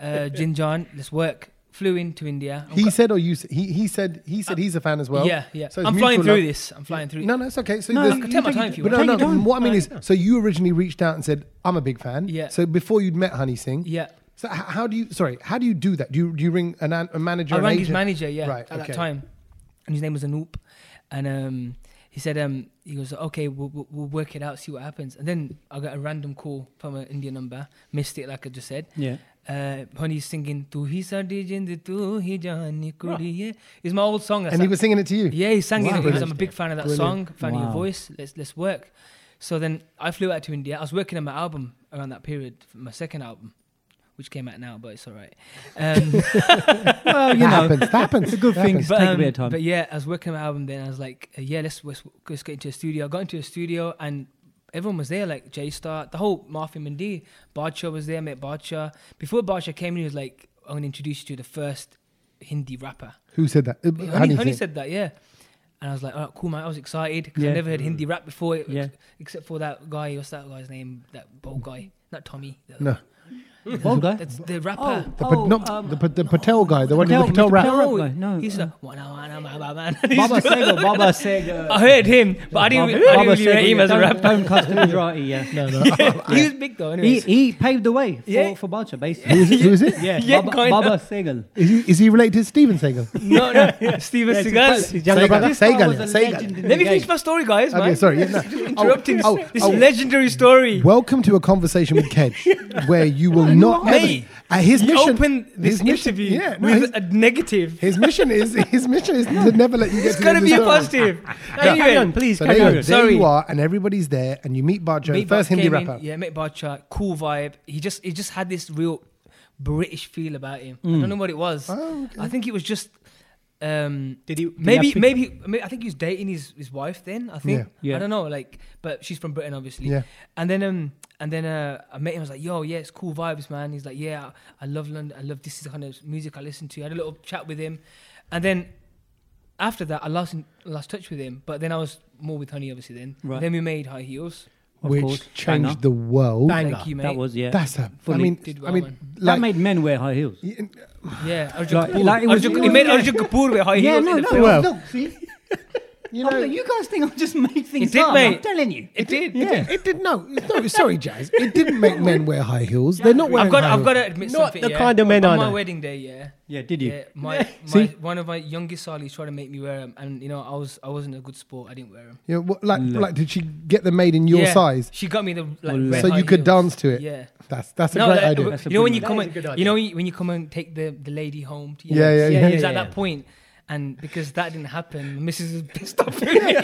Speaker 6: uh, Jin John. Let's work. Flew into India. I'm
Speaker 1: He
Speaker 6: co-
Speaker 1: said, or you? s- He he said he said he's a fan as well.
Speaker 6: yeah, yeah.
Speaker 1: So it's
Speaker 6: I'm flying
Speaker 1: mutual
Speaker 6: through
Speaker 1: love.
Speaker 6: this. I'm flying through.
Speaker 1: No, no, it's okay. So
Speaker 6: No,
Speaker 1: there's-
Speaker 6: I can take my time if you
Speaker 1: But
Speaker 6: want.
Speaker 1: no,
Speaker 6: Take
Speaker 1: no.
Speaker 6: your time.
Speaker 1: What I mean is, so you originally reached out and said, "I'm a big fan."
Speaker 6: Yeah.
Speaker 1: So before you'd met Honey Singh,
Speaker 6: Yeah.
Speaker 1: So h- how do you? Sorry, how do you do that? Do you do you ring an, an- a manager?
Speaker 6: I
Speaker 1: an
Speaker 6: rang his
Speaker 1: agent?
Speaker 6: manager, yeah,
Speaker 1: Right,
Speaker 6: at that
Speaker 1: okay.
Speaker 6: time, and his name was Anoop, and um, he said, um, he goes, okay, we'll, we'll, we'll work it out, see what happens, and then I got a random call from an Indian number, missed it like I just said.
Speaker 5: Yeah.
Speaker 6: Uh, honey singing "Tu hi saadi jind, tu hi jaani kudiye." It's my old song. I
Speaker 1: And he
Speaker 6: sang-
Speaker 1: was singing it to you.
Speaker 6: Yeah, he sang
Speaker 1: Wow.
Speaker 6: it. He goes, I'm a big fan of that song.
Speaker 1: Brilliant.
Speaker 6: Fan of your
Speaker 5: Wow.
Speaker 6: voice. Let's let's work. So then I flew out to India. I was working on my album around that period, my second album, which came out now, but it's all right. Um,
Speaker 5: well, you
Speaker 1: that
Speaker 5: know,
Speaker 1: happens. That happens.
Speaker 5: the good
Speaker 1: That
Speaker 5: things
Speaker 1: happens.
Speaker 5: take a
Speaker 6: um,
Speaker 5: bit of time.
Speaker 6: But yeah, I was working on my album then. I was like, uh, yeah, let's, let's let's get into a studio. I got into a studio and everyone was there, like Jay Star, the whole Mafia Mendy. Badshah was there. I met Badshah before Badshah came. in, He was like, I'm gonna introduce you to the first Hindi rapper.
Speaker 1: Who said that? Uh,
Speaker 6: Honey,
Speaker 1: said
Speaker 6: Honey
Speaker 1: it.
Speaker 6: said that, yeah. And I was like, all right, cool, man. I was excited 'cause I
Speaker 5: Yeah.
Speaker 6: never heard Hindi rap before, ex-
Speaker 5: Yeah.
Speaker 6: except for that guy. What's that guy's name? That bald guy, not Tommy. the-
Speaker 1: No,
Speaker 5: Bald guy?
Speaker 6: that's the rapper.
Speaker 1: the, pa- not,
Speaker 6: um,
Speaker 1: the, pa-
Speaker 6: oh,
Speaker 1: the Patel guy, the one who the Patel
Speaker 5: Patel-
Speaker 1: rap.
Speaker 5: Patel-
Speaker 6: no,
Speaker 5: rap guy, no,
Speaker 6: he's
Speaker 5: uh,
Speaker 6: like, "Wana, wana, ma, ma, man." He's
Speaker 5: Baba
Speaker 6: just-
Speaker 5: Sega, Baba Sega.
Speaker 6: I heard him, but I didn't, I didn't really rate him as a
Speaker 5: don't,
Speaker 6: rapper.
Speaker 5: don't cast him as Rati, yeah. No, no.
Speaker 6: He was big
Speaker 5: He,
Speaker 6: though, anyways.
Speaker 5: he paved the way for,
Speaker 6: Yeah.
Speaker 5: for Badshah,
Speaker 1: Who
Speaker 5: basically.
Speaker 1: is it? Who is it?
Speaker 5: Yeah,
Speaker 6: Yeah,
Speaker 5: Baba,
Speaker 6: kind of.
Speaker 5: Baba Segal.
Speaker 1: Is he, is he related to Steven Seagal?
Speaker 6: no, no, Steven Seagal.
Speaker 1: younger brother. Segal, Segal.
Speaker 6: Let me finish my story, guys.
Speaker 1: Okay,
Speaker 6: man.
Speaker 1: sorry. Yeah, no.
Speaker 6: Interrupting
Speaker 1: Oh,
Speaker 6: this
Speaker 1: oh.
Speaker 6: legendary story.
Speaker 1: Welcome to a conversation with Kedge, where you will not.
Speaker 6: Mate,
Speaker 1: ever- uh, his
Speaker 6: You
Speaker 1: mission.
Speaker 6: open this
Speaker 1: his mission-
Speaker 6: interview
Speaker 1: Yeah, no, his,
Speaker 6: with a negative.
Speaker 1: his mission is his mission is to never let you get.
Speaker 6: It's
Speaker 1: to the
Speaker 6: gonna
Speaker 1: end
Speaker 6: be a
Speaker 1: of the story.
Speaker 6: positive.
Speaker 1: Carry
Speaker 6: Anyway,
Speaker 5: on, please,
Speaker 1: So
Speaker 5: carry
Speaker 1: there,
Speaker 5: on.
Speaker 1: you- there
Speaker 6: Sorry.
Speaker 1: you are, and everybody's there, and you meet Barjo,
Speaker 6: Mate
Speaker 1: first
Speaker 6: Bach
Speaker 1: Hindi
Speaker 6: came in,
Speaker 1: rapper.
Speaker 6: yeah, Mate Barcha, cool vibe. He just he just had this real British feel about him. I
Speaker 1: Mm.
Speaker 6: don't know what it was.
Speaker 1: Oh,
Speaker 6: I think it was just um
Speaker 3: Did he?
Speaker 6: maybe
Speaker 3: Did
Speaker 6: maybe maybe- I think he was dating his, his wife then, I think.
Speaker 5: Yeah. Yeah.
Speaker 6: I don't know, like but she's from Britain obviously.
Speaker 1: Yeah.
Speaker 6: And then um and then uh, I met him. I was like, "Yo, yeah, it's cool vibes, man." He's like, "Yeah, I love London. I love this is the kind of music I listen to." I had a little chat with him, and then after that, I lost lost touch with him. But then I was more with Honey, obviously. Then
Speaker 5: Right.
Speaker 6: then we made High Heels.
Speaker 5: Of
Speaker 1: which
Speaker 5: course,
Speaker 1: changed
Speaker 5: banger.
Speaker 1: the world.
Speaker 6: Thank you, mate.
Speaker 5: That was, yeah.
Speaker 1: That's a. I
Speaker 5: Fully
Speaker 1: mean,
Speaker 6: did
Speaker 1: I
Speaker 6: well,
Speaker 1: mean,
Speaker 6: man.
Speaker 5: that
Speaker 1: like,
Speaker 5: made men wear high heels.
Speaker 6: Yeah, Arjun
Speaker 5: Like-
Speaker 6: Kapoor.
Speaker 5: like it was-
Speaker 6: Arjun, he made Arjun Kapoor with high
Speaker 5: Yeah,
Speaker 6: heels.
Speaker 5: no,
Speaker 6: in the
Speaker 5: no,
Speaker 6: film.
Speaker 1: well,
Speaker 5: Look, see? you, know, you guys think I'm just making things
Speaker 6: did,
Speaker 5: up. I'm
Speaker 6: mate.
Speaker 5: telling you.
Speaker 6: it did.
Speaker 5: Yeah.
Speaker 1: it did no, no. Sorry, Jazz. It didn't make men wear high heels. They're not wearing.
Speaker 6: I've got,
Speaker 1: high
Speaker 6: I've got
Speaker 1: heels.
Speaker 6: to admit
Speaker 3: Not
Speaker 6: something.
Speaker 3: the
Speaker 6: yeah.
Speaker 3: kind of men
Speaker 6: On
Speaker 3: I
Speaker 6: my
Speaker 3: know.
Speaker 6: wedding day, yeah.
Speaker 5: Yeah, did you?
Speaker 6: Yeah, my, my
Speaker 1: See?
Speaker 6: one of my youngest Sally's tried to make me wear them, and you know I was I wasn't a good sport. I didn't wear them.
Speaker 1: You know, what, like, like, did she get them made in your
Speaker 6: yeah,
Speaker 1: size
Speaker 6: She got me the like,
Speaker 5: Well,
Speaker 6: red
Speaker 1: so
Speaker 6: high
Speaker 1: you could
Speaker 6: heels.
Speaker 1: dance to it?
Speaker 6: Yeah.
Speaker 1: That's that's a
Speaker 6: No,
Speaker 1: great
Speaker 6: like,
Speaker 1: idea.
Speaker 6: you know when you
Speaker 5: That
Speaker 6: come
Speaker 5: is a
Speaker 6: and,
Speaker 5: good
Speaker 6: you know when you, when you come and take the, the lady home to your
Speaker 1: Yeah,
Speaker 6: house?
Speaker 1: yeah,
Speaker 6: yeah,
Speaker 1: yeah,
Speaker 6: It was
Speaker 1: yeah,
Speaker 6: at
Speaker 1: yeah.
Speaker 6: that point, and because that didn't happen, Mrs. was pissed off. with me.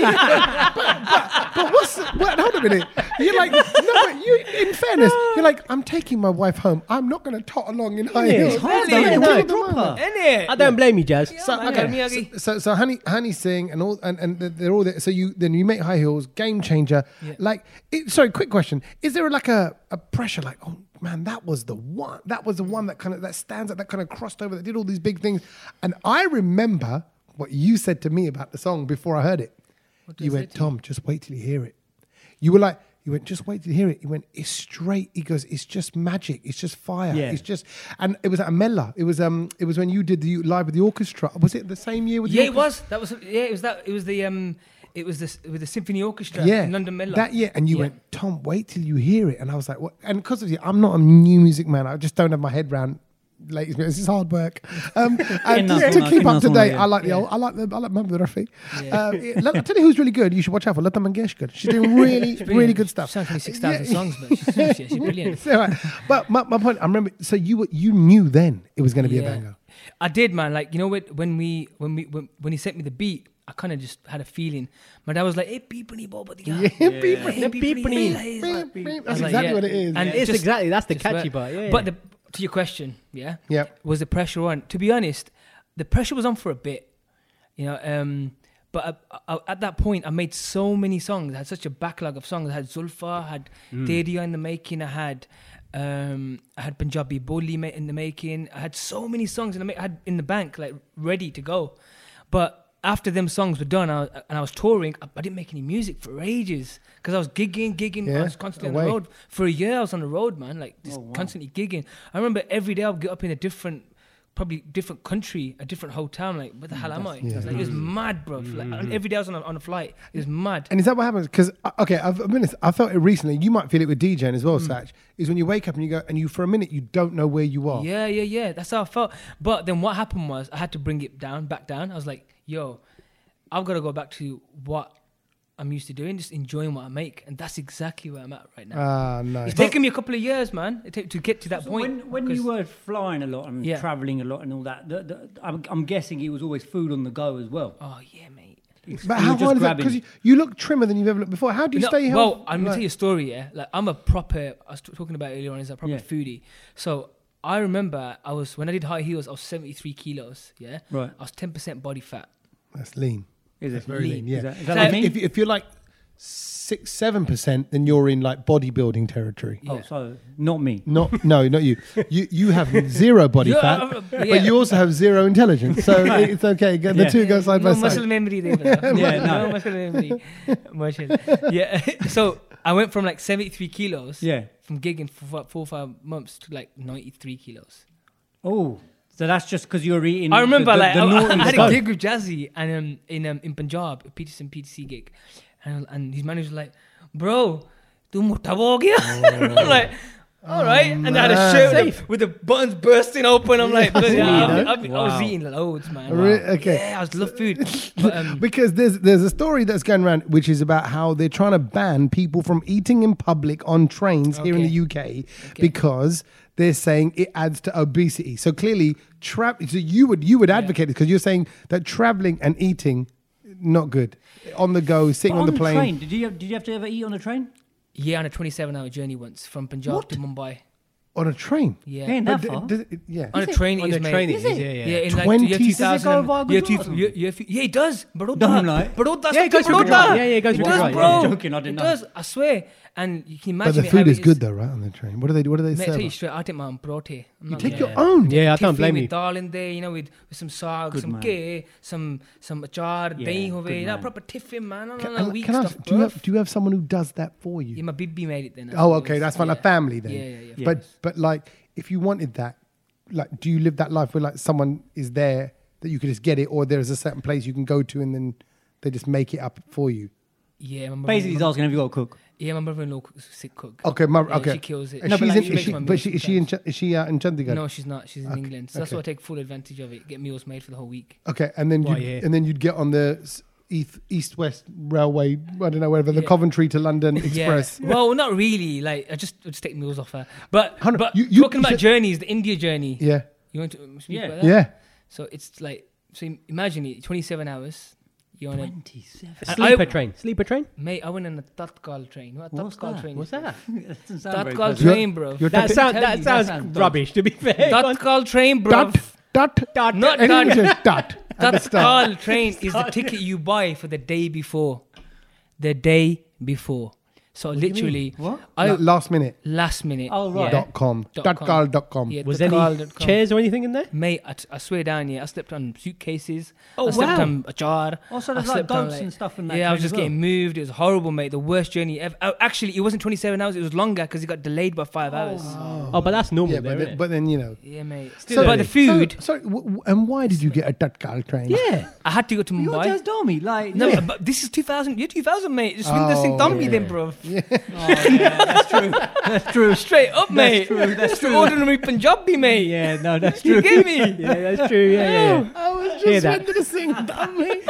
Speaker 1: But what's what? Hold a minute. You're like no, but you. In fairness, you're like I'm taking my wife home. I'm not going to tot along in high heels.
Speaker 5: It's hard, though.
Speaker 6: Really?
Speaker 5: isn't it?
Speaker 6: No.
Speaker 5: Where's the drop her?
Speaker 6: Innit?
Speaker 3: I don't blame you, Jazz.
Speaker 1: So,
Speaker 6: man.
Speaker 1: okay.
Speaker 6: Yeah.
Speaker 1: so, so so honey honey sing and all and, and they're all there. So you then you make high heels, game changer. Like it, sorry, quick question. Is there like a, a pressure like, oh man, that was the one that was the one that kind of that stands out, that kind of crossed over, that did all these big things. And I remember what you said to me about the song before I heard it. You went, Tom, just wait till you hear it. You were like, you went, just wait till you hear it. You went, it's straight. He goes, it's just magic. It's just fire.
Speaker 5: Yeah.
Speaker 1: It's just, and it was at Amella. It was um, it was when you did the live with the orchestra. Was it the same year with
Speaker 6: Yeah,
Speaker 1: the
Speaker 6: it was. That was yeah, it was that it was the um it was this with the symphony orchestra
Speaker 1: yeah,
Speaker 6: in London Miller.
Speaker 1: That year, and you
Speaker 6: Yeah.
Speaker 1: went, Tom, wait till you hear it. And I was like, what? And because of you, I'm not a new music man. I just don't have my head round. Latest, this is hard work. Um, and
Speaker 5: Enough
Speaker 1: just to
Speaker 5: work,
Speaker 1: keep up
Speaker 5: enough
Speaker 1: to date,
Speaker 5: work,
Speaker 1: I like the old, I like the, I like Muhammad Rafi. Um, yeah, let- I'll tell you who's really good. You should watch out for Lata Mangeshkar. She's doing really, really good stuff.
Speaker 6: Sounds like six thousand
Speaker 1: Yeah.
Speaker 6: songs, but she's, she's, she's brilliant.
Speaker 1: So, uh, but my, my point, I remember. So you were, you knew then it was going to be a
Speaker 6: Yeah.
Speaker 1: banger.
Speaker 6: I did, man. Like you know, when when we when we when, when he sent me the beat, I kind of just had a feeling. My dad was like, "Hey, beepity boba
Speaker 1: Yeah, beep,
Speaker 6: Hey,
Speaker 1: beep,
Speaker 6: beepity."
Speaker 1: beep, beep.
Speaker 6: I
Speaker 1: That's
Speaker 6: was like,
Speaker 1: exactly
Speaker 6: yeah.
Speaker 1: what it is.
Speaker 6: And
Speaker 3: It's
Speaker 6: just-
Speaker 3: exactly that's the
Speaker 6: just
Speaker 3: catchy
Speaker 6: work.
Speaker 3: part. Yeah.
Speaker 6: But the, to your question, yeah,
Speaker 1: Yeah.
Speaker 6: was the pressure on? To be honest, the pressure was on for a bit, you know. Um, but I, I, at that point, I made so many songs. I had such a backlog of songs. I had Zulfa, I had
Speaker 1: Mm.
Speaker 6: Dedia in the making. I had um, I had Punjabi Bully ma- in the making. I had so many songs in the ma- I had in the bank, like ready to go. But after them songs were done, I, and I was touring, I, I didn't make any music for ages because I was gigging, gigging.
Speaker 1: Yeah,
Speaker 6: I was constantly on
Speaker 1: away.
Speaker 6: the road
Speaker 5: Oh,
Speaker 6: for a year I was on the road, man, like just constantly gigging. I remember every day I'd get up in a different probably different country, a different hotel. I'm like, where
Speaker 5: Mm,
Speaker 6: the hell am I? Like, it was mad, bro. Like, and every day I was on a, on a flight. It was mad.
Speaker 1: And is that what happens? Because okay, I've, I mean, I felt it recently. You might feel it with DJing as well, Satch. Is when you wake up and you go, and you for a minute you don't know where you are.
Speaker 6: Yeah, yeah, yeah. That's how I felt. But then what happened was I had to bring it down, back down. I was like, yo, I've got to go back to what I'm used to doing, just enjoying what I make. And that's exactly where I'm at right now.
Speaker 1: Ah, nice.
Speaker 6: it's taken me a couple of years, man, it take, to get to that
Speaker 5: So
Speaker 6: point.
Speaker 5: when, when you
Speaker 6: 'cause-
Speaker 5: were flying a lot and
Speaker 6: Yeah.
Speaker 5: traveling a lot and all that, the, the, I'm, I'm guessing it was always food on the go as well.
Speaker 6: Oh, yeah, mate.
Speaker 1: but how
Speaker 5: You were just
Speaker 1: hard is that?
Speaker 5: grabbing.
Speaker 1: Because you, you look trimmer than you've ever looked before. How do you
Speaker 6: No,
Speaker 1: stay healthy?
Speaker 6: Well, I'm gonna
Speaker 1: Like-
Speaker 6: tell you a story. Yeah, like I'm a proper. I was t- talking about earlier on is a proper
Speaker 5: Yeah.
Speaker 6: foodie. So I remember I was when I did high heels, I was 73 kilos. Yeah,
Speaker 5: Right.
Speaker 6: I was 10 percent body fat.
Speaker 1: That's lean.
Speaker 5: Is it
Speaker 1: That's very lean. Yeah.
Speaker 5: Is that, is that
Speaker 6: So
Speaker 1: If-
Speaker 5: like me?
Speaker 1: if, if you're like six, seven percent, then you're in like bodybuilding territory.
Speaker 5: Oh, so not me.
Speaker 1: Not no, not you. You you have zero body
Speaker 6: Yeah,
Speaker 1: fat,
Speaker 6: uh, uh, yeah.
Speaker 1: but you also have zero intelligence. So it's okay. The
Speaker 5: Yeah.
Speaker 1: two go side
Speaker 6: no
Speaker 1: by
Speaker 6: muscle
Speaker 1: side.
Speaker 6: memory there. brother.
Speaker 5: Yeah, no.
Speaker 6: no muscle memory. Muscle. Yeah. so I went from like 73 kilos.
Speaker 5: Yeah.
Speaker 6: From gigging for what, four or five months to like 93 kilos.
Speaker 5: Oh, so that's just because you were eating.
Speaker 6: I remember
Speaker 5: Mm. the, the,
Speaker 6: like
Speaker 5: the
Speaker 6: I- I,
Speaker 5: naughty
Speaker 6: had
Speaker 5: stuff.
Speaker 6: a gig with Jazzy and um, in um, in Punjab, a Peterson PTC gig, and and his manager was like, "Bro, tu mota ho gaya?" And I'm like. All right, and I had a shirt with, the- with the buttons bursting open. I'm like, bloody hell, I've- I've been- I was eating loads, man.
Speaker 1: Re- okay.
Speaker 6: Yeah, I was love food. But, um,
Speaker 1: Because there's there's a story that's going around which is about how they're trying to ban people from eating in public on trains here in
Speaker 6: Okay.
Speaker 1: the UK because they're saying it adds to obesity. So clearly, tra- so you would you would advocate it because you're saying that traveling and eating not good on the go, sitting
Speaker 5: But
Speaker 1: on the
Speaker 5: the
Speaker 1: plane.
Speaker 5: train, did you have, did you have to ever eat on the train?
Speaker 6: yeah, on a 27 hour journey once from Punjab
Speaker 1: What?
Speaker 6: to Mumbai.
Speaker 1: On a train,
Speaker 6: Yeah.
Speaker 5: Ain't that
Speaker 1: But
Speaker 5: far?
Speaker 1: d- d- yeah.
Speaker 6: On a train,
Speaker 3: On
Speaker 6: it
Speaker 3: the
Speaker 6: is, mate.
Speaker 3: train, it is,
Speaker 5: Is it?
Speaker 3: yeah, yeah.
Speaker 6: Yeah, in like the year
Speaker 1: 20
Speaker 6: 2000.
Speaker 1: Does it
Speaker 5: go
Speaker 6: and-
Speaker 5: via
Speaker 6: year
Speaker 5: Gujarat
Speaker 6: two-
Speaker 5: or
Speaker 6: year- year few- yeah, it does. Baroda.
Speaker 5: Don't lie.
Speaker 6: Baroda.
Speaker 3: Yeah, it goes through Gujarat. Yeah, yeah, it goes through
Speaker 6: does,
Speaker 3: Gujarat.
Speaker 6: bro.
Speaker 5: I'm joking, I didn't
Speaker 6: it
Speaker 5: know.
Speaker 6: does, I swear. And you can imagine.
Speaker 1: But the
Speaker 6: it how
Speaker 1: food
Speaker 6: it
Speaker 1: is good though, right? On the train. What do they do? What do they
Speaker 6: Mate, I tell you
Speaker 1: serve?
Speaker 6: straight, I take my own brote. I'm
Speaker 1: You
Speaker 6: not
Speaker 1: take
Speaker 6: gonna-
Speaker 1: your own.
Speaker 3: Yeah, I don't
Speaker 6: Tiffy
Speaker 3: blame
Speaker 6: with
Speaker 3: you.
Speaker 6: dal in there, you know, with, with some sarg,
Speaker 5: Good
Speaker 6: some
Speaker 5: man.
Speaker 6: ghee, some some achar,
Speaker 5: Yeah,
Speaker 6: dahi
Speaker 5: good
Speaker 6: hove, no,
Speaker 5: man.
Speaker 6: proper tiffin, man. No, no,
Speaker 1: Can,
Speaker 6: no, weak
Speaker 1: can I
Speaker 6: stuff,
Speaker 1: ask, do you
Speaker 6: bro.
Speaker 1: have do you have someone who does that for you?
Speaker 6: Yeah, my bibi made it then. I
Speaker 1: Oh,
Speaker 6: suppose.
Speaker 1: okay, that's fine.
Speaker 6: Yeah.
Speaker 1: Like family then.
Speaker 6: Yeah, yeah, yeah.
Speaker 1: But but like, if you wanted that, like, do you live that life where like someone is there that you could just get it, or there is a certain place you can go to and then they just make it up for you?
Speaker 6: Yeah, my
Speaker 5: Basically, he's
Speaker 6: brother.
Speaker 5: asking, have you got a cook?
Speaker 6: Yeah, my brother-in-law is a sick cook.
Speaker 1: Okay, my,
Speaker 6: Yeah,
Speaker 1: okay.
Speaker 6: She kills it.
Speaker 1: And
Speaker 5: No, but
Speaker 1: she's
Speaker 5: like,
Speaker 1: in,
Speaker 5: she
Speaker 1: is
Speaker 5: makes
Speaker 1: she,
Speaker 6: my
Speaker 1: but
Speaker 6: meals
Speaker 1: she, is she in Ch- is she out in Chandigarh?
Speaker 6: No, she's not. She's in England, so that's why I take full advantage of it. Get meals made for the whole week.
Speaker 1: Okay, and then
Speaker 3: Right,
Speaker 1: you
Speaker 3: yeah.
Speaker 1: and then you'd get on the s- east east west railway. I don't know whatever the
Speaker 6: Yeah.
Speaker 1: Coventry to London Express.
Speaker 6: Yeah. Well, not really. Like I just I just take meals off her. But
Speaker 1: Hold on,
Speaker 6: but
Speaker 1: you- you-
Speaker 6: talking
Speaker 1: you
Speaker 6: about
Speaker 1: said-
Speaker 6: journeys, the India journey.
Speaker 1: Yeah,
Speaker 6: You want to um, speak
Speaker 5: Yeah.
Speaker 6: about that?
Speaker 1: yeah.
Speaker 6: So it's like so imagine it. Twenty seven hours. You're on a
Speaker 5: 27.
Speaker 6: And
Speaker 3: Sleeper
Speaker 6: I-
Speaker 3: train. Sleeper train.
Speaker 6: mate. I went on a tatkal train. What a
Speaker 5: What's
Speaker 6: tatkal
Speaker 5: that?
Speaker 6: train?
Speaker 3: What's that?
Speaker 5: That doesn't sound very
Speaker 6: Tatkal
Speaker 5: pleasant.
Speaker 6: train, bro.
Speaker 1: you're
Speaker 3: That,
Speaker 1: Dot-
Speaker 3: sound,
Speaker 6: Tell
Speaker 3: that
Speaker 6: you,
Speaker 3: sounds
Speaker 5: sounds dodgy.
Speaker 3: rubbish. To be fair,
Speaker 6: Tatkal train, bro.
Speaker 1: Dot dot dot.
Speaker 6: Not
Speaker 1: and
Speaker 6: dot.
Speaker 1: then you just dot. at the start.
Speaker 6: Tatkal train is the ticket you buy for the day before. The day before. So literally,
Speaker 5: What?
Speaker 6: I
Speaker 1: La- last minute.
Speaker 6: last minute.
Speaker 5: Oh, right.
Speaker 6: yeah.
Speaker 1: dot com
Speaker 6: Dot
Speaker 1: dot
Speaker 6: com.
Speaker 1: com dot com.
Speaker 6: Yeah,
Speaker 3: was
Speaker 6: tatkal
Speaker 3: any
Speaker 6: dot com.
Speaker 3: chairs or anything in there?
Speaker 6: Mate, I, t- I swear down here, I slept on suitcases.
Speaker 3: Oh,
Speaker 6: I slept
Speaker 3: wow.
Speaker 6: on a jar.
Speaker 5: Oh, so
Speaker 6: I
Speaker 5: there's like
Speaker 6: slept on,
Speaker 5: goats and stuff in that
Speaker 6: Yeah, I was
Speaker 5: train
Speaker 6: just
Speaker 5: as well.
Speaker 6: getting moved. It was horrible, mate. The worst journey ever. Oh, actually, it wasn't 27 hours. It was longer because it got delayed by five hours.
Speaker 3: Oh, but that's normal.
Speaker 1: Yeah,
Speaker 3: there,
Speaker 1: but
Speaker 3: innit?
Speaker 1: then, but then you know.
Speaker 6: Yeah, mate.
Speaker 3: Still
Speaker 6: but
Speaker 3: early.
Speaker 6: the food,
Speaker 1: So- sorry, w- w- and why did you get a Tatkal train?
Speaker 5: Yeah.
Speaker 6: I had to go to
Speaker 5: You're
Speaker 6: Mumbai.
Speaker 5: just dummy. Like,
Speaker 6: No,
Speaker 5: yeah.
Speaker 6: but this is 2000. You're 2000, mate. Just swing the
Speaker 1: Oh,
Speaker 6: Singh Dombi
Speaker 1: yeah.
Speaker 6: then, bro.
Speaker 5: that's true. That's true.
Speaker 6: Straight up, mate.
Speaker 5: true, that's
Speaker 6: Just
Speaker 5: true.
Speaker 6: ordinary Punjabi, mate.
Speaker 5: Yeah, no, that's
Speaker 6: You
Speaker 5: true.
Speaker 6: get me?
Speaker 3: yeah, that's true. Yeah, yeah. yeah.
Speaker 1: I was
Speaker 3: Hear
Speaker 1: just
Speaker 3: that.
Speaker 1: went to the sing dummy.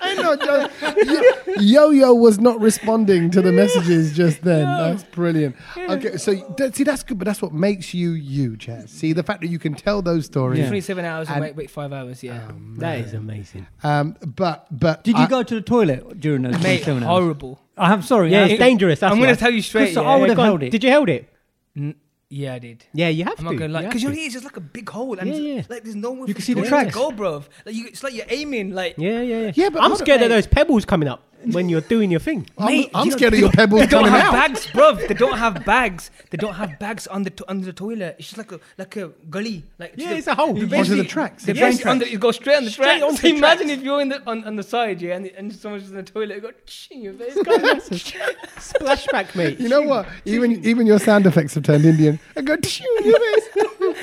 Speaker 1: I know, Joe. Yo Yo was not responding to the messages just then. That's brilliant. Okay, so that, see, that's good, but that's what makes you you, Chaz. See, the fact that you can tell those stories.
Speaker 6: 27 hours and
Speaker 1: And- Oh,
Speaker 6: wait, wait five hours. Yeah,
Speaker 3: That is amazing.
Speaker 1: Um, but but
Speaker 5: Did you
Speaker 1: I-
Speaker 5: go to the toilet during those
Speaker 6: mate,
Speaker 5: 27 hours? Ah,
Speaker 6: horrible.
Speaker 5: I'm sorry.
Speaker 3: Yeah,
Speaker 5: I-
Speaker 3: it's dangerous. That's
Speaker 6: I'm gonna
Speaker 3: why.
Speaker 6: tell you straight.
Speaker 5: so
Speaker 6: Yeah,
Speaker 5: I would
Speaker 3: Yeah,
Speaker 5: have
Speaker 3: go on.
Speaker 5: held it.
Speaker 3: Did you held it?
Speaker 6: N- yeah, I did.
Speaker 3: Yeah, you have
Speaker 6: I'm
Speaker 3: to.
Speaker 6: not gonna lie,
Speaker 3: You have
Speaker 6: because your
Speaker 3: to.
Speaker 6: ears is like a big hole, and
Speaker 3: Yeah,
Speaker 6: it's-
Speaker 3: yeah.
Speaker 6: like there's nowhere
Speaker 5: You
Speaker 6: you
Speaker 5: can
Speaker 6: can
Speaker 5: see the
Speaker 6: to
Speaker 5: tracks.
Speaker 6: go, bro. Like you, it's like you're aiming, like
Speaker 3: Yeah, yeah, yeah.
Speaker 1: Yeah, but
Speaker 3: I'm
Speaker 1: hold on,
Speaker 3: scared of
Speaker 1: mate.
Speaker 3: those pebbles coming up. when you're doing your thing.
Speaker 1: I'm,
Speaker 6: Mate,
Speaker 1: I'm
Speaker 6: you know,
Speaker 1: scared of
Speaker 6: they
Speaker 1: your
Speaker 6: don't-
Speaker 1: pebbles
Speaker 6: They don't
Speaker 1: coming
Speaker 6: have
Speaker 1: out.
Speaker 6: bags, bruv. They don't have bags. They don't have bags on the to- under the toilet. It's just like a like a gully. Like
Speaker 3: Yeah, it's a hole.
Speaker 6: you
Speaker 3: Onto
Speaker 6: basically-
Speaker 1: the tracks.
Speaker 6: They
Speaker 1: Yes.
Speaker 6: basically on the- it goes straight on the
Speaker 3: Straight
Speaker 6: tracks.
Speaker 3: onto
Speaker 6: So
Speaker 3: the
Speaker 6: imagine
Speaker 3: tracks.
Speaker 6: if you're in the on, on the side, yeah, and, and someone's in the toilet, you go "Shh" in your face. guys.
Speaker 3: Splashback, mate.
Speaker 1: You know what? Even even your sound effects have turned Indian. I go tissue in your face.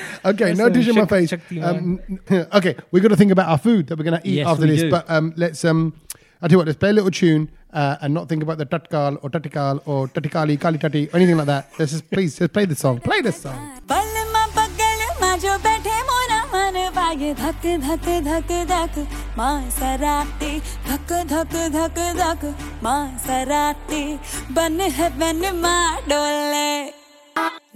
Speaker 1: okay, no
Speaker 5: uh,
Speaker 6: Listen,
Speaker 1: dish in my
Speaker 6: check-
Speaker 1: face.
Speaker 6: check the
Speaker 1: Um, n- okay, we got to think about our food that we're gonna eat
Speaker 5: Yes,
Speaker 1: after
Speaker 5: we
Speaker 1: this.
Speaker 5: do.
Speaker 1: But um, let's um, I tell you what, let's play a little tune uh, and not think about the tatkal or tatikal or tatikali kali tati or anything like that. Let's just please just play this song. Play this song.
Speaker 11: પલમાં પગલમાં જો બેઠે મોરા મન વાગે ધક ધક ધક ધક માં સરાતે ધક ધક ધક ધક માં સરાતે બન હે બન માં ડોલે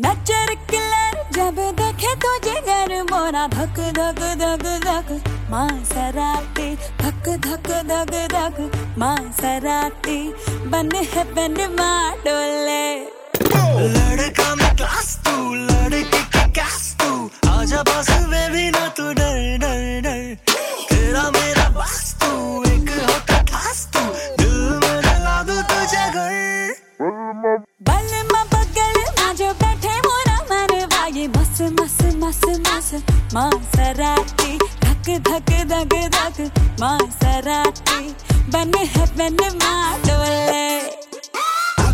Speaker 11: નચર કિલર જબ દેખે તુજે ઘર મોરા ધક ધક ધક ધક માં સરાતે ધક ધક ધક ધક માં સરાતે બન હે બન માં ડોલે
Speaker 7: लड़का में क्लास तू लड़के की क्लास तू आजा बस बेबी ना तू डर डर डर तेरा मेरा बस तू एक होता खास तू दिल में लगा दूं तुझे घर
Speaker 11: બલમાં પગલમાં જો બેઠે મોરા મન વાગે મસ મસ મસ મસ માસરાતી ધક ધક ધક ધક માસરાતી બન હે બન માં ડોલે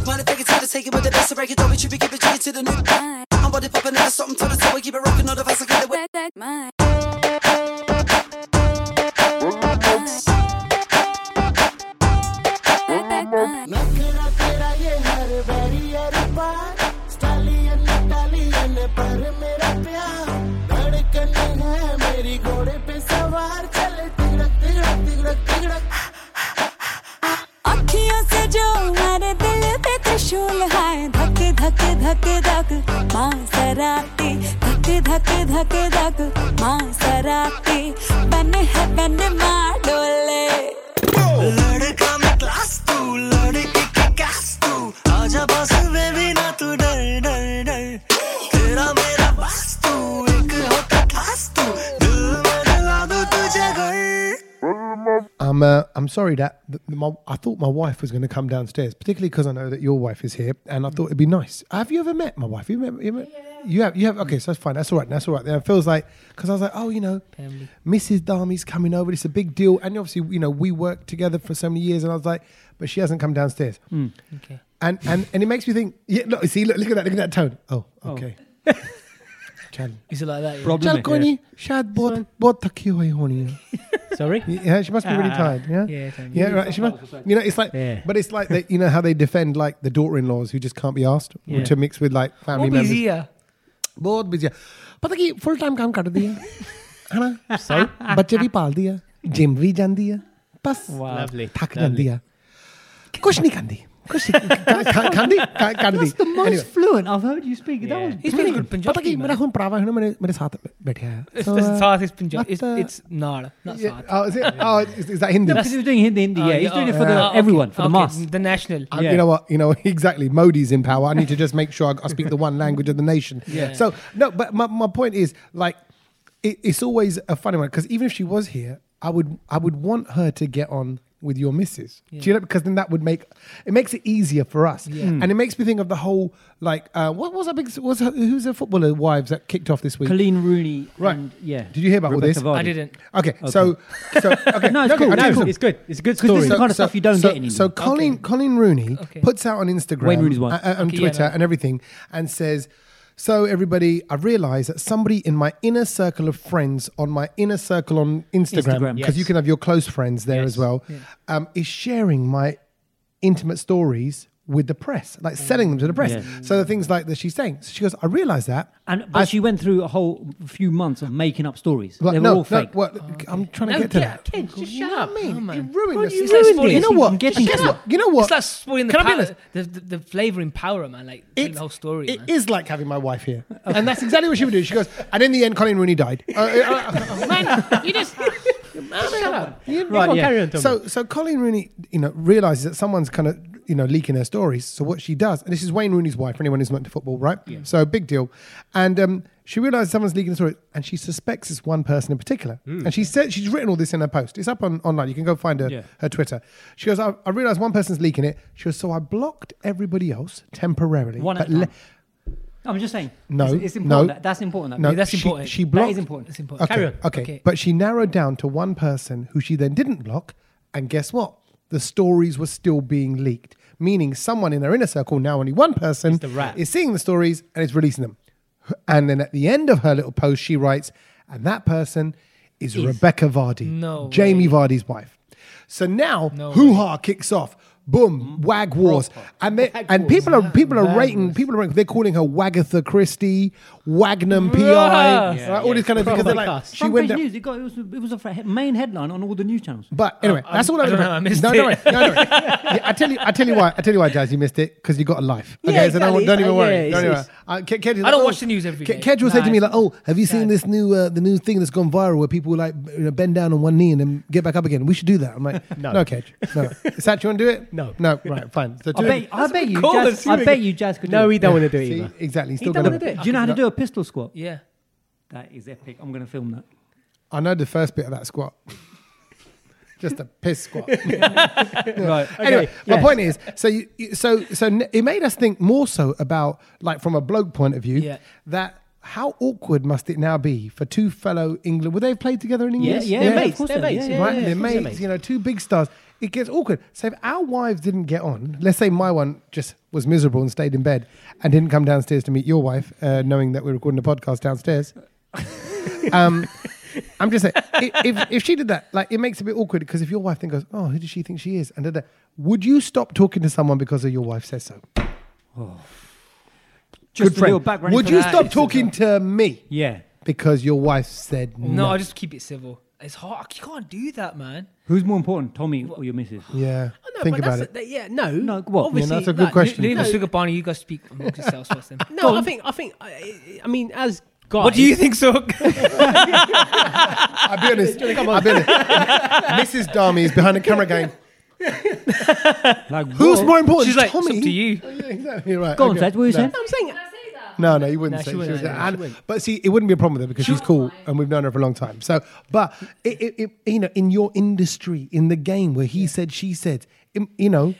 Speaker 7: Wanna take it to the take it with the best of record, don't be trippy, keep it G to the new I'm body popping out something for the soul, keep it rocking, all the vibes, I get it with
Speaker 11: अखियों से जो हमारे दिल पे त्रिशूल है धक धक धक धक मासराती धक धक धक धक मासराती बन है बन माँ डोले
Speaker 7: लड़का में क्लास तू लड़के की क्लास तू आजा बस बेबी ना तू डर डर डर तेरा मेरा बस तू एक होता खास तू दिल में लगा दूं तुझे घर
Speaker 1: I'm uh, I'm sorry that th- my, I thought my wife was gonna come downstairs, particularly because I know that your wife is here, and I thought it'd be nice. Have you ever met my wife? You met? You, met, you have? You have? Okay, so that's fine. That's all right. That's all right. Then it feels like because I was like, oh, you know,
Speaker 6: Family.
Speaker 1: Mrs. Darmy's coming over. It's a big deal, and obviously, you know, we worked together for so many years, and I was like, but she hasn't come downstairs.
Speaker 6: okay.
Speaker 1: And and and it makes me think. Yeah, look, see, look, look at that, look at that tone. Oh, okay. Chal,
Speaker 6: Is it like that? Yeah?
Speaker 1: chal
Speaker 5: Problem है।
Speaker 1: koni, shad bot bot thaki hoi honi hai.
Speaker 3: Sorry?
Speaker 1: Yeah, she must be really tired. Yeah,
Speaker 6: Ah, yeah, totally.
Speaker 1: yeah, right. She must, you know, it's like,
Speaker 3: Yeah.
Speaker 1: but it's like that. You know how they defend like the daughter-in-laws who just can't be asked
Speaker 3: Yeah.
Speaker 1: to mix with like family
Speaker 6: What
Speaker 1: members.
Speaker 6: is here?
Speaker 1: बहुत busy है। पता की full time काम कर दिया, है ना? सही। बच्चे भी पाल दिया, gym भी जाती है, बस
Speaker 3: Lovely.
Speaker 1: थक
Speaker 3: lovely.
Speaker 1: जाती है, कुछ नहीं करती, कुछ नहीं- का- का- करती, का- करती। Anyway,
Speaker 5: fluent I've heard you speak. That was
Speaker 6: He's pretty good Punjabi.
Speaker 1: पता की मेरा हुन भरावा है ना, मेरे मेरे साथ बैठा है।
Speaker 6: It's,
Speaker 1: So,
Speaker 6: it's
Speaker 1: uh,
Speaker 6: South, it's Punjab. It's,
Speaker 1: but, uh,
Speaker 6: it's Nara, not
Speaker 1: yeah,
Speaker 6: South.
Speaker 1: oh, is it? Oh, is, is that Hindi?
Speaker 5: because he was doing Hindi.
Speaker 6: Oh,
Speaker 5: Hindi yeah,
Speaker 1: Uh,
Speaker 5: he's doing it for the, everyone, for the mass.
Speaker 6: Uh, The national.
Speaker 1: I- You know what? You know exactly. Modi's in power. I need to just make sure I, I speak the one language of the nation.
Speaker 6: Yeah.
Speaker 1: So no, but my, my point is like, it, it's always a funny one because even if she was here, I would I would want her to get on with your missus. Do you know? Because then that would make it makes it easier for us, and it makes me think of the whole like uh, what was that big was her, who's the footballer wives that kicked off this week?
Speaker 5: Colleen Rooney.
Speaker 1: Right.
Speaker 5: And, yeah.
Speaker 1: Did you hear about all
Speaker 5: Rebecca
Speaker 1: this?
Speaker 5: Vardy.
Speaker 6: I didn't.
Speaker 1: Okay, so so okay,
Speaker 5: No, it's cool.
Speaker 1: okay,
Speaker 5: No,
Speaker 1: cool.
Speaker 3: It's good. It's a good
Speaker 5: 'Cause this
Speaker 3: story.
Speaker 5: is the kind of stuff you don't
Speaker 1: so,
Speaker 5: get anymore.
Speaker 1: So Colin Colin Rooney
Speaker 6: Okay.
Speaker 1: puts out on Instagram,
Speaker 5: Wayne Rooney's wife.
Speaker 1: uh, uh, on
Speaker 6: Okay, yeah,
Speaker 1: Twitter,
Speaker 6: no.
Speaker 1: and everything, and says. So everybody, I realised that somebody in my inner circle of friends, on my inner circle on Instagram,
Speaker 5: Instagram,
Speaker 1: because you
Speaker 3: yes.
Speaker 1: can have your close friends there as well, um, is sharing my intimate stories with the press,
Speaker 6: Mm.
Speaker 1: like selling them to the press. So the things like that she's saying, so she goes, I realised that,
Speaker 5: And but she went through a whole few months of making up stories.
Speaker 1: But
Speaker 5: they were
Speaker 1: no,
Speaker 5: all fake.
Speaker 1: No, well, I'm trying to
Speaker 6: Oh, No,
Speaker 1: get to
Speaker 6: get-
Speaker 1: that.
Speaker 6: kids, just
Speaker 1: You know
Speaker 6: shut
Speaker 1: what
Speaker 6: up.
Speaker 1: I mean?
Speaker 6: Oh, man.
Speaker 1: it ruined us.
Speaker 6: It's like spoiling
Speaker 1: You know
Speaker 6: the-
Speaker 1: what?
Speaker 6: Get
Speaker 1: Guess
Speaker 6: shut
Speaker 1: what?
Speaker 6: up.
Speaker 1: You know what?
Speaker 6: It's like spoiling the
Speaker 1: Can I be
Speaker 6: power,
Speaker 1: honest?
Speaker 6: the, the, the flavoring power, man. Like telling the whole story.
Speaker 1: it
Speaker 6: man.
Speaker 1: is like having my wife here, and that's exactly what she would do. She goes, and in the end, Colin Rooney died. Uh, uh, uh, man, you just shut up. You-
Speaker 3: Right,
Speaker 1: on,
Speaker 3: yeah.
Speaker 1: carry on, Tommy. So, so Colin Rooney, you know, realizes that someone's kind of you know leaking her stories. So what she does, and this is Wayne Rooney's wife. for Anyone who's not into football, right? So big deal, and um, She realizes someone's leaking the story and she suspects it's one person in particular. And she said she's written all this in her post. It's up on online. You can go find her, her Twitter. She goes, I, I realized one person's leaking it. She goes, So I blocked everybody else temporarily.
Speaker 5: One at a
Speaker 1: le-
Speaker 5: time. I'm just saying.
Speaker 1: No,
Speaker 5: It's, it's important.
Speaker 1: no.
Speaker 5: that- that's important.
Speaker 1: No,
Speaker 5: No,
Speaker 6: that's
Speaker 1: she-
Speaker 6: important.
Speaker 1: She
Speaker 6: That
Speaker 1: blocked.
Speaker 5: That is important.
Speaker 6: It's important.
Speaker 1: Okay,
Speaker 3: Carry on.
Speaker 1: Okay.
Speaker 6: Okay.
Speaker 1: But she narrowed down to one person who she then didn't block. And guess what? The stories were still being leaked, meaning someone in her inner circle, now only one person,
Speaker 3: the rat.
Speaker 1: is seeing the stories and is releasing them. And then at the end of her little post, she writes, and that person is, Rebecca Vardy,
Speaker 6: No
Speaker 1: Jamie Vardy's wife. So now, hoo ha kicks off. Boom, wag wars, and they, and people are people are rating people are rating, they're calling her Wagatha Christie, Wagnum PI, right, all these kind of because they're like
Speaker 3: Proper
Speaker 1: she
Speaker 5: Front
Speaker 1: went
Speaker 5: page
Speaker 1: down,
Speaker 5: news. It, got, it was, it was a fr- main headline on all the news channels.
Speaker 1: but anyway, that's all I,
Speaker 6: I don't
Speaker 1: remember.
Speaker 6: know, I missed
Speaker 1: no,
Speaker 6: it.
Speaker 1: Don't worry, no, don't worry. Yeah, I tell you, I tell you why. I tell you why, Jazz, you missed it because you got a life. Okay, so don't,
Speaker 3: exactly.
Speaker 1: don't even
Speaker 3: Yeah,
Speaker 1: worry.
Speaker 3: it's-
Speaker 1: don't even worry.
Speaker 3: it's-
Speaker 1: Uh, Ke- Kedge is
Speaker 6: I don't
Speaker 1: like,
Speaker 6: watch
Speaker 1: oh,
Speaker 6: the news every
Speaker 1: Ke-
Speaker 6: day.
Speaker 1: Kedge will say to me
Speaker 6: Nah,
Speaker 1: like, "Oh, have you seen this new uh, the new thing that's gone viral where people like you know, bend down on one knee and then get back up again? We should do that." I'm like, "No, no Kedge, no." Sat, you want to do it?
Speaker 3: No.
Speaker 1: no. Right, fine. So
Speaker 5: I
Speaker 1: two-
Speaker 5: bet, I bet you,
Speaker 6: cool,
Speaker 5: Jazz, I
Speaker 6: assuming-
Speaker 5: bet you, Jazz could do
Speaker 3: No,
Speaker 5: it.
Speaker 3: he don't want to do it
Speaker 1: See,
Speaker 3: either.
Speaker 1: exactly. Still
Speaker 3: don't
Speaker 1: gonna-
Speaker 3: wanna do it.
Speaker 5: Do you know how to do a pistol squat?
Speaker 6: Yeah.
Speaker 5: That is epic. I'm going to film that.
Speaker 1: I know the first bit of that squat. Just a piss squat.
Speaker 5: Right.
Speaker 1: anyway, my point is, so you, you- so so n- it made us think more so about like from a bloke point of view
Speaker 6: Yeah.
Speaker 1: that how awkward must it now be for two fellow England? Well, they've played together in England,
Speaker 5: yeah,
Speaker 3: They're
Speaker 5: yeah,
Speaker 3: mates,
Speaker 5: of course
Speaker 3: they're
Speaker 5: they are.
Speaker 3: mates,
Speaker 5: Yeah,
Speaker 1: right?
Speaker 3: yeah,
Speaker 1: they're
Speaker 3: of course
Speaker 1: mates,
Speaker 3: they're mates.
Speaker 1: you know, two big stars. It gets awkward. So if our wives didn't get on, let's say my one just was miserable and stayed in bed and didn't come downstairs to meet your wife, uh, knowing that we're recording a podcast downstairs. um, I'm just saying, i- if, if she did that, like it makes it a bit awkward because if your wife then goes, "Oh, who does she think she is?" and da-da, would you stop talking to someone because of your wife says so?
Speaker 5: Just
Speaker 1: Good
Speaker 5: a little
Speaker 1: friend.
Speaker 5: background.
Speaker 1: Would you
Speaker 5: information.
Speaker 1: stop talking to me
Speaker 5: Yeah.
Speaker 1: because your wife said no?
Speaker 6: No, I just keep it civil. It's hard. You can't do that, man.
Speaker 5: Who's more important, Tommy or your missus?
Speaker 1: yeah,
Speaker 3: Oh, no,
Speaker 1: think
Speaker 3: but
Speaker 1: about
Speaker 3: that's
Speaker 1: it.
Speaker 3: a- that- yeah, no,
Speaker 5: No, what? Yeah,
Speaker 3: Obviously,
Speaker 1: that's a good
Speaker 3: like,
Speaker 1: question.
Speaker 6: Leave
Speaker 1: No.
Speaker 6: the sugar barney. You guys speak amongst yourselves first. Then.
Speaker 3: No, I think I think I, I mean as guys.
Speaker 6: What do you think, Sook?
Speaker 1: I'll be honest. I'll be honest. Mrs. Darmy is behind the camera going,
Speaker 5: Like,
Speaker 1: "Who's
Speaker 5: what?
Speaker 1: more important,
Speaker 6: She's like,
Speaker 1: Tommy?" Oh,
Speaker 6: it's up to you.
Speaker 1: Yeah, exactly right.
Speaker 5: Go on,
Speaker 1: okay.
Speaker 5: Zed, what were you
Speaker 1: no.
Speaker 5: saying?
Speaker 3: I'm saying?
Speaker 1: No, no, you wouldn't
Speaker 6: No,
Speaker 1: say.
Speaker 6: she wouldn't,
Speaker 1: She was-
Speaker 6: no, no,
Speaker 1: and- But see, it wouldn't be a problem though because she's cool and we've known her for a long time. So, but it, it, it, you know, in your industry, in the game where he said, she said, im- you know,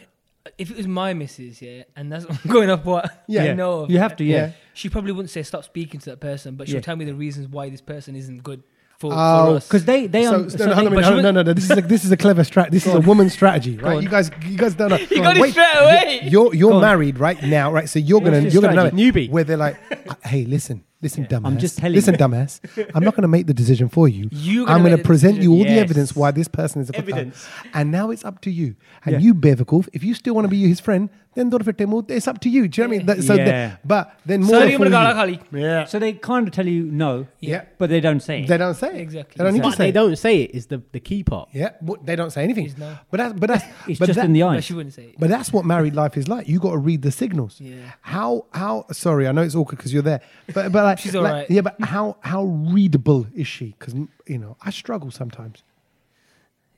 Speaker 6: if it was my missus, yeah, and that's what I'm going off what
Speaker 1: Yeah.
Speaker 6: I know of,
Speaker 5: You have to, yeah.
Speaker 1: Yeah.
Speaker 6: she probably wouldn't say stop speaking to that person, but she'll
Speaker 5: Yeah.
Speaker 6: tell me the reasons why this person isn't good for,
Speaker 1: Oh,
Speaker 6: for us.
Speaker 5: Because they, they
Speaker 1: so, no, no,
Speaker 5: are.
Speaker 1: hold on a minute,
Speaker 6: but she
Speaker 1: hold on, no,
Speaker 6: would-
Speaker 1: no, no, this is a, this is a clever strat. This is a woman's strategy, right?
Speaker 5: on.
Speaker 1: You guys, you guys don't know. You
Speaker 6: got it straight away.
Speaker 1: You're you're
Speaker 5: on.
Speaker 1: married right now, right? So you're gonna
Speaker 5: your
Speaker 1: you're gonna know it.
Speaker 3: strategy? Newbie.
Speaker 1: Where they're like, "Uh, hey, listen, listen, dumbass.
Speaker 5: I'm just telling
Speaker 1: Listen,
Speaker 5: you.
Speaker 1: dumbass. I'm not gonna make the decision for you.
Speaker 6: You're gonna
Speaker 1: I'm
Speaker 6: make
Speaker 1: gonna
Speaker 6: the
Speaker 1: present you all the
Speaker 3: Yes.
Speaker 1: evidence why this person is a fucker.
Speaker 3: Evidence.
Speaker 1: And now it's up to you. And
Speaker 5: Yeah.
Speaker 1: you, Bevikov, if you still want to be his friend, then Dorfetemo, it's up to you. Do you know what I mean? That- so
Speaker 5: Yeah.
Speaker 1: the- but then more.
Speaker 6: So you're
Speaker 1: for
Speaker 6: gonna go like
Speaker 1: you.
Speaker 6: Ali.
Speaker 5: yeah. So they kind of tell you no.
Speaker 1: Yeah.
Speaker 5: But they don't say it.
Speaker 1: They don't say it.
Speaker 6: Exactly.
Speaker 1: They don't need to
Speaker 3: But
Speaker 1: say
Speaker 3: they
Speaker 1: it.
Speaker 3: don't say it is the the key part.
Speaker 1: Yeah, what- they don't say anything.
Speaker 6: Is no.
Speaker 1: But that's but that's
Speaker 5: It's
Speaker 1: but
Speaker 5: just
Speaker 1: that-
Speaker 5: in the
Speaker 6: But
Speaker 5: eyes.
Speaker 6: she wouldn't say it.
Speaker 1: But that's what married life is like. You got to read the signals.
Speaker 6: Yeah.
Speaker 1: How how sorry, I know it's awkward because you're there, but but like,
Speaker 6: She's
Speaker 1: like,
Speaker 6: alright.
Speaker 1: Yeah, but how how readable is she? Because you know I struggle sometimes.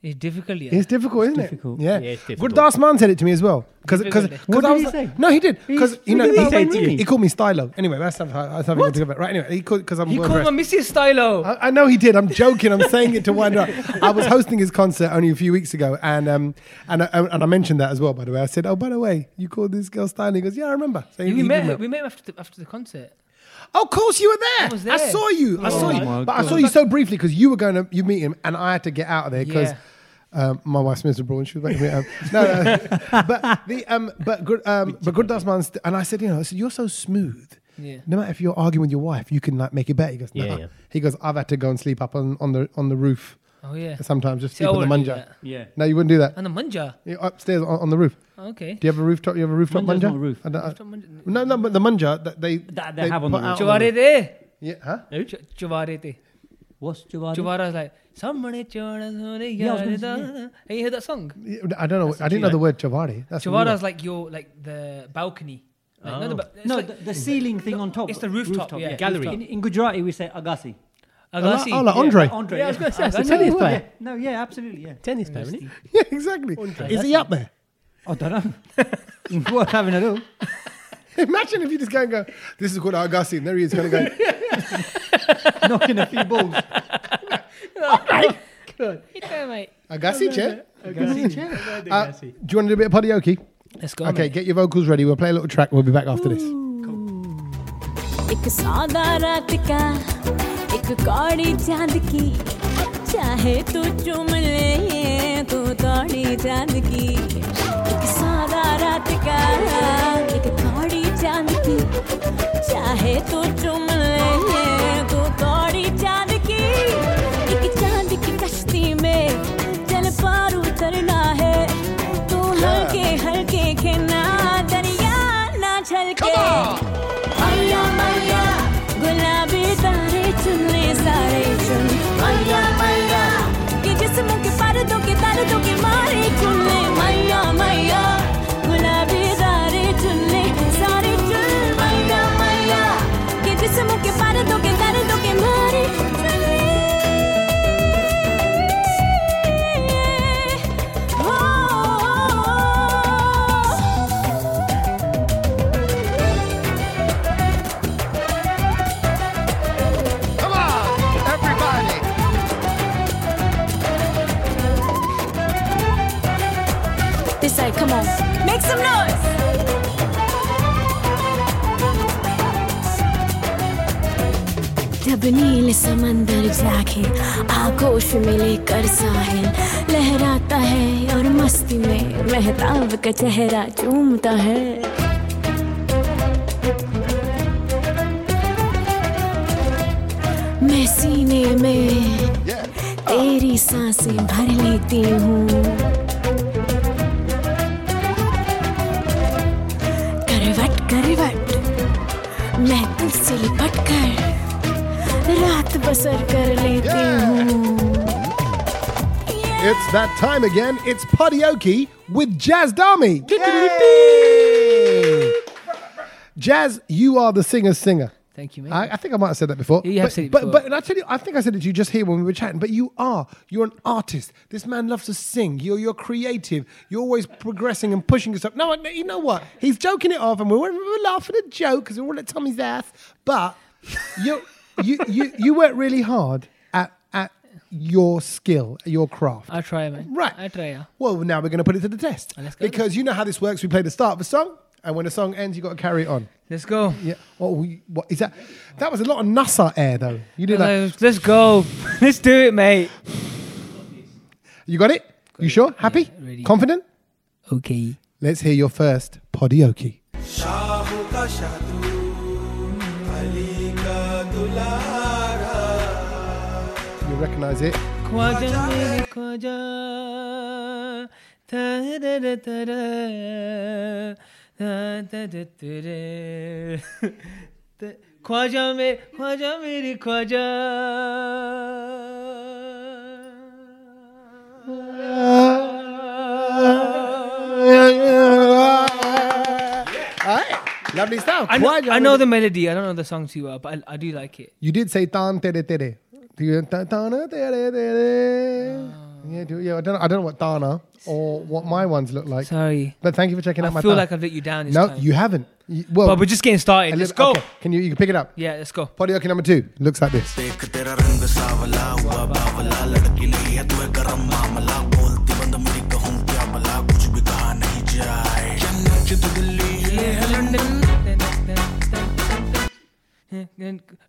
Speaker 6: It's difficult, yeah.
Speaker 1: It's difficult, isn't
Speaker 5: difficult.
Speaker 1: it? Yeah,
Speaker 3: Yeah, it's
Speaker 1: Good
Speaker 3: difficult.
Speaker 1: last man said it to me as well. Because because
Speaker 6: Difficult.
Speaker 5: What
Speaker 1: I
Speaker 5: did
Speaker 1: was
Speaker 5: he
Speaker 1: like-
Speaker 5: say?
Speaker 1: no, he did because
Speaker 5: He's
Speaker 1: you know
Speaker 5: freaking
Speaker 1: he,
Speaker 5: out
Speaker 1: said
Speaker 5: when
Speaker 1: to you.
Speaker 5: reading.
Speaker 1: he called me Stylo. Anyway, that's something that's something to talk about. Right, anyway, he called because I'm
Speaker 6: He
Speaker 1: well
Speaker 6: called
Speaker 1: dressed.
Speaker 6: my missus Stylo.
Speaker 1: I, I know he did. I'm joking. I'm saying it to wind up. I was hosting his concert only a few weeks ago, and um, and I, and I mentioned that as well. By the way, I said, "Oh, by the way, you called this girl Styling." He goes, "Yeah, I remember." So he-
Speaker 6: we
Speaker 1: he
Speaker 6: met.
Speaker 1: did
Speaker 6: Her,
Speaker 1: remember.
Speaker 6: we met after the, after the concert.
Speaker 1: Oh, of course you were there. I,
Speaker 6: I was there.
Speaker 1: saw you. I saw
Speaker 5: Oh
Speaker 1: you.
Speaker 5: my
Speaker 1: But I saw
Speaker 5: God.
Speaker 1: you so briefly because you were going to you meet him, and I had to get out of there because.
Speaker 6: Yeah.
Speaker 1: Um, my wife's miserable, and she was making me. Um, no, no, but the um, but good, um, but good last month. And I said, you know, I said you're so smooth.
Speaker 6: Yeah.
Speaker 1: No matter if you're arguing with your wife, you can like make it better. He goes, nah.
Speaker 3: Yeah, yeah.
Speaker 1: He goes, I've had to go and sleep up on, on the on the roof
Speaker 6: Oh yeah.
Speaker 1: sometimes. Just
Speaker 6: See,
Speaker 1: sleep
Speaker 6: I
Speaker 1: on the
Speaker 6: wouldn't do
Speaker 1: manja.
Speaker 6: that.
Speaker 5: Yeah.
Speaker 1: No, you wouldn't do that.
Speaker 6: And the manja. Oh,
Speaker 1: You're upstairs on, on the roof.
Speaker 6: Okay.
Speaker 1: Do you have a rooftop? You have a rooftop
Speaker 5: Manja's
Speaker 1: manja?
Speaker 5: not a roof.
Speaker 1: I don't- I-
Speaker 6: Rooftop manja-
Speaker 1: no, no, but the manja that they
Speaker 5: That they have on
Speaker 1: put
Speaker 5: the
Speaker 1: out
Speaker 5: roof.
Speaker 6: Choware de.
Speaker 1: Yeah, huh?
Speaker 6: Ch- Choware de.
Speaker 5: What's Jawadi?
Speaker 6: Chowara's like. Somebody chowara sone
Speaker 5: Yeah, I was gonna
Speaker 6: yaar da. Have you heard that song?
Speaker 1: Yeah, I don't know. I didn't know the word chavari. That's a new
Speaker 6: Chowara's
Speaker 1: one.
Speaker 6: like your like the balcony. Like, not the ba- it's
Speaker 1: Oh.
Speaker 5: No,
Speaker 6: like-
Speaker 5: the, the ceiling thing on top.
Speaker 6: it's the rooftop, yeah.
Speaker 5: Gallery. In, in Gujarati, we say agasi.
Speaker 1: Oh, like-
Speaker 6: Agassi.
Speaker 1: oh, like Andre.
Speaker 5: Yeah, Andre. Yeah,
Speaker 3: I was gonna say, that's
Speaker 5: Agassi.
Speaker 3: a tennis player.
Speaker 5: Yeah. No, yeah, absolutely, yeah.
Speaker 3: Tennis player, isn't it?
Speaker 1: Yeah, exactly. Is he up there?
Speaker 5: I don't know. Worth having a look.
Speaker 1: Imagine if you just go and go, this is called Agassi, and there he is going to go,
Speaker 12: knocking a few balls.
Speaker 6: Yeah, mate.
Speaker 1: Agassi, chair. Agassi, chair. Uh,
Speaker 13: Agassi.
Speaker 1: do you want to do a bit of podioki?
Speaker 2: Let's go.
Speaker 1: Okay,
Speaker 2: mate.
Speaker 1: get your vocals ready. We'll play a little track. We'll be back after this.
Speaker 8: एक सादा रात का एक कौड़ी चांद की चाहे तू चुम ले तू कौड़ी चांद की एक सादा रात का एक कौड़ी चांद की चाहे तू चुम ले तू कौड़ी चांद की एक चांद की कश्ती में चल पार उतरना है तू हल्के हल्के खेना दरिया ना छलके अय्या मय्या गुलाबी तारे चुनने सारे चुन अय्या मय्या कि जिस्म के पर्दों के दर्दों के मारे चुनने मय्या मय्या गुलाबी तारे चुनने सारे चुन अय्या मय्या कि जिस्म के पर्दों के दर्दों के मारे चुन Oh, oh, oh.
Speaker 7: Come on, everybody.
Speaker 8: This side, come on. Make some noise. जब नील समंदर जाके आगोश में लेकर साहिल लहराता है और मस्ती में महताब का चेहरा चूमता है मैं सीने में तेरी सांसें भर लेती हूँ करवट करवट मैं तुझसे लिपट कर रात बसर कर लेती हूँ
Speaker 1: It's that time again. It's podioki with Jazz Dami. Jazz, you are the singer singer.
Speaker 2: Thank you, mate.
Speaker 1: I, I think I might have said that before.
Speaker 2: You have
Speaker 1: but,
Speaker 2: said it
Speaker 1: but,
Speaker 2: before.
Speaker 1: But and I tell you, I think I said it to you just here when we were chatting. But you are, you're an artist. This man loves to sing. You're, you're creative. You're always progressing and pushing yourself. No, I- you know what? He's joking it off, and we're, we're laughing at joke because we're all at Tommy's ass. But you, you, you, you work really hard at at your skill, your craft.
Speaker 2: I try, mate.
Speaker 1: Right.
Speaker 2: I try. Yeah.
Speaker 1: Well, now we're going to put it to the test.
Speaker 2: Let's go then.
Speaker 1: Because you know how this works. We play the start of a song, and when the song ends, you got to carry it on.
Speaker 2: Let's go.
Speaker 1: Yeah. What, we, what is that? That was a lot of NASA air, though. You did that.
Speaker 2: Let's, let's go. let's do it, mate.
Speaker 1: You got it? you sure? Happy?
Speaker 2: ready.
Speaker 1: Confident?
Speaker 2: Okay.
Speaker 1: Let's hear your first podioki.
Speaker 7: शाहों का शादू अली का दुलारा
Speaker 1: You recognize it?
Speaker 2: Khwaja मेरे ख्वाजा तर तर ख्वाजा मेरे ख्वाजा मेरे Khwaja
Speaker 1: All right. Lovely stuff.
Speaker 2: I know, I know the melody. I don't know the song too well, but I, I do like it.
Speaker 1: You did say tan tere tere. Do you- ta- Tana tere tere.
Speaker 2: Oh.
Speaker 1: Yeah, do, yeah, I don't, know, I don't know what Tana or what my ones look like.
Speaker 2: Sorry,
Speaker 1: But thank you for checking
Speaker 2: I
Speaker 1: out my
Speaker 2: feel
Speaker 1: time.
Speaker 2: like I've let you down. This
Speaker 1: No,
Speaker 2: time.
Speaker 1: you haven't. You- well,
Speaker 2: But we're just getting
Speaker 1: a
Speaker 2: started.
Speaker 1: little-
Speaker 2: Let's go.
Speaker 1: Oh. okay. Can you you can pick it up?
Speaker 2: Yeah, let's go.
Speaker 1: Podioki number two looks like this.
Speaker 7: देख तेरा रंग सावला हुआ बावला लड़की नहीं है तू है गरम मामला बोलती बंद मेरी कहूँ क्या भला कुछ भी कहा नहीं जाए चन्नत तो दिल्ली ये है London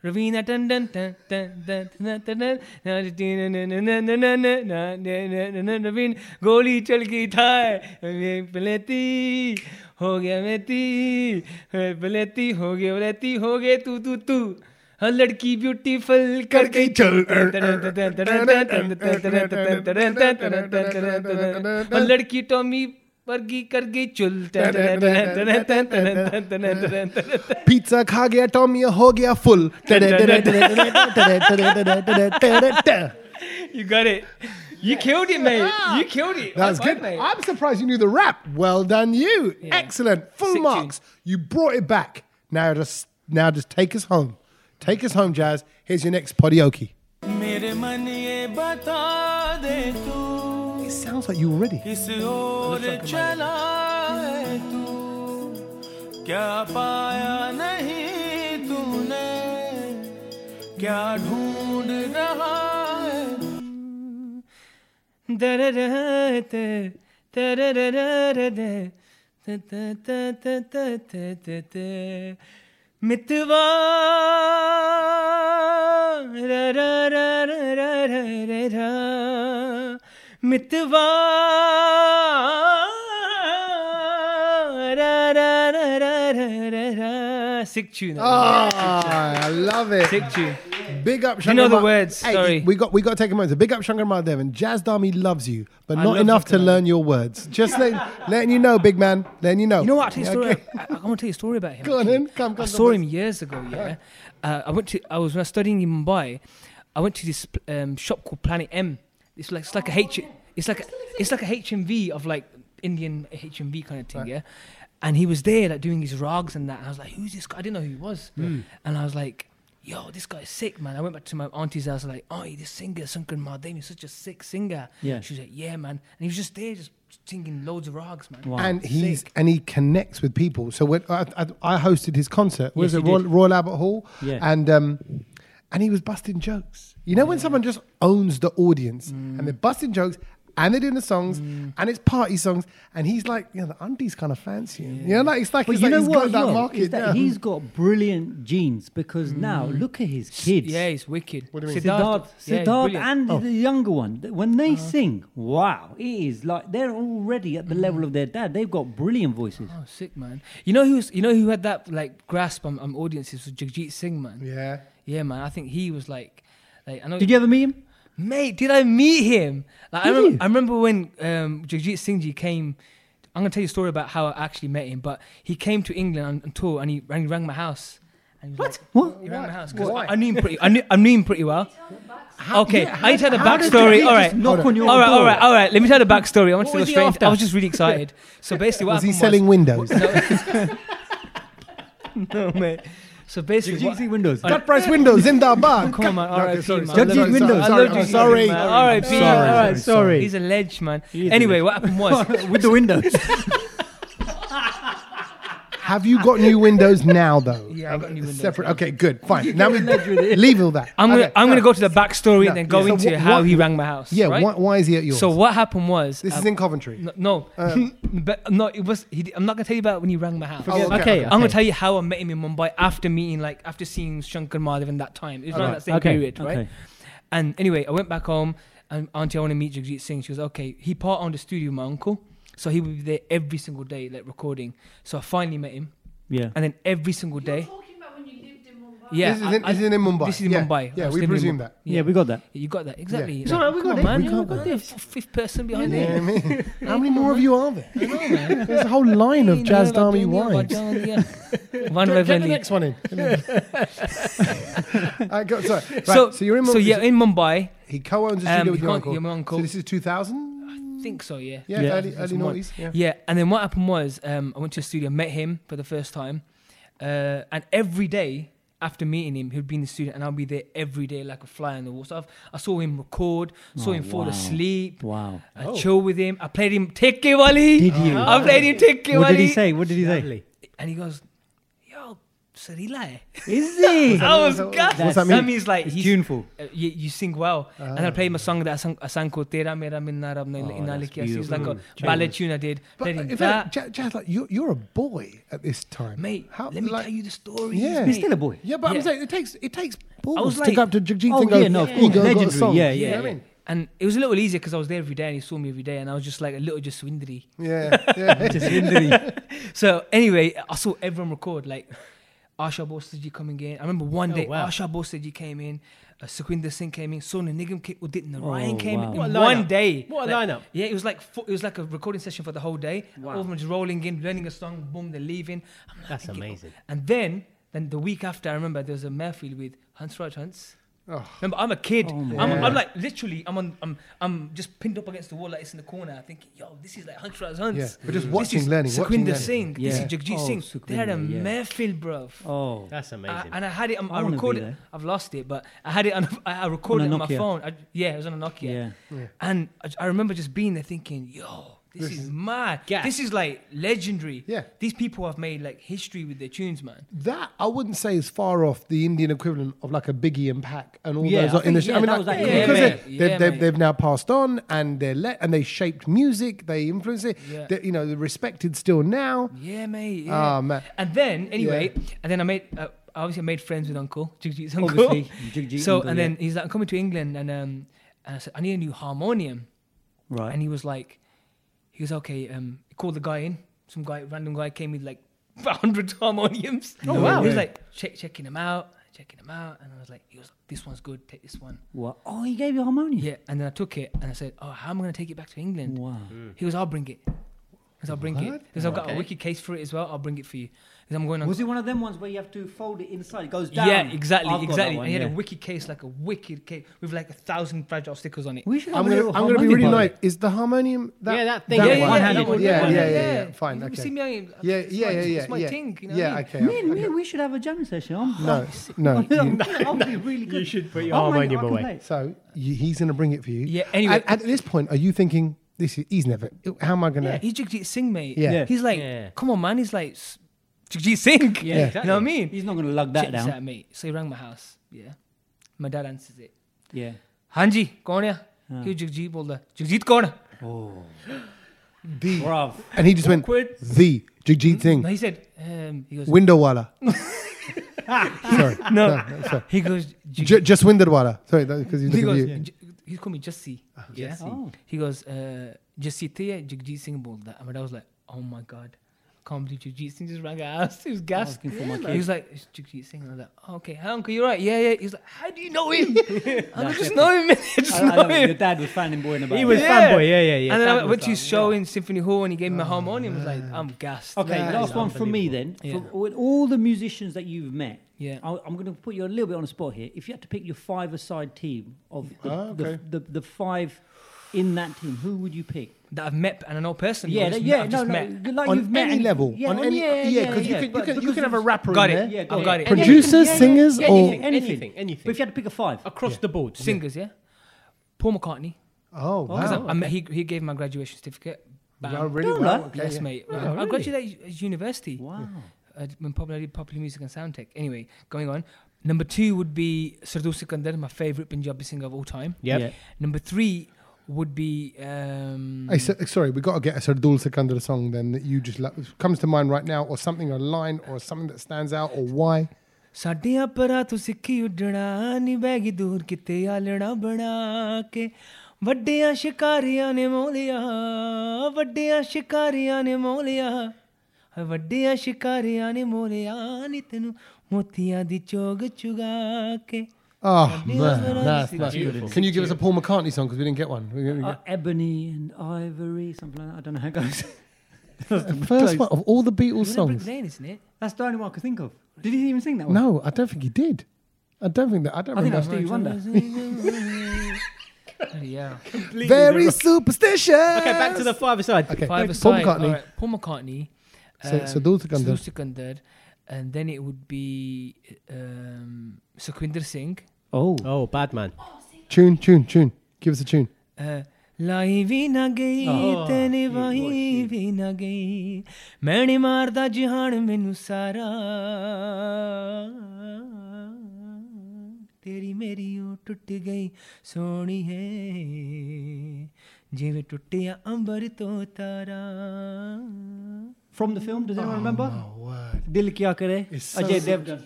Speaker 2: Ravina dun dun dun dun dun dun dun dun Ravina गोली चल गई था पलेती हो गया मेती पलेती हो गया पलेती हो गए तू तू तू हर लड़की ब्यूटीफुल कर गई चल हर लड़की टॉमी वर्गी कर गई चुल
Speaker 1: Pizza खा गया Tommy हो गया full.
Speaker 2: You got it. You killed it, mate. You killed it.
Speaker 1: That's
Speaker 2: High
Speaker 1: good.
Speaker 2: five, mate.
Speaker 1: I'm surprised you knew the rap. Well done, you. Excellent. Full
Speaker 2: Sick
Speaker 1: marks. You brought it back. Now just now just take us home. Take us home, Jazz. Here's your next podioki.
Speaker 7: मेरे मन ये बता दे तू
Speaker 1: It sounds like you already.
Speaker 7: किस ओर चला है तू क्या पाया नहीं तूने
Speaker 6: क्या ढूंढ रहा है दररते, तररररदे, त- त- त- त- त- त- त- त- मितवा रररररररा, मितवा रररररररा. Sick tune. that one.
Speaker 1: Ah, I love it.
Speaker 6: Sick tune.
Speaker 1: Big up, Shankar.
Speaker 6: know the
Speaker 1: Ma-
Speaker 6: words,
Speaker 1: Hey,
Speaker 6: sorry.
Speaker 1: we got we got to take a moment. So big up, Shankar Mahadev and Jazz Dami loves you, but
Speaker 6: I
Speaker 1: not
Speaker 6: love
Speaker 1: enough to
Speaker 6: Shankar
Speaker 1: learn your words. Just letting, letting you know, big man. Letting you know.
Speaker 6: You know what? I, tell you a
Speaker 1: Okay.
Speaker 6: story, I, I want to tell you a story about him.
Speaker 1: Go on
Speaker 6: actually.
Speaker 1: then. Come, come,
Speaker 6: I
Speaker 1: come,
Speaker 6: saw him
Speaker 1: please. Uh-huh.
Speaker 6: years ago. Yeah, uh, I went to. I was when I was studying in Mumbai. I went to this um, shop called Planet M. It's like it's like a H. It's like a, it's like a HMV of like Indian HMV kind of thing. Yeah, and he was there like doing his rags and that. And I was like, who's this guy? I didn't know who he was.
Speaker 1: Hmm.
Speaker 6: And I was like. Yo, this guy's sick, man. I went back to my auntie's house, like, oh, this singer, Sunken Mahadevia, is such a sick singer.
Speaker 5: Yeah.
Speaker 6: She was like, yeah, man. And he was just there, just singing loads of rags, man.
Speaker 1: and he's
Speaker 6: Sick.
Speaker 1: and he connects with people. So when I, I, I hosted his concert, was
Speaker 5: Yes,
Speaker 1: it
Speaker 5: you
Speaker 1: Royal,
Speaker 5: did.
Speaker 1: Royal Albert Hall?
Speaker 5: Yeah.
Speaker 1: And um, and he was busting jokes. You know when someone just owns the audience and they're busting jokes and they're doing the songs and it's party songs and he's like, you know, the aunties kind of fancy him. You know, like it's like,
Speaker 5: But
Speaker 1: it's
Speaker 5: you
Speaker 1: like
Speaker 5: know
Speaker 1: he's
Speaker 5: what?
Speaker 1: got
Speaker 5: as
Speaker 1: that
Speaker 5: well,
Speaker 1: market.
Speaker 5: is that
Speaker 1: yeah.
Speaker 5: He's got brilliant genes because now look at his kids.
Speaker 6: Yeah, he's wicked. What
Speaker 1: do you mean?
Speaker 5: Siddharth,
Speaker 6: yeah,
Speaker 5: Siddharth
Speaker 6: brilliant. Uh-huh.
Speaker 5: and
Speaker 1: Oh.
Speaker 5: the younger one, th- when they sing, wow, it is like they're already at the
Speaker 6: Mm-hmm.
Speaker 5: level of their dad. They've got brilliant voices.
Speaker 6: Oh, sick man! You know who's you know who had that like grasp on, on audiences was Jagjit Singh man.
Speaker 1: yeah.
Speaker 6: yeah, man. I think he was like, like I know.
Speaker 5: Did you ever meet him?
Speaker 6: mate? Did I meet him? Like I,
Speaker 5: Did
Speaker 6: remember,
Speaker 5: you?
Speaker 6: I remember when um, Jagjit Singh ji came. I'm gonna tell you a story about how I actually met him, but he came to England on, on tour and he, rang- he rang my house. And he was
Speaker 5: What?
Speaker 6: Like,
Speaker 5: What?
Speaker 6: he rang my house 'cause
Speaker 1: Why?
Speaker 6: I, I knew him pretty. I knew, I knew him pretty well. okay,
Speaker 1: yeah,
Speaker 6: I need to tell the
Speaker 1: how did
Speaker 6: backstory.
Speaker 1: Jagjit
Speaker 6: All right,
Speaker 5: just knock Hold on. on your
Speaker 6: all right, all
Speaker 5: door?
Speaker 6: right, all right. Let me tell the backstory. I want
Speaker 5: What
Speaker 6: to
Speaker 5: was he
Speaker 6: illustrate.
Speaker 5: after?
Speaker 6: I was just really excited. So basically,
Speaker 1: Was
Speaker 6: what
Speaker 1: he
Speaker 6: happened was-
Speaker 1: selling windows?
Speaker 6: no, mate. So basically, what,
Speaker 5: Windows.
Speaker 1: Cut price windows, Zindabad.
Speaker 6: come on,
Speaker 1: Okay,
Speaker 6: man. RIP,
Speaker 1: sorry,
Speaker 6: man.
Speaker 1: sorry,
Speaker 5: Judge
Speaker 1: sorry,
Speaker 5: Windows.
Speaker 1: Sorry,
Speaker 5: I
Speaker 1: I'm
Speaker 5: love Judge
Speaker 1: sorry.
Speaker 5: Windows.
Speaker 1: Sorry,
Speaker 6: RIP. all right,
Speaker 1: sorry,
Speaker 6: sorry.
Speaker 1: sorry.
Speaker 6: He's a ledge, man.
Speaker 5: is a
Speaker 6: Anyway, what happened was
Speaker 5: With the windows.
Speaker 1: Have you got new windows now, though?
Speaker 6: Yeah, I've got new windows,
Speaker 1: Separate.
Speaker 6: yeah.
Speaker 1: Okay, good. Fine. Now we leave all that.
Speaker 6: I'm gonna
Speaker 1: Okay,
Speaker 6: I'm gonna
Speaker 1: no.
Speaker 6: go to the backstory and then go
Speaker 1: So
Speaker 6: into
Speaker 1: what-
Speaker 6: how
Speaker 1: what-
Speaker 6: he rang my house.
Speaker 1: Yeah,
Speaker 6: right?
Speaker 1: why, why is he at yours?
Speaker 6: So what happened was
Speaker 1: This
Speaker 6: uh,
Speaker 1: is in Coventry. Oh,
Speaker 6: no, no, but no, it was. He, di- I'm not gonna tell you about when he rang my house.
Speaker 1: Oh,
Speaker 3: Okay,
Speaker 6: I'm gonna tell you how I met him in Mumbai after meeting, like after seeing Shankar Madhav in that time. It was around that same
Speaker 3: Okay.
Speaker 6: period, right?
Speaker 5: Okay.
Speaker 6: And anyway, I went back home, and Auntie, I want to meet Jagjit Singh. She was okay. He part owned the studio with my uncle, so he would be there every single day, like recording. So I finally met him,
Speaker 5: yeah.
Speaker 6: and then every single day. Yeah,
Speaker 1: This is,
Speaker 6: I-
Speaker 1: in,
Speaker 6: I-
Speaker 1: this is in Mumbai.
Speaker 6: This is in
Speaker 1: yeah.
Speaker 6: Mumbai. I
Speaker 1: Yeah,
Speaker 6: was
Speaker 1: we
Speaker 6: living in
Speaker 1: presume
Speaker 6: Mumbai.
Speaker 1: that.
Speaker 5: Yeah, we got that.
Speaker 6: You got that exactly.
Speaker 1: Yeah.
Speaker 6: It's alright, we got it. Man,
Speaker 1: We
Speaker 6: we
Speaker 1: got
Speaker 6: got this fifth person behind
Speaker 1: You know what I
Speaker 6: there.
Speaker 1: mean? How many more of you are there? There's a whole line of Jazz Dami wines.
Speaker 6: One
Speaker 1: Get
Speaker 6: life
Speaker 1: the
Speaker 6: only.
Speaker 1: next one in. I got- sorry. Right,
Speaker 6: So,
Speaker 1: so, you're in Mumbai.
Speaker 6: So yeah, in Mumbai,
Speaker 1: he co-owns a
Speaker 6: Um,
Speaker 1: studio
Speaker 6: he
Speaker 1: with your
Speaker 6: co-
Speaker 1: uncle.
Speaker 6: yeah, my uncle.
Speaker 1: So this is 2000.
Speaker 6: I think so. Yeah.
Speaker 1: Yeah,
Speaker 5: Yeah.
Speaker 1: early, early
Speaker 6: 2001.
Speaker 1: noughties. Yeah.
Speaker 6: Yeah, and then what happened was um, I went to a studio, met him for the first time, uh, and every day after meeting him, he'd be in the studio, and I'd be there every day like a fly on the wall. So I've, I saw him record, saw
Speaker 5: Oh,
Speaker 6: him fall
Speaker 5: wow.
Speaker 6: asleep.
Speaker 5: Wow.
Speaker 6: I
Speaker 1: Oh.
Speaker 6: chill with him. I played him Tekke Wali.
Speaker 5: Did you?
Speaker 6: I played him Tekke
Speaker 5: What
Speaker 6: Wali.
Speaker 5: did he say? What did he say?
Speaker 6: And he goes, "Yo, Sarila." hai."
Speaker 5: Is he?
Speaker 6: I was
Speaker 1: What's
Speaker 6: gassed.
Speaker 1: that mean?
Speaker 6: That means like
Speaker 5: It's
Speaker 6: he's-
Speaker 5: tuneful.
Speaker 6: uh, you, you sing well. and
Speaker 1: Ah.
Speaker 6: I played my song that I sang, I sang called Tera Mera Minna Rab
Speaker 5: Oh, that's
Speaker 6: It's like a
Speaker 5: beautiful.
Speaker 6: ballad tune I did.
Speaker 1: But
Speaker 6: Played him
Speaker 1: in
Speaker 6: that.
Speaker 1: fact, Ja- Jazz, like, you're, you're a boy at this time,
Speaker 6: Mate,
Speaker 1: How-
Speaker 6: let me
Speaker 1: like-
Speaker 6: tell you the story.
Speaker 1: Yeah.
Speaker 5: He's still a boy.
Speaker 1: Yeah, but
Speaker 6: Yeah.
Speaker 1: I'm saying it takes it takes balls
Speaker 6: was
Speaker 1: to
Speaker 6: like-
Speaker 1: go up to Jagjit
Speaker 5: Oh,
Speaker 1: and go,
Speaker 5: yeah, no, of
Speaker 1: "Hey,
Speaker 5: course.
Speaker 1: go- got a
Speaker 5: Legendary.
Speaker 1: song."
Speaker 5: Yeah,
Speaker 1: You
Speaker 5: yeah,
Speaker 1: know what I mean?
Speaker 6: And it was a little easier because I was there every day and he saw me every day, and I was just like a little just swindly.
Speaker 1: Yeah, yeah.
Speaker 6: So anyway, I saw everyone record like Asha Bosaji coming in. I remember one day
Speaker 3: Oh, wow.
Speaker 6: Asha Bosaji came in, uh, Sukhwinder Singh came in, Sona Nigam came, Udit
Speaker 5: Oh,
Speaker 6: Narayan came
Speaker 5: wow.
Speaker 6: in.
Speaker 3: What
Speaker 6: in
Speaker 3: a
Speaker 6: one
Speaker 3: lineup.
Speaker 6: day.
Speaker 3: What a
Speaker 6: Like,
Speaker 3: lineup.
Speaker 6: Yeah, it was like fo- it was like a recording session for the whole day. Wow. All of them just rolling in, learning a song. Boom, they're leaving. I'm like,
Speaker 3: That's
Speaker 6: thinking,
Speaker 3: amazing.
Speaker 6: And then, then the week after, I remember there was a Merfield with Hans Raj Hans.
Speaker 1: Oh.
Speaker 6: Remember, I'm a kid.
Speaker 5: my
Speaker 6: I'm,
Speaker 1: God.
Speaker 6: I'm like literally, I'm on, I'm, I'm just pinned up against the wall, like it's in the corner, thinking, yo, this is like Hans Raj Hans.
Speaker 1: Yeah, but just
Speaker 6: This
Speaker 1: watching,
Speaker 6: is
Speaker 1: learning, watching,
Speaker 6: Sukhwinder
Speaker 1: learning.
Speaker 6: Singh, this
Speaker 5: Yeah.
Speaker 6: is Jagjit
Speaker 5: Oh,
Speaker 6: Singh. they had a
Speaker 5: Sukhwinder, yeah.
Speaker 6: Merfield, bro.
Speaker 5: Oh.
Speaker 3: That's
Speaker 6: I-
Speaker 3: amazing.
Speaker 6: and I had it.
Speaker 5: I
Speaker 6: On, I,
Speaker 5: wanna be
Speaker 6: recorded.
Speaker 5: there.
Speaker 6: I've lost it, but I had it. On, I I recorded
Speaker 5: On a
Speaker 6: it on my
Speaker 5: Nokia.
Speaker 6: phone. I, yeah, it was on a Nokia.
Speaker 5: Yeah.
Speaker 6: And I, I remember just being there, thinking, "Yo, This, is mad.
Speaker 3: gas.
Speaker 6: This is like legendary.
Speaker 1: Yeah.
Speaker 6: These people have made like history with their tunes, man.
Speaker 1: That I wouldn't say is far off the Indian equivalent of like a Biggie and Pac and all
Speaker 5: Yeah, I
Speaker 1: those. in
Speaker 5: think,
Speaker 1: the sh-
Speaker 5: yeah,
Speaker 1: I mean,
Speaker 5: that
Speaker 1: like,
Speaker 5: was like-
Speaker 6: Yeah,
Speaker 1: because
Speaker 6: mate.
Speaker 1: they,
Speaker 6: Yeah,
Speaker 1: have they've,
Speaker 6: mate.
Speaker 1: they've now passed on and they're let and they shaped music. They influence it.
Speaker 6: Yeah.
Speaker 1: They're, you know, they're respected still now.
Speaker 6: Yeah, mate. Yeah.
Speaker 1: Ah, man.
Speaker 6: And then, anyway, and then I made, uh, obviously, I made friends with Uncle Jigji's uncle.
Speaker 5: Obviously, Jigji,
Speaker 6: so,
Speaker 5: uncle,
Speaker 6: and
Speaker 5: yeah.
Speaker 6: then he's like, I'm coming to England, and um, and I said, I need a new harmonium,
Speaker 5: Right.
Speaker 6: and he was like, he was okay. Um, he called the guy in. Some guy, random guy, came with like hundred harmoniums. Oh
Speaker 1: wow.
Speaker 6: He was like check, checking them out, checking them out, and I was like, he was like, this one's good, take this one.
Speaker 5: what? Oh, he gave you harmonium.
Speaker 6: Yeah, and then I took it and I said, "Oh, how am I going to take it back to England?"
Speaker 5: Wow.
Speaker 6: He was, "I'll bring it." Because I'll bring it. Because I've got a wicked case for it as well. I'll bring it for you. 'Cause I'm going on.
Speaker 5: Was it one of them ones where you have to fold it inside? It goes down.
Speaker 6: yeah, exactly,
Speaker 5: I've got that
Speaker 6: exactly.
Speaker 5: one,
Speaker 6: and he had
Speaker 5: yeah.
Speaker 6: a wicked case, like a wicked case with like a thousand fragile stickers on it.
Speaker 5: We should have
Speaker 1: I'm
Speaker 5: a
Speaker 1: gonna,
Speaker 5: little
Speaker 1: I'm gonna be
Speaker 5: harmonium
Speaker 1: really
Speaker 5: bar.
Speaker 1: nice. Is the harmonium that
Speaker 3: Yeah, that thing,
Speaker 1: That
Speaker 3: yeah, yeah,
Speaker 1: one?
Speaker 5: yeah, that one,
Speaker 1: yeah,
Speaker 5: that
Speaker 1: yeah,
Speaker 5: one,
Speaker 1: yeah, yeah. Fine.
Speaker 6: You
Speaker 1: Okay.
Speaker 6: see me? I-
Speaker 1: yeah,
Speaker 6: it's
Speaker 1: yeah,
Speaker 6: my-
Speaker 1: yeah, yeah.
Speaker 6: It's my
Speaker 1: yeah.
Speaker 6: thing. You know
Speaker 1: yeah,
Speaker 6: what I mean?
Speaker 1: okay.
Speaker 5: Me and me, we should have a jam session. I'm
Speaker 1: No, no.
Speaker 5: I'll
Speaker 1: you-
Speaker 5: be really good. Oh You should
Speaker 3: put your harmonium away.
Speaker 1: so you, he's gonna bring it for you.
Speaker 6: Yeah, anyway.
Speaker 1: And- and at this point, are you thinking this is he's never? How am I gonna?
Speaker 6: Yeah, he's Jigjeet Singh, mate.
Speaker 1: Yeah. Yeah.
Speaker 6: He's like,
Speaker 3: Yeah.
Speaker 6: come on, man. He's like, "S- Jigjeet Singh. Yeah, You know what I mean?
Speaker 5: He's not going to lug that
Speaker 6: Check this
Speaker 5: down.
Speaker 6: out, mate. So he rang my house. Yeah. My dad answers it.
Speaker 5: Yeah.
Speaker 6: ਹਾਂਜੀ ਕੌਣ ਆ ਕਿ ਜਗਜੀਤ ਬੋਲਦਾ ਜਗਜੀਤ ਕੌਣ
Speaker 1: The
Speaker 5: Bruv.
Speaker 1: and he just went the Jigjeet
Speaker 6: No,
Speaker 1: thing
Speaker 6: he said um, he goes
Speaker 1: window wala. sorry,
Speaker 6: no
Speaker 1: sorry.
Speaker 6: he goes Jig-
Speaker 1: J- just window wala. Sorry, because he's
Speaker 6: he
Speaker 1: looking
Speaker 6: goes
Speaker 1: at you.
Speaker 6: J- he's called me Jussie yeah
Speaker 5: Oh.
Speaker 6: he goes uh, Jussie ਤੇ ਹੈ ਜਗਜੀਤ ਸਿੰਘ ਬੋਲਦਾ and I was like oh my god I can't believe Jigjeet Singh just rang our house he was gassed
Speaker 5: Asking for my
Speaker 6: he was like it's Jigjeet Singh and I was like oh, okay hi uncle you're right yeah yeah he's like how do you know him I'm like, just know him man. I just
Speaker 5: I, I
Speaker 6: know
Speaker 5: love it. Your
Speaker 6: him
Speaker 5: dad was fanboying about
Speaker 3: He
Speaker 5: it.
Speaker 3: was fanboy, yeah, yeah, yeah.
Speaker 6: and then I
Speaker 3: Fanboy
Speaker 6: went to his
Speaker 3: style,
Speaker 6: show in Symphony Hall and he gave me a harmonium I was like I'm gassed
Speaker 5: Oh, Okay, last one from me then. From all- all the musicians that you've met,
Speaker 6: Yeah.
Speaker 5: I, I'm going to put you a little bit on the spot here. If you had to pick your five-a-side team of the,
Speaker 1: Ah, okay.
Speaker 5: the, the, the five in that team, who would you pick?
Speaker 6: that I've met and I know personally.
Speaker 5: Yeah,
Speaker 6: or just
Speaker 5: yeah,
Speaker 6: met- I've
Speaker 5: no,
Speaker 6: just
Speaker 5: no,
Speaker 6: met.
Speaker 5: good, like you've
Speaker 1: On
Speaker 5: met
Speaker 1: any
Speaker 5: and-
Speaker 1: level,
Speaker 5: yeah,
Speaker 1: on
Speaker 5: on-
Speaker 1: any,
Speaker 5: yeah,
Speaker 1: yeah,
Speaker 5: yeah,
Speaker 1: because
Speaker 5: yeah,
Speaker 1: you can,
Speaker 5: but
Speaker 1: you can, you
Speaker 5: because
Speaker 1: can have a
Speaker 5: it's-
Speaker 1: rapper
Speaker 6: Got
Speaker 1: in there.
Speaker 6: it.
Speaker 5: Yeah, got
Speaker 6: got
Speaker 5: it.
Speaker 6: it.
Speaker 1: Producers, singers,
Speaker 5: yeah,
Speaker 1: or-
Speaker 5: anything, anything,
Speaker 3: Anything, anything.
Speaker 5: But if you had to pick a five,
Speaker 3: Across the board.
Speaker 6: singers, yeah. Paul McCartney.
Speaker 1: Oh wow!
Speaker 6: 'Cause I- I met- he, he gave my graduation certificate. Bam.
Speaker 1: Wow, really?
Speaker 5: Don't
Speaker 1: Wow,
Speaker 5: lie.
Speaker 1: okay,
Speaker 6: Yes,
Speaker 1: yeah.
Speaker 6: mate. I- I graduated at uh, university.
Speaker 5: wow,
Speaker 6: Uh, when popular, I did popular music and sound tech. Anyway, going on. Number two would be Sardu Sikandar, my favorite Punjabi singer of all time.
Speaker 3: Yep.
Speaker 5: Yeah.
Speaker 6: Number three would be. Um,
Speaker 1: Hey, so- sorry, we got to get a Sardul Sikandar song then that you just lo- comes to mind right now, or something, a line, or something that stands out, or why.
Speaker 6: ਸਾਡੀਆਂ ਪਰਾਂ ਤੋਂ ਸਿੱਖੀ ਉੱਡਣਾ ਨੀ ਬੈਗੀ ਦੂਰ ਕਿਤੇ ਆਲਣਾ ਬਣਾ ਕੇ ਵੱਡਿਆਂ ਸ਼ਿਕਾਰੀਆਂ ਨੇ ਮੋਲਿਆ ਵੱਡਿਆਂ ਸ਼ਿਕਾਰੀਆਂ ਨੇ ਮੋਲਿਆ ਹਾਏ ਵੱਡਿਆਂ ਸ਼ਿਕਾਰੀਆਂ ਨੇ ਮੋਲਿਆ ਨੀ ਤੈਨੂੰ ਮੋਤੀਆਂ ਦੀ ਚੋਗ ਚੁਗਾ ਕੇ
Speaker 1: Oh
Speaker 6: Yeah,
Speaker 1: man,
Speaker 6: that's
Speaker 1: that's,
Speaker 6: what I
Speaker 1: that's
Speaker 6: was
Speaker 1: good. Can you give us a Paul McCartney song because we didn't get one? We didn't
Speaker 5: uh,
Speaker 1: get-
Speaker 5: ebony and ivory, something like that. I don't know how it goes. Uh,
Speaker 1: the first one of all the Beatles
Speaker 6: ਉਹਨਾਂ brick
Speaker 1: songs.
Speaker 6: Lane isn't it
Speaker 5: That's the only one I could think of. Did he even sing that one?
Speaker 1: No, I don't think he did. I don't think that. I don't
Speaker 5: I think that's
Speaker 1: remember.
Speaker 5: Stevie Wonder.
Speaker 6: yeah
Speaker 1: Very superstitious.
Speaker 3: Okay, back to the five aside.
Speaker 1: Okay,
Speaker 6: five
Speaker 1: Paul
Speaker 6: aside
Speaker 1: McCartney.
Speaker 6: all right, Paul McCartney Um,
Speaker 1: So- Sadhu Sikandar.
Speaker 6: Sadhu Sikandar, and then it would be um, Sukhwinder Singh
Speaker 5: Oh,
Speaker 3: Oh, bad man.
Speaker 1: Tune, tune, tune. Give us a tune.
Speaker 6: ਅਹ ਲਾਈ ਵੀ ਨਾ ਗਈ ਤੇ ਨਿਭਾਈ ਵੀ ਨਾ ਗਈ ਮੈਂ ਨੀ ਮਾਰਦਾ ਜਹਾਨ ਮੈਨੂੰ ਸਾਰਾ ਤੇਰੀ ਮੇਰੀ ਉਹ ਟੁੱਟ ਗਈ ਸੋਹਣੀ ਹੈ ਜਿਵੇਂ ਟੁੱਟਿਆ ਅੰਬਰ ਤੋਂ ਤਾਰਾ
Speaker 5: from the film, does anyone
Speaker 1: Oh,
Speaker 5: remember? Dil Kya Kare, Oh,
Speaker 1: so
Speaker 5: Ajay Devgan.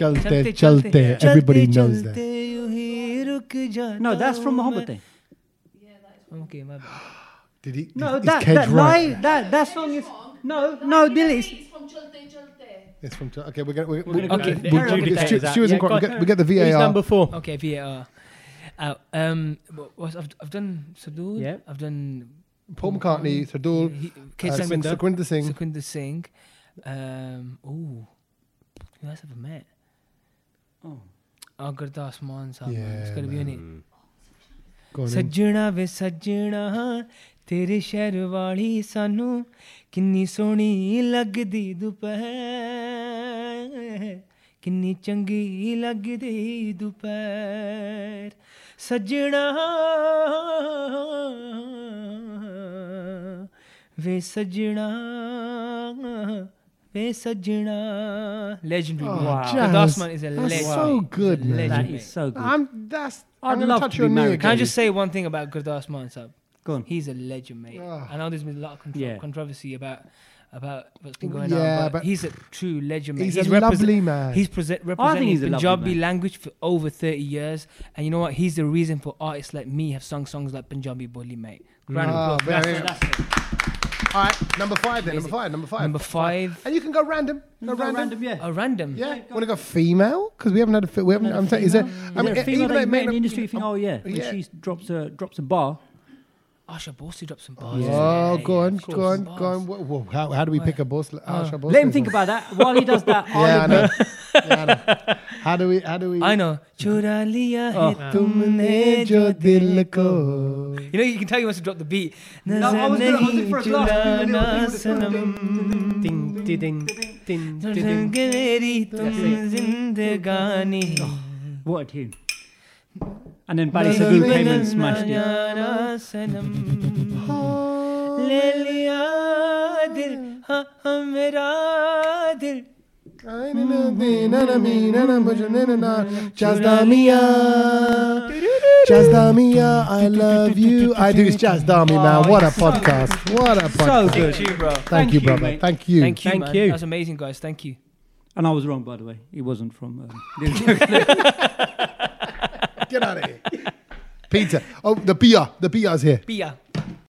Speaker 1: Chalte, chalte.
Speaker 6: ਚਲਤੇ
Speaker 1: Everybody knows
Speaker 6: ਚਲਤੇ
Speaker 1: that.
Speaker 6: ਯੂੰ ਹੀ ਰੁਕ ਜਾਤਾ
Speaker 5: No, that's from
Speaker 6: ਹੂੰ
Speaker 5: Mohammed.
Speaker 6: ਮੈਂ।
Speaker 5: Day.
Speaker 6: Okay, my bad.
Speaker 1: Did he?
Speaker 5: No,
Speaker 1: is
Speaker 5: that
Speaker 1: Kedge
Speaker 5: that,
Speaker 1: right?
Speaker 5: lie- that that song is no no Dil is
Speaker 1: It's from. Okay, we're gonna. We're, we're,
Speaker 6: Okay,
Speaker 1: okay,
Speaker 6: Aaron
Speaker 1: we'll,
Speaker 6: Rodgers
Speaker 1: Stu-
Speaker 3: is out.
Speaker 1: Stu isn't
Speaker 3: Yeah,
Speaker 1: quite. We'll
Speaker 3: go
Speaker 1: get, we get the VAR.
Speaker 3: Who's number four?
Speaker 6: Okay, VAR. Out. Um, what, what, I've, I've done Sadhu.
Speaker 3: Yeah.
Speaker 6: I've done
Speaker 1: Paul
Speaker 5: Mm-hmm.
Speaker 1: McCartney, Sadul,
Speaker 6: He-
Speaker 1: uh,
Speaker 6: Kate Singh,
Speaker 1: Sukhwinder Singh.
Speaker 6: Sukhwinder Singh. Um, ooh, who else have I met? Oh, Gurdas Maan Sahib. man. It's
Speaker 1: Yeah,
Speaker 6: got to be in it.
Speaker 1: Go on in.
Speaker 6: ਸੱਜਣਾ ਵੇ ਸੱਜਣਾ ਤੇਰੇ ਸ਼ਹਿਰ ਵਾਲੀ ਸਾਨੂੰ ਕਿੰਨੀ ਸੋਹਣੀ ਲੱਗਦੀ ਦੁਪਹਿਰ ਕਿੰਨੀ ਚੰਗੀ ਲੱਗਦੀ ਦੁਪਹਿਰ ਸੱਜਣਾ वे सजना वे सजना legendary
Speaker 1: Oh,
Speaker 6: man.
Speaker 1: Jazz.
Speaker 6: the Dasman is a
Speaker 1: That's
Speaker 6: legend
Speaker 1: so
Speaker 6: mate.
Speaker 1: good,
Speaker 6: He's a
Speaker 1: man.
Speaker 6: legend,
Speaker 5: That
Speaker 6: mate.
Speaker 5: is so good.
Speaker 1: I'm that's.
Speaker 5: I'd
Speaker 1: I'm gonna
Speaker 5: love
Speaker 1: touch
Speaker 5: to
Speaker 1: your
Speaker 5: be
Speaker 1: knee
Speaker 5: married.
Speaker 1: again.
Speaker 6: Can I just say one thing about Gurdas Mansab?
Speaker 5: Go on.
Speaker 6: He's a legend, mate.
Speaker 1: Ah.
Speaker 6: I know there's been a lot of contro-
Speaker 5: Yeah.
Speaker 6: controversy about about what's been going
Speaker 1: Yeah,
Speaker 6: on, but,
Speaker 1: but-
Speaker 6: he's a true legend, mate.
Speaker 1: He's a lovely man.
Speaker 6: He's prese- representing
Speaker 5: he's a lovely
Speaker 6: Punjabi
Speaker 5: man.
Speaker 6: language for over 30 years, and you know what? He's the reason for artists like me have sung songs like Punjabi Boli, mate. Round of
Speaker 1: Ah,
Speaker 6: applause.
Speaker 1: very- All right, number five then. Number
Speaker 6: Amazing.
Speaker 1: five. Number five.
Speaker 6: Number five.
Speaker 1: And you can go random. Go, random.
Speaker 5: yeah.
Speaker 6: A random.
Speaker 1: Yeah. Want to go female? Because we haven't had a fi- we haven't. I'm saying, is there? I mean,
Speaker 5: there
Speaker 1: e-
Speaker 5: a female
Speaker 1: even though
Speaker 5: that
Speaker 1: it
Speaker 5: you
Speaker 1: may
Speaker 5: met in
Speaker 1: not-
Speaker 5: the industry you think, oh yeah, when
Speaker 1: Yeah.
Speaker 5: she drops a drops a bar,
Speaker 6: Asha Bosi dropped some
Speaker 1: Oh,
Speaker 6: bars.
Speaker 1: go on,
Speaker 6: Dropped
Speaker 1: go on,
Speaker 6: some
Speaker 1: go
Speaker 6: bars.
Speaker 1: on. Whoa, whoa, How, how do we pick a boss? like Asha boss
Speaker 5: Oh, let him
Speaker 1: level?
Speaker 5: think about that while he does that.
Speaker 1: Yeah, I know. yeah, I know. How do we? How do we?
Speaker 6: I know. चुरा लिया है
Speaker 5: Oh.
Speaker 6: तुमने जो दिल को
Speaker 1: को.
Speaker 6: You know, you can tell he wants to drop the beat.
Speaker 5: No, I was gonna- I was looking for a glass.
Speaker 3: Ding, ding, ding, ding, ding, ding.
Speaker 6: Baby
Speaker 5: What a tune! And then Buddy Sadhu came and smashed it.
Speaker 6: ले लिया दिल हाँ हाँ मेरा दिल
Speaker 1: Jazdamia, Jazdamia, I love you. I do. It's Jazdami, man. What a podcast. What a
Speaker 5: So
Speaker 1: podcast.
Speaker 5: good.
Speaker 6: Thank you, bro.
Speaker 1: Thank you, brother.
Speaker 5: mate.
Speaker 1: Thank you.
Speaker 6: Thank you,
Speaker 5: Thank
Speaker 6: man.
Speaker 5: you.
Speaker 6: That's amazing, guys. Thank you.
Speaker 5: And I was wrong, by the way. It wasn't from. Um,
Speaker 1: Get out of here. Pizza. Oh, the PR. The PR's here.
Speaker 6: Pia.